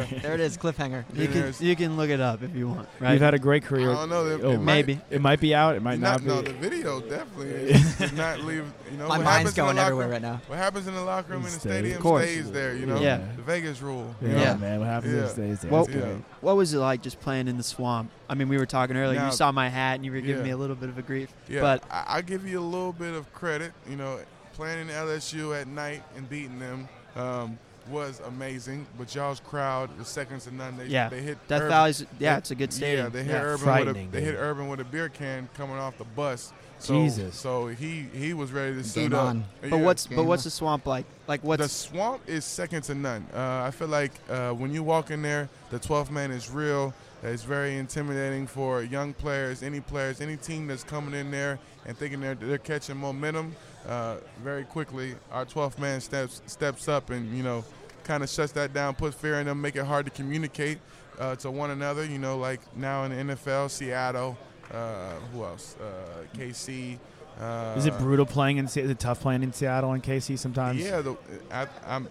[SPEAKER 2] [LAUGHS]
[SPEAKER 11] All right, there it is, cliffhanger.
[SPEAKER 6] Yeah,
[SPEAKER 1] You can,
[SPEAKER 6] there's-
[SPEAKER 1] you can look it up if you want. Right?
[SPEAKER 2] You've had a great career. Oh,
[SPEAKER 6] I don't know, it- it might-
[SPEAKER 2] maybe it might be out. It might not,
[SPEAKER 6] Not, no,
[SPEAKER 2] be.
[SPEAKER 6] the video definitely
[SPEAKER 2] [LAUGHS]
[SPEAKER 6] is, did not leave. You know,
[SPEAKER 11] My
[SPEAKER 6] what
[SPEAKER 11] mind's
[SPEAKER 6] happens in the
[SPEAKER 11] going
[SPEAKER 6] locker
[SPEAKER 11] everywhere
[SPEAKER 6] room-
[SPEAKER 11] right now.
[SPEAKER 6] What happens in the locker room in the
[SPEAKER 2] Stays. Of
[SPEAKER 6] stadium
[SPEAKER 2] course.
[SPEAKER 6] stays there. You know,
[SPEAKER 2] Yeah.
[SPEAKER 6] the Vegas rule. you
[SPEAKER 2] Yeah,
[SPEAKER 6] know?
[SPEAKER 2] man. What happens
[SPEAKER 6] Yeah.
[SPEAKER 2] stays there.
[SPEAKER 1] Well,
[SPEAKER 2] It's great.
[SPEAKER 1] what was it like just playing in the swamp? I mean, we were talking earlier.
[SPEAKER 6] Now-
[SPEAKER 1] you saw my hat, and you were giving
[SPEAKER 6] Yeah.
[SPEAKER 1] me a little bit of a grief.
[SPEAKER 6] Yeah,
[SPEAKER 1] But
[SPEAKER 6] I, I give you a little bit of credit. You know, playing in LSU at night and beating them um, was amazing. But y'all's crowd was second to none. They,
[SPEAKER 1] Yeah.
[SPEAKER 6] they hit
[SPEAKER 1] Death
[SPEAKER 6] Urban-
[SPEAKER 1] Valley's- yeah, it's a good
[SPEAKER 6] Yeah,
[SPEAKER 1] stadium.
[SPEAKER 6] they hit
[SPEAKER 1] Yeah.
[SPEAKER 6] Urban. With a,
[SPEAKER 2] Frightening,
[SPEAKER 6] they hit
[SPEAKER 2] dude.
[SPEAKER 6] Urban with a beer can coming off the bus. So,
[SPEAKER 2] Jesus.
[SPEAKER 6] So he he was ready to suit
[SPEAKER 11] Game
[SPEAKER 6] up.
[SPEAKER 11] on.
[SPEAKER 1] but
[SPEAKER 6] Yeah.
[SPEAKER 1] what's but what's the swamp like? Like what's
[SPEAKER 6] the swamp is second to none. Uh, I feel like uh, when you walk in there, the 12th man is real. It's very intimidating for young players, any players, any team that's coming in there and thinking they're, they're catching momentum uh, very quickly. Our 12th man steps steps up and you know kind of shuts that down, puts fear in them, make it hard to communicate uh, to one another. You know, like now in the NFL, Seattle, uh, who else? Uh, KC. Uh,
[SPEAKER 2] is it brutal playing in? Se- Is it tough playing in Seattle and KC sometimes?
[SPEAKER 6] yeah, the, I, I'm.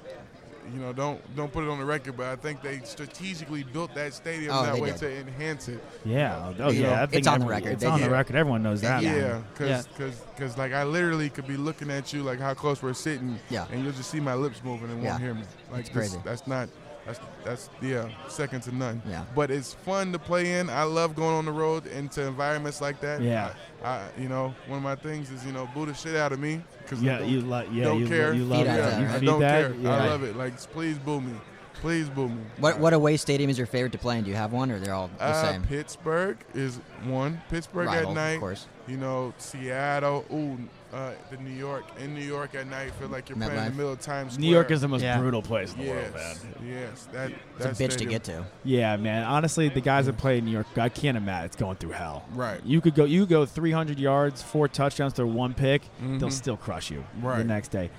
[SPEAKER 6] You know, don't don't put it on the record, but I think they strategically built that stadium
[SPEAKER 11] Oh,
[SPEAKER 6] that
[SPEAKER 11] they
[SPEAKER 6] way
[SPEAKER 11] did.
[SPEAKER 6] to enhance it.
[SPEAKER 2] Yeah. Oh,
[SPEAKER 11] You
[SPEAKER 2] yeah.
[SPEAKER 11] know,
[SPEAKER 2] that thing
[SPEAKER 11] it's on the
[SPEAKER 2] every-
[SPEAKER 11] record.
[SPEAKER 2] It's
[SPEAKER 11] They
[SPEAKER 2] on the
[SPEAKER 11] did.
[SPEAKER 2] record. Everyone knows that.
[SPEAKER 6] Yeah,
[SPEAKER 1] Yeah.
[SPEAKER 6] because like I literally could be looking at you like how close we're sitting,
[SPEAKER 11] Yeah.
[SPEAKER 6] and you'll just see my lips moving and
[SPEAKER 11] Yeah.
[SPEAKER 6] won't hear me. Like
[SPEAKER 11] It's
[SPEAKER 6] this-
[SPEAKER 11] crazy.
[SPEAKER 6] that's not that's that's yeah second to none.
[SPEAKER 11] Yeah.
[SPEAKER 6] But it's fun to play in. I love going on the road into environments like that.
[SPEAKER 2] Yeah.
[SPEAKER 6] I, I you know one of my things is you know boo the shit out of me because
[SPEAKER 2] Yeah, you lo- yeah,
[SPEAKER 6] don't
[SPEAKER 2] you lo-
[SPEAKER 6] care
[SPEAKER 2] you love
[SPEAKER 11] Feed
[SPEAKER 6] yeah,
[SPEAKER 11] that, right?
[SPEAKER 6] I
[SPEAKER 2] Feed
[SPEAKER 6] don't
[SPEAKER 2] that,
[SPEAKER 6] care
[SPEAKER 2] yeah.
[SPEAKER 6] I love it like please boo me please boo me
[SPEAKER 11] What what away stadium is your favorite to play in? Do you have one, or they're all the
[SPEAKER 6] uh,
[SPEAKER 11] same?
[SPEAKER 6] Pittsburgh is one. Pittsburgh
[SPEAKER 11] Rival,
[SPEAKER 6] at
[SPEAKER 11] of
[SPEAKER 6] night.
[SPEAKER 11] course.
[SPEAKER 6] You know, Seattle. Ooh, uh, the New York. In New York at night, feel like you're playing in
[SPEAKER 11] MetLife.
[SPEAKER 6] the middle of Times Square.
[SPEAKER 2] New York is the most
[SPEAKER 1] Yeah.
[SPEAKER 2] brutal place in the world,
[SPEAKER 6] yes,
[SPEAKER 2] man.
[SPEAKER 6] Yes, that,
[SPEAKER 11] It's a
[SPEAKER 6] that
[SPEAKER 11] bitch to
[SPEAKER 6] stadium-
[SPEAKER 11] get to.
[SPEAKER 2] Yeah, man. Honestly, the guys that play in New York, I can't imagine it's going through hell.
[SPEAKER 6] Right.
[SPEAKER 2] You could go, you could go 300 yards, four touchdowns, throw one pick. They'll
[SPEAKER 6] Mhm.
[SPEAKER 2] still crush you the
[SPEAKER 6] Right. Mm-hmm.
[SPEAKER 2] next day.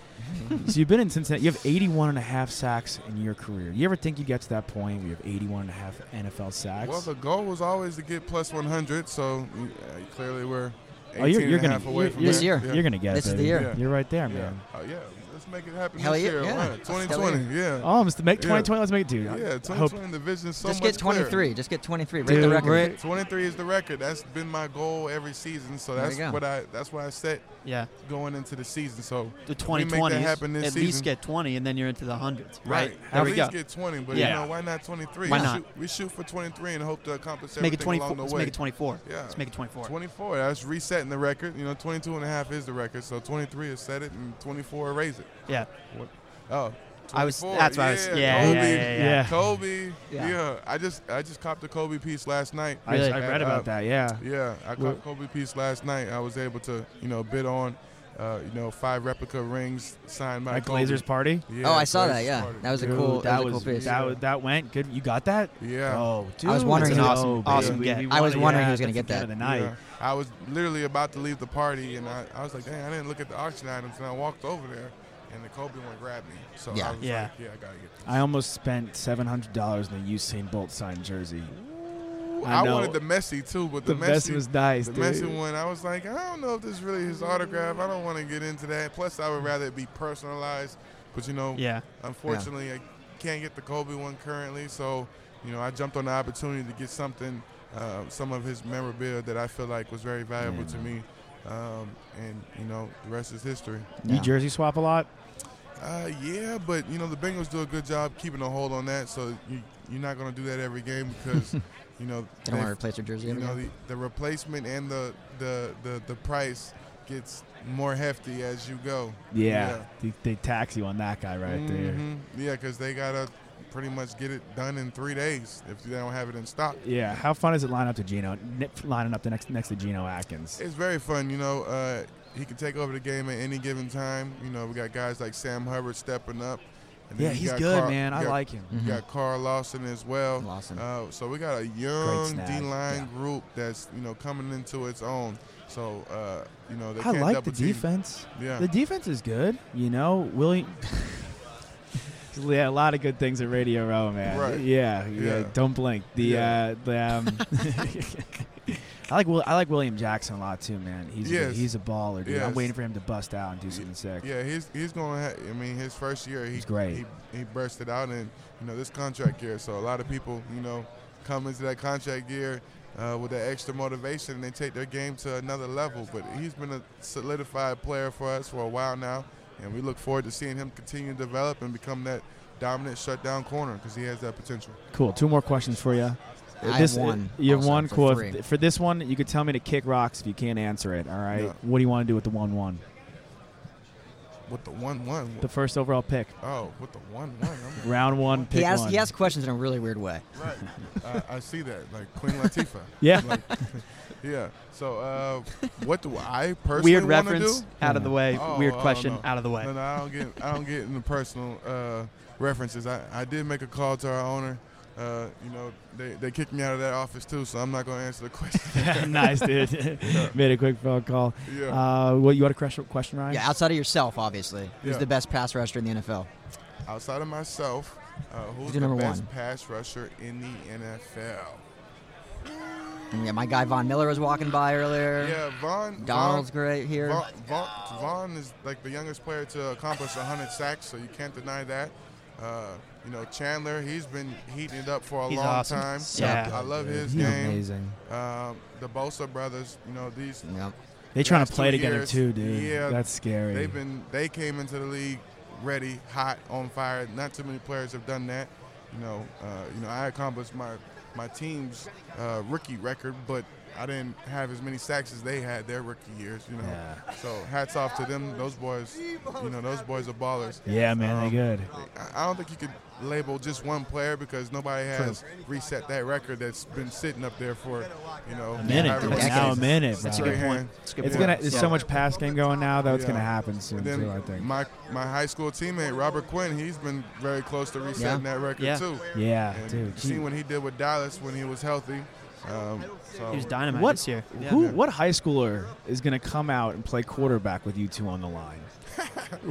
[SPEAKER 2] so you've been in Cincinnati. You have 81 and a half sacks in your career. You ever think you get to that point where you have 81 and a half NFL sacks?
[SPEAKER 6] Well, the goal was always to get plus 100, so uh, clearly we're 18
[SPEAKER 2] oh, you're, you're
[SPEAKER 6] and a
[SPEAKER 2] gonna
[SPEAKER 6] half away
[SPEAKER 2] you're-
[SPEAKER 6] from
[SPEAKER 2] you're-
[SPEAKER 11] This
[SPEAKER 6] that.
[SPEAKER 11] year.
[SPEAKER 6] Yeah.
[SPEAKER 2] You're gonna get
[SPEAKER 11] This
[SPEAKER 2] it,
[SPEAKER 11] is the
[SPEAKER 2] baby.
[SPEAKER 11] year.
[SPEAKER 2] You're right there,
[SPEAKER 6] yeah.
[SPEAKER 2] man.
[SPEAKER 6] Oh, yeah. Let's make it happen
[SPEAKER 11] Hell
[SPEAKER 6] this
[SPEAKER 11] yeah,
[SPEAKER 6] year.
[SPEAKER 11] yeah.
[SPEAKER 6] Why not?
[SPEAKER 11] Let's go
[SPEAKER 6] 2020. Yeah.
[SPEAKER 2] Oh, let's make
[SPEAKER 6] Yeah.
[SPEAKER 2] 2020. Let's make it, dude. I-
[SPEAKER 6] yeah,
[SPEAKER 2] I hope
[SPEAKER 6] 2020 the vision's so
[SPEAKER 11] Just
[SPEAKER 6] much
[SPEAKER 11] get
[SPEAKER 6] clearer.
[SPEAKER 11] 23. Just get 23. Break the
[SPEAKER 2] Dude,
[SPEAKER 11] record.
[SPEAKER 2] Rick-
[SPEAKER 6] 23 is the record. That's been my goal every season. So
[SPEAKER 11] There
[SPEAKER 6] that's
[SPEAKER 11] you go.
[SPEAKER 6] what I that's what I set
[SPEAKER 1] yeah
[SPEAKER 6] going into the season. So
[SPEAKER 1] the
[SPEAKER 6] we
[SPEAKER 1] 2020s?
[SPEAKER 6] make that happen this
[SPEAKER 1] at
[SPEAKER 6] season.
[SPEAKER 1] least get 20, and then you're into the hundreds, right?
[SPEAKER 6] At
[SPEAKER 1] There we
[SPEAKER 6] least
[SPEAKER 1] go.
[SPEAKER 6] get 20, but
[SPEAKER 1] Yeah.
[SPEAKER 6] you know why not 23?
[SPEAKER 1] Why
[SPEAKER 6] we
[SPEAKER 1] not?
[SPEAKER 6] Shoot, we shoot for 23 and hope to accomplish
[SPEAKER 1] Let's make it
[SPEAKER 6] everything
[SPEAKER 1] 24.
[SPEAKER 6] along the
[SPEAKER 1] Let's
[SPEAKER 6] way.
[SPEAKER 1] make it 24.
[SPEAKER 6] Yeah.
[SPEAKER 1] Let's make it 24.
[SPEAKER 6] 24. That's resetting the record. You know, 22 and a half is the record. So 23 is set it and 24 erase it.
[SPEAKER 1] Yeah.
[SPEAKER 6] What? Oh.
[SPEAKER 1] I was-
[SPEAKER 6] 24.
[SPEAKER 1] that's what I was- yeah,
[SPEAKER 6] Kobe,
[SPEAKER 1] yeah, yeah, yeah.
[SPEAKER 2] Yeah.
[SPEAKER 6] Kobe.
[SPEAKER 11] Yeah.
[SPEAKER 6] Yeah. I just I just copped a Kobe piece last night.
[SPEAKER 2] I,
[SPEAKER 1] Really?
[SPEAKER 2] I
[SPEAKER 6] At,
[SPEAKER 2] read
[SPEAKER 6] uh,
[SPEAKER 2] about that. Yeah.
[SPEAKER 6] Yeah, I
[SPEAKER 2] Well-
[SPEAKER 6] caught Kobe piece last night. I was able to, you know, bid on, uh, you know, five replica rings signed by
[SPEAKER 2] Like
[SPEAKER 6] Kobe.
[SPEAKER 2] Blazers party.
[SPEAKER 6] Yeah,
[SPEAKER 11] oh, I saw that.
[SPEAKER 6] Blazers
[SPEAKER 11] Yeah,
[SPEAKER 6] party.
[SPEAKER 11] that was a
[SPEAKER 2] Dude,
[SPEAKER 11] cool.
[SPEAKER 2] That
[SPEAKER 11] That, was a cool piece.
[SPEAKER 2] that was- that went good. You got that?
[SPEAKER 6] Yeah.
[SPEAKER 2] Oh, dude,
[SPEAKER 11] I was wondering
[SPEAKER 2] that's
[SPEAKER 11] who-
[SPEAKER 2] an awesome,
[SPEAKER 1] awesome
[SPEAKER 2] bid.
[SPEAKER 1] get.
[SPEAKER 2] We
[SPEAKER 11] I was
[SPEAKER 2] wanted-
[SPEAKER 11] wondering
[SPEAKER 2] yeah,
[SPEAKER 11] who was gonna get
[SPEAKER 2] that's the get
[SPEAKER 11] that.
[SPEAKER 2] of the night.
[SPEAKER 6] Yeah. I was literally about to leave the party, and I, I was like, dang, I didn't look at the auction items, and I walked over there, and the Kobe one grabbed me. So
[SPEAKER 11] Yeah.
[SPEAKER 6] I was
[SPEAKER 1] Yeah.
[SPEAKER 6] like, yeah, I gotta get. This.
[SPEAKER 2] I almost spent seven hundred dollars on a Usain Bolt signed jersey.
[SPEAKER 6] I,
[SPEAKER 2] I know.
[SPEAKER 6] wanted the Messi too, but the,
[SPEAKER 2] The
[SPEAKER 6] Messi
[SPEAKER 2] Messi was nice,
[SPEAKER 6] The
[SPEAKER 2] dude.
[SPEAKER 6] Messi one, I was like, I don't know if this is really his autograph. I don't want to get into that. Plus, I would rather it be personalized. But you know,
[SPEAKER 1] Yeah.
[SPEAKER 6] unfortunately, I can't get the Kobe one currently. So, you know, I jumped on the opportunity to get something, uh, some of his memorabilia that I feel like was very valuable to me. Um, and you know, the rest is history.
[SPEAKER 2] You jersey swap a lot?
[SPEAKER 6] Uh, yeah, but you know the Bengals do a good job keeping a hold on that, so you, you're not going to do that every game
[SPEAKER 11] [LAUGHS]
[SPEAKER 6] because you know
[SPEAKER 11] They don't wanna
[SPEAKER 6] if-
[SPEAKER 11] replace their jersey
[SPEAKER 6] You
[SPEAKER 11] every
[SPEAKER 6] know the,
[SPEAKER 11] game?
[SPEAKER 6] the replacement and the, the the the price gets more hefty as you go.
[SPEAKER 2] Yeah. They, they tax you on that guy right there.
[SPEAKER 6] Mhm. Yeah, because they gotta pretty much get it done in three days if they don't have it in stock.
[SPEAKER 2] Yeah. How fun is it lining up to Geno? Nip- Lining up the next next to Geno Atkins.
[SPEAKER 6] It's very fun, you know. Uh, he can take over the game at any given time. You know, we got guys like Sam Hubbard stepping up. And then
[SPEAKER 2] Yeah,
[SPEAKER 6] you
[SPEAKER 2] he's
[SPEAKER 6] got
[SPEAKER 2] good,
[SPEAKER 6] Carl-
[SPEAKER 2] man.
[SPEAKER 6] you
[SPEAKER 2] I
[SPEAKER 6] got-
[SPEAKER 2] like him.
[SPEAKER 6] You
[SPEAKER 2] Mhm.
[SPEAKER 6] got Carl Lawson as well.
[SPEAKER 11] Lawson.
[SPEAKER 6] Uh, so we got a young
[SPEAKER 2] snag,
[SPEAKER 6] D line group that's you know coming into its own. So uh, you know they
[SPEAKER 2] I
[SPEAKER 6] can't
[SPEAKER 2] like the
[SPEAKER 6] double team.
[SPEAKER 2] defense.
[SPEAKER 6] Yeah.
[SPEAKER 2] The defense is good. You know, Willie. [LAUGHS] yeah, a lot of good things at Radio Row, man.
[SPEAKER 6] Right.
[SPEAKER 2] Yeah, yeah.
[SPEAKER 6] Yeah.
[SPEAKER 2] Don't blink. The
[SPEAKER 6] Yeah.
[SPEAKER 2] uh, the
[SPEAKER 6] [LAUGHS]
[SPEAKER 2] um, [LAUGHS] I like Will, I like William Jackson a lot too, man. He's a,
[SPEAKER 6] Yes.
[SPEAKER 2] he's a baller, dude. I'm
[SPEAKER 6] Yes.
[SPEAKER 2] waiting for him to bust out and do something sick.
[SPEAKER 6] Yeah, he's he's going. to Ha- I mean, his first year, he
[SPEAKER 2] great.
[SPEAKER 6] He, he burst it out, and you know this contract year. So a lot of people, you know, come into that contract year uh, with that extra motivation, and they take their game to another level. But he's been a solidified player for us for a while now, and we look forward to seeing him continue to develop and become that dominant shutdown corner because he has that potential.
[SPEAKER 2] Cool. Two more questions for you.
[SPEAKER 11] I have one
[SPEAKER 2] You have
[SPEAKER 11] also
[SPEAKER 2] one.
[SPEAKER 11] for
[SPEAKER 2] Cool.
[SPEAKER 11] three.
[SPEAKER 2] If- For this one, you could tell me to kick rocks if you can't answer it. All right.
[SPEAKER 6] Yeah.
[SPEAKER 2] What do you want to do with the one
[SPEAKER 6] [LAUGHS]
[SPEAKER 2] one? [LAUGHS]
[SPEAKER 6] With the one-one.
[SPEAKER 2] The first overall pick.
[SPEAKER 6] Oh, with the
[SPEAKER 2] [LAUGHS]
[SPEAKER 6] one-one. I'm-
[SPEAKER 2] Round one. Pick
[SPEAKER 11] He asks,
[SPEAKER 2] one.
[SPEAKER 11] he asks questions in a really weird way.
[SPEAKER 1] [LAUGHS]
[SPEAKER 11] [LAUGHS]
[SPEAKER 6] Right. Uh, I, I see that, like Queen Latifah.
[SPEAKER 2] Yeah.
[SPEAKER 6] Like, yeah. So, uh, what do I personally
[SPEAKER 1] Weird
[SPEAKER 6] wanna
[SPEAKER 1] reference,
[SPEAKER 6] do?
[SPEAKER 1] out of the way.
[SPEAKER 6] Oh,
[SPEAKER 1] Weird
[SPEAKER 6] oh,
[SPEAKER 1] question,
[SPEAKER 6] no.
[SPEAKER 1] out of the way.
[SPEAKER 6] No, no, I don't get. I don't get into personal uh, references. I, I did make a call to our owner. Uh, you know, they, they kicked me out of that office too, so I'm not gonna answer the
[SPEAKER 1] [LAUGHS]
[SPEAKER 6] question.
[SPEAKER 2] nice,
[SPEAKER 6] [LAUGHS]
[SPEAKER 2] dude.
[SPEAKER 6] Yeah.
[SPEAKER 2] Made a quick phone call.
[SPEAKER 6] Yeah.
[SPEAKER 2] Uh, what you want a question, question, Ryan?
[SPEAKER 11] Yeah, outside of yourself, obviously. Who's
[SPEAKER 6] Yeah.
[SPEAKER 11] the best pass rusher in the NFL?
[SPEAKER 6] Outside of myself, uh, who's
[SPEAKER 11] Who's
[SPEAKER 6] the
[SPEAKER 11] your number
[SPEAKER 6] best
[SPEAKER 11] one?
[SPEAKER 6] pass rusher in the NFL?
[SPEAKER 11] And yeah, my guy Von Miller was walking by earlier.
[SPEAKER 6] Yeah, Von.
[SPEAKER 11] Donald's
[SPEAKER 6] Von-
[SPEAKER 11] great here.
[SPEAKER 6] Von, Von, Von is like the youngest player to accomplish 100 sacks, so you can't deny that. Uh, you know, Chandler, he's been heating it up for a
[SPEAKER 1] He's
[SPEAKER 6] long
[SPEAKER 1] awesome.
[SPEAKER 6] time.
[SPEAKER 1] So Yeah. good,
[SPEAKER 6] I love
[SPEAKER 11] dude.
[SPEAKER 6] his
[SPEAKER 11] He's
[SPEAKER 6] game.
[SPEAKER 11] amazing.
[SPEAKER 6] Um, the Bosa brothers, you know, these.
[SPEAKER 11] Yep.
[SPEAKER 2] They trying to
[SPEAKER 6] last
[SPEAKER 2] play
[SPEAKER 6] two
[SPEAKER 2] together
[SPEAKER 6] years,
[SPEAKER 2] too, dude.
[SPEAKER 6] Yeah,
[SPEAKER 2] That's scary.
[SPEAKER 6] They've been they came into the league ready, hot, on fire. Not too many players have done that. You know, uh, you know, I accomplished my my team's uh, rookie record, but I didn't have as many sacks as they had their rookie years. You know,
[SPEAKER 2] Yeah.
[SPEAKER 6] so hats off to them. Those boys, you know, those boys are ballers.
[SPEAKER 2] Yeah, man,
[SPEAKER 6] um,
[SPEAKER 2] they good.
[SPEAKER 6] I- I don't think you could label just one player because nobody has reset that record that's been sitting up there for you know
[SPEAKER 2] A minute,
[SPEAKER 6] however
[SPEAKER 2] dude.
[SPEAKER 6] many
[SPEAKER 2] Now a
[SPEAKER 6] years.
[SPEAKER 2] minute,
[SPEAKER 6] That's
[SPEAKER 2] bro.
[SPEAKER 6] right hand.
[SPEAKER 2] It's
[SPEAKER 6] Yeah.
[SPEAKER 2] gonna. There's
[SPEAKER 6] So-
[SPEAKER 2] so much pass game going now though. It's
[SPEAKER 6] yeah.
[SPEAKER 2] gonna happen soon
[SPEAKER 6] And then
[SPEAKER 2] too. I think.
[SPEAKER 6] My my high school teammate Robert Quinn, he's been very close to resetting
[SPEAKER 1] Yeah.
[SPEAKER 6] that record
[SPEAKER 1] Yeah.
[SPEAKER 6] too.
[SPEAKER 2] Yeah,
[SPEAKER 6] and
[SPEAKER 2] dude,
[SPEAKER 6] you Seen what he did with Dallas when he was healthy. Um, so
[SPEAKER 1] He was dynamite
[SPEAKER 2] What?
[SPEAKER 1] this year.
[SPEAKER 2] Who? What high schooler is gonna come out and play quarterback with you two on the
[SPEAKER 6] [LAUGHS]
[SPEAKER 2] line?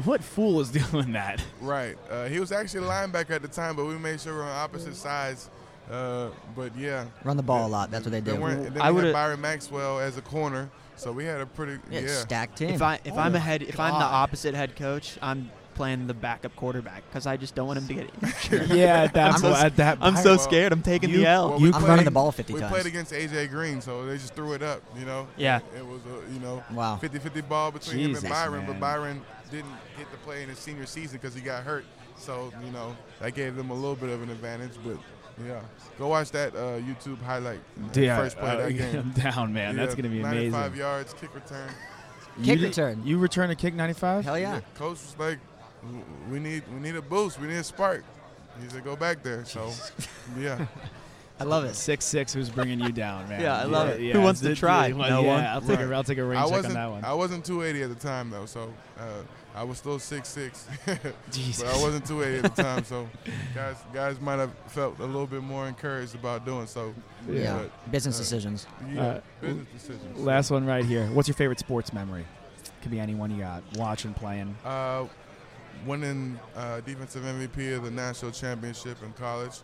[SPEAKER 2] what fool is [LAUGHS] doing that?
[SPEAKER 6] Right. Uh, he was actually a linebacker at the time, but we made sure we were on opposite sides. Uh, but yeah,
[SPEAKER 11] Run the ball a lot. That's what they
[SPEAKER 6] They
[SPEAKER 11] do.
[SPEAKER 6] weren't, and then
[SPEAKER 1] I
[SPEAKER 6] we
[SPEAKER 1] would've-
[SPEAKER 6] had Byron Maxwell as a corner, so we had a pretty
[SPEAKER 11] Yeah,
[SPEAKER 6] yeah.
[SPEAKER 11] stacked team.
[SPEAKER 1] If I if
[SPEAKER 11] Oh
[SPEAKER 1] I'm
[SPEAKER 11] my
[SPEAKER 1] a head if I'm the
[SPEAKER 11] God.
[SPEAKER 1] opposite head coach, I'm playing the backup quarterback because I just don't want him to get [LAUGHS] injured.
[SPEAKER 2] yeah, at that.
[SPEAKER 11] I'm
[SPEAKER 2] po-
[SPEAKER 11] just-
[SPEAKER 2] at that.
[SPEAKER 1] I'm
[SPEAKER 2] point-
[SPEAKER 1] so
[SPEAKER 6] well,
[SPEAKER 1] scared. I'm taking
[SPEAKER 2] you-
[SPEAKER 1] the L.
[SPEAKER 6] Well,
[SPEAKER 2] You
[SPEAKER 6] we
[SPEAKER 11] I'm
[SPEAKER 6] played-
[SPEAKER 11] running the ball 50
[SPEAKER 6] we
[SPEAKER 11] times.
[SPEAKER 6] played against AJ Green, so they just threw it up, you know.
[SPEAKER 1] Yeah.
[SPEAKER 6] It was a you know
[SPEAKER 11] Wow.
[SPEAKER 6] 50-50 ball between him
[SPEAKER 2] Jesus,
[SPEAKER 6] and Byron,
[SPEAKER 2] man.
[SPEAKER 6] but Byron didn't get to play in his senior season because he got hurt. So you know that gave them a little bit of an advantage, but yeah, go watch that uh, YouTube highlight. you know,
[SPEAKER 2] Dude, yeah,
[SPEAKER 6] first play of
[SPEAKER 2] uh, [LAUGHS]
[SPEAKER 6] that game.
[SPEAKER 2] I'm down, man. That's
[SPEAKER 6] Yeah,
[SPEAKER 2] gonna be
[SPEAKER 6] 95
[SPEAKER 2] amazing.
[SPEAKER 6] yards, kick return.
[SPEAKER 11] Kick
[SPEAKER 2] You-
[SPEAKER 11] return.
[SPEAKER 2] You return a kick 95.
[SPEAKER 11] Hell yeah.
[SPEAKER 6] Coach was like, "W- "We need, we need a boost. We need a spark." He said, "Go back there." So, yeah.
[SPEAKER 11] I love it.
[SPEAKER 2] Six six. Who's bringing
[SPEAKER 1] [LAUGHS]
[SPEAKER 2] you down, man?
[SPEAKER 1] Yeah, I love it. Who wants to
[SPEAKER 2] Did-
[SPEAKER 1] try?
[SPEAKER 2] yeah,
[SPEAKER 1] No
[SPEAKER 2] yeah,
[SPEAKER 1] one.
[SPEAKER 2] I'll take a.
[SPEAKER 6] Right.
[SPEAKER 2] I'll take a rain
[SPEAKER 6] I
[SPEAKER 2] check on
[SPEAKER 6] wasn't,
[SPEAKER 2] that one.
[SPEAKER 6] I wasn't 280 at the time though, so uh, I was still 6'6",
[SPEAKER 2] Jesus.
[SPEAKER 6] [LAUGHS] but I wasn't 280 at the
[SPEAKER 2] [LAUGHS]
[SPEAKER 6] time. So guys, guys might have felt a little bit more encouraged about doing so.
[SPEAKER 11] Yeah.
[SPEAKER 6] but,
[SPEAKER 11] Business
[SPEAKER 6] uh,
[SPEAKER 11] decisions.
[SPEAKER 6] yeah,
[SPEAKER 2] Uh,
[SPEAKER 6] business decisions.
[SPEAKER 2] Last one right here. What's your favorite sports memory? Could be anyone you got. Watching, playing.
[SPEAKER 6] Uh, winning uh, defensive MVP of the national championship in college,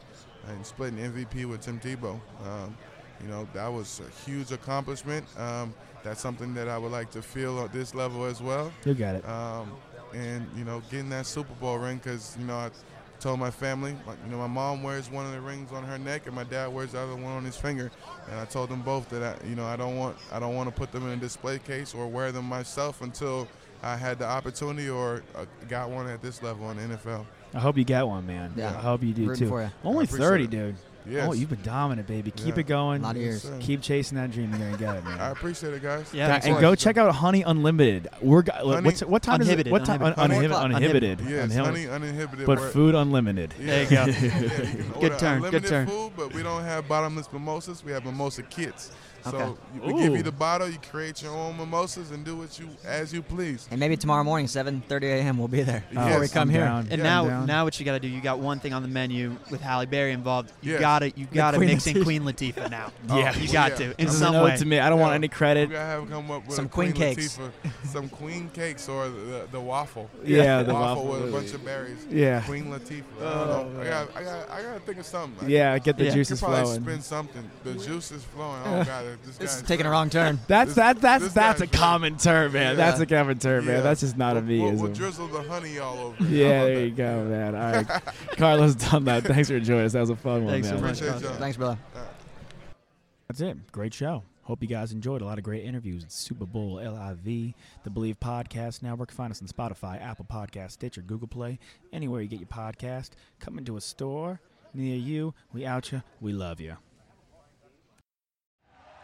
[SPEAKER 6] and splitting MVP with Tim Tebow. Um, You know, that was a huge accomplishment. Um, that's something that I would like to feel at this level as well.
[SPEAKER 2] You got it.
[SPEAKER 6] Um, and you know, getting that Super Bowl ring because you know I told my family, my- you know, my mom wears one of the rings on her neck and my dad wears the other one on his finger, and I told them both that I, you know, I don't want I don't want to put them in a display case or wear them myself until I had the opportunity or uh, got one at this level in the NFL.
[SPEAKER 2] I hope you get one, man.
[SPEAKER 6] Yeah.
[SPEAKER 2] I hope you do
[SPEAKER 6] Rooting
[SPEAKER 2] too.
[SPEAKER 6] for ya. I
[SPEAKER 2] Only
[SPEAKER 6] appreciate
[SPEAKER 2] thirty,
[SPEAKER 6] it.
[SPEAKER 2] dude.
[SPEAKER 6] Yes.
[SPEAKER 2] Oh, you've been dominant, baby. Keep
[SPEAKER 6] Yeah.
[SPEAKER 2] it going.
[SPEAKER 6] A lot of Yes, years. sir.
[SPEAKER 2] Keep chasing that dream. You're gonna get it,
[SPEAKER 6] [LAUGHS]
[SPEAKER 2] man.
[SPEAKER 6] I appreciate it, guys.
[SPEAKER 2] Th- and go check out Honey Unlimited. We're go-
[SPEAKER 6] Honey-
[SPEAKER 2] what's it- what time is it?
[SPEAKER 6] Uninhibited,
[SPEAKER 2] What time?
[SPEAKER 6] uninhibited.
[SPEAKER 2] Uninhibited.
[SPEAKER 6] Four o'clock,
[SPEAKER 2] uninhibited.
[SPEAKER 6] uninhibited. Yes,
[SPEAKER 2] Unhil-
[SPEAKER 6] Honey Uninhibited,
[SPEAKER 2] But
[SPEAKER 6] we're-
[SPEAKER 2] food unlimited.
[SPEAKER 6] [LAUGHS]
[SPEAKER 2] [LAUGHS]
[SPEAKER 6] Yeah. Yeah, you can order
[SPEAKER 2] good turn. Good
[SPEAKER 6] unlimited
[SPEAKER 2] turn.
[SPEAKER 6] Food, but we don't have bottomless mimosas. We have mimosa kits.
[SPEAKER 11] Okay.
[SPEAKER 6] So you- we give
[SPEAKER 11] Ooh.
[SPEAKER 6] you the bottle. You create your own mimosas and do what you as you please.
[SPEAKER 11] And maybe tomorrow morning, 7:30 a.m. We'll be there
[SPEAKER 6] Yes.
[SPEAKER 11] before we come here.
[SPEAKER 1] And now, now what you got to do? You got one thing on the menu with Halle Berry involved. You
[SPEAKER 11] Yes.
[SPEAKER 1] got to You
[SPEAKER 11] The
[SPEAKER 1] got to
[SPEAKER 11] Queen
[SPEAKER 1] mix in
[SPEAKER 11] Latifah.
[SPEAKER 1] Queen Latifah now.
[SPEAKER 2] Oh, Yeah.
[SPEAKER 1] you got
[SPEAKER 6] yeah.
[SPEAKER 1] to in
[SPEAKER 2] Just
[SPEAKER 1] some
[SPEAKER 2] know
[SPEAKER 1] way.
[SPEAKER 2] it's me. I don't want
[SPEAKER 6] Yeah.
[SPEAKER 2] any credit.
[SPEAKER 6] We gotta have come up with
[SPEAKER 2] Some
[SPEAKER 6] a
[SPEAKER 2] queen cakes.
[SPEAKER 6] Latifah, some queen cakes or the, the waffle.
[SPEAKER 2] Yeah, the
[SPEAKER 6] waffle,
[SPEAKER 2] waffle.
[SPEAKER 6] with a bunch of berries.
[SPEAKER 2] Yeah.
[SPEAKER 6] Queen Latifah.
[SPEAKER 2] Oh,
[SPEAKER 6] I, don't know. I, gotta, I, gotta, I gotta think of something.
[SPEAKER 2] Yeah, get the
[SPEAKER 6] I
[SPEAKER 2] juices
[SPEAKER 6] could probably
[SPEAKER 2] flowing.
[SPEAKER 6] spin something. The juice is flowing. Oh god, this,
[SPEAKER 11] This
[SPEAKER 6] guy
[SPEAKER 11] is taking a wrong turn.
[SPEAKER 2] [LAUGHS] That's that. That's
[SPEAKER 6] this
[SPEAKER 2] that's
[SPEAKER 6] guy
[SPEAKER 2] a
[SPEAKER 6] is really-
[SPEAKER 2] common term, man.
[SPEAKER 6] Yeah.
[SPEAKER 2] That's a common term, man.
[SPEAKER 6] Yeah.
[SPEAKER 2] That's just not a me.
[SPEAKER 6] We'll,
[SPEAKER 2] is
[SPEAKER 6] we'll
[SPEAKER 2] it?
[SPEAKER 6] drizzle the honey all over. it. How
[SPEAKER 2] Yeah,
[SPEAKER 6] about
[SPEAKER 2] there you go, man. All
[SPEAKER 6] [LAUGHS]
[SPEAKER 2] right, Carlos Dunlap. Thanks for joining us. That was a fun one,
[SPEAKER 1] Thanks so
[SPEAKER 2] man.
[SPEAKER 1] much, Appreciate Carlos. y'all.
[SPEAKER 11] Thanks, brother.
[SPEAKER 2] That's it. Great show. Hope you guys enjoyed a lot of great interviews. It's Super Bowl LIV, the Believe Podcast Network. Find us on Spotify, Apple Podcast, Stitcher, Google Play, anywhere you get your podcast. Come into a store near you. We out you. We love you.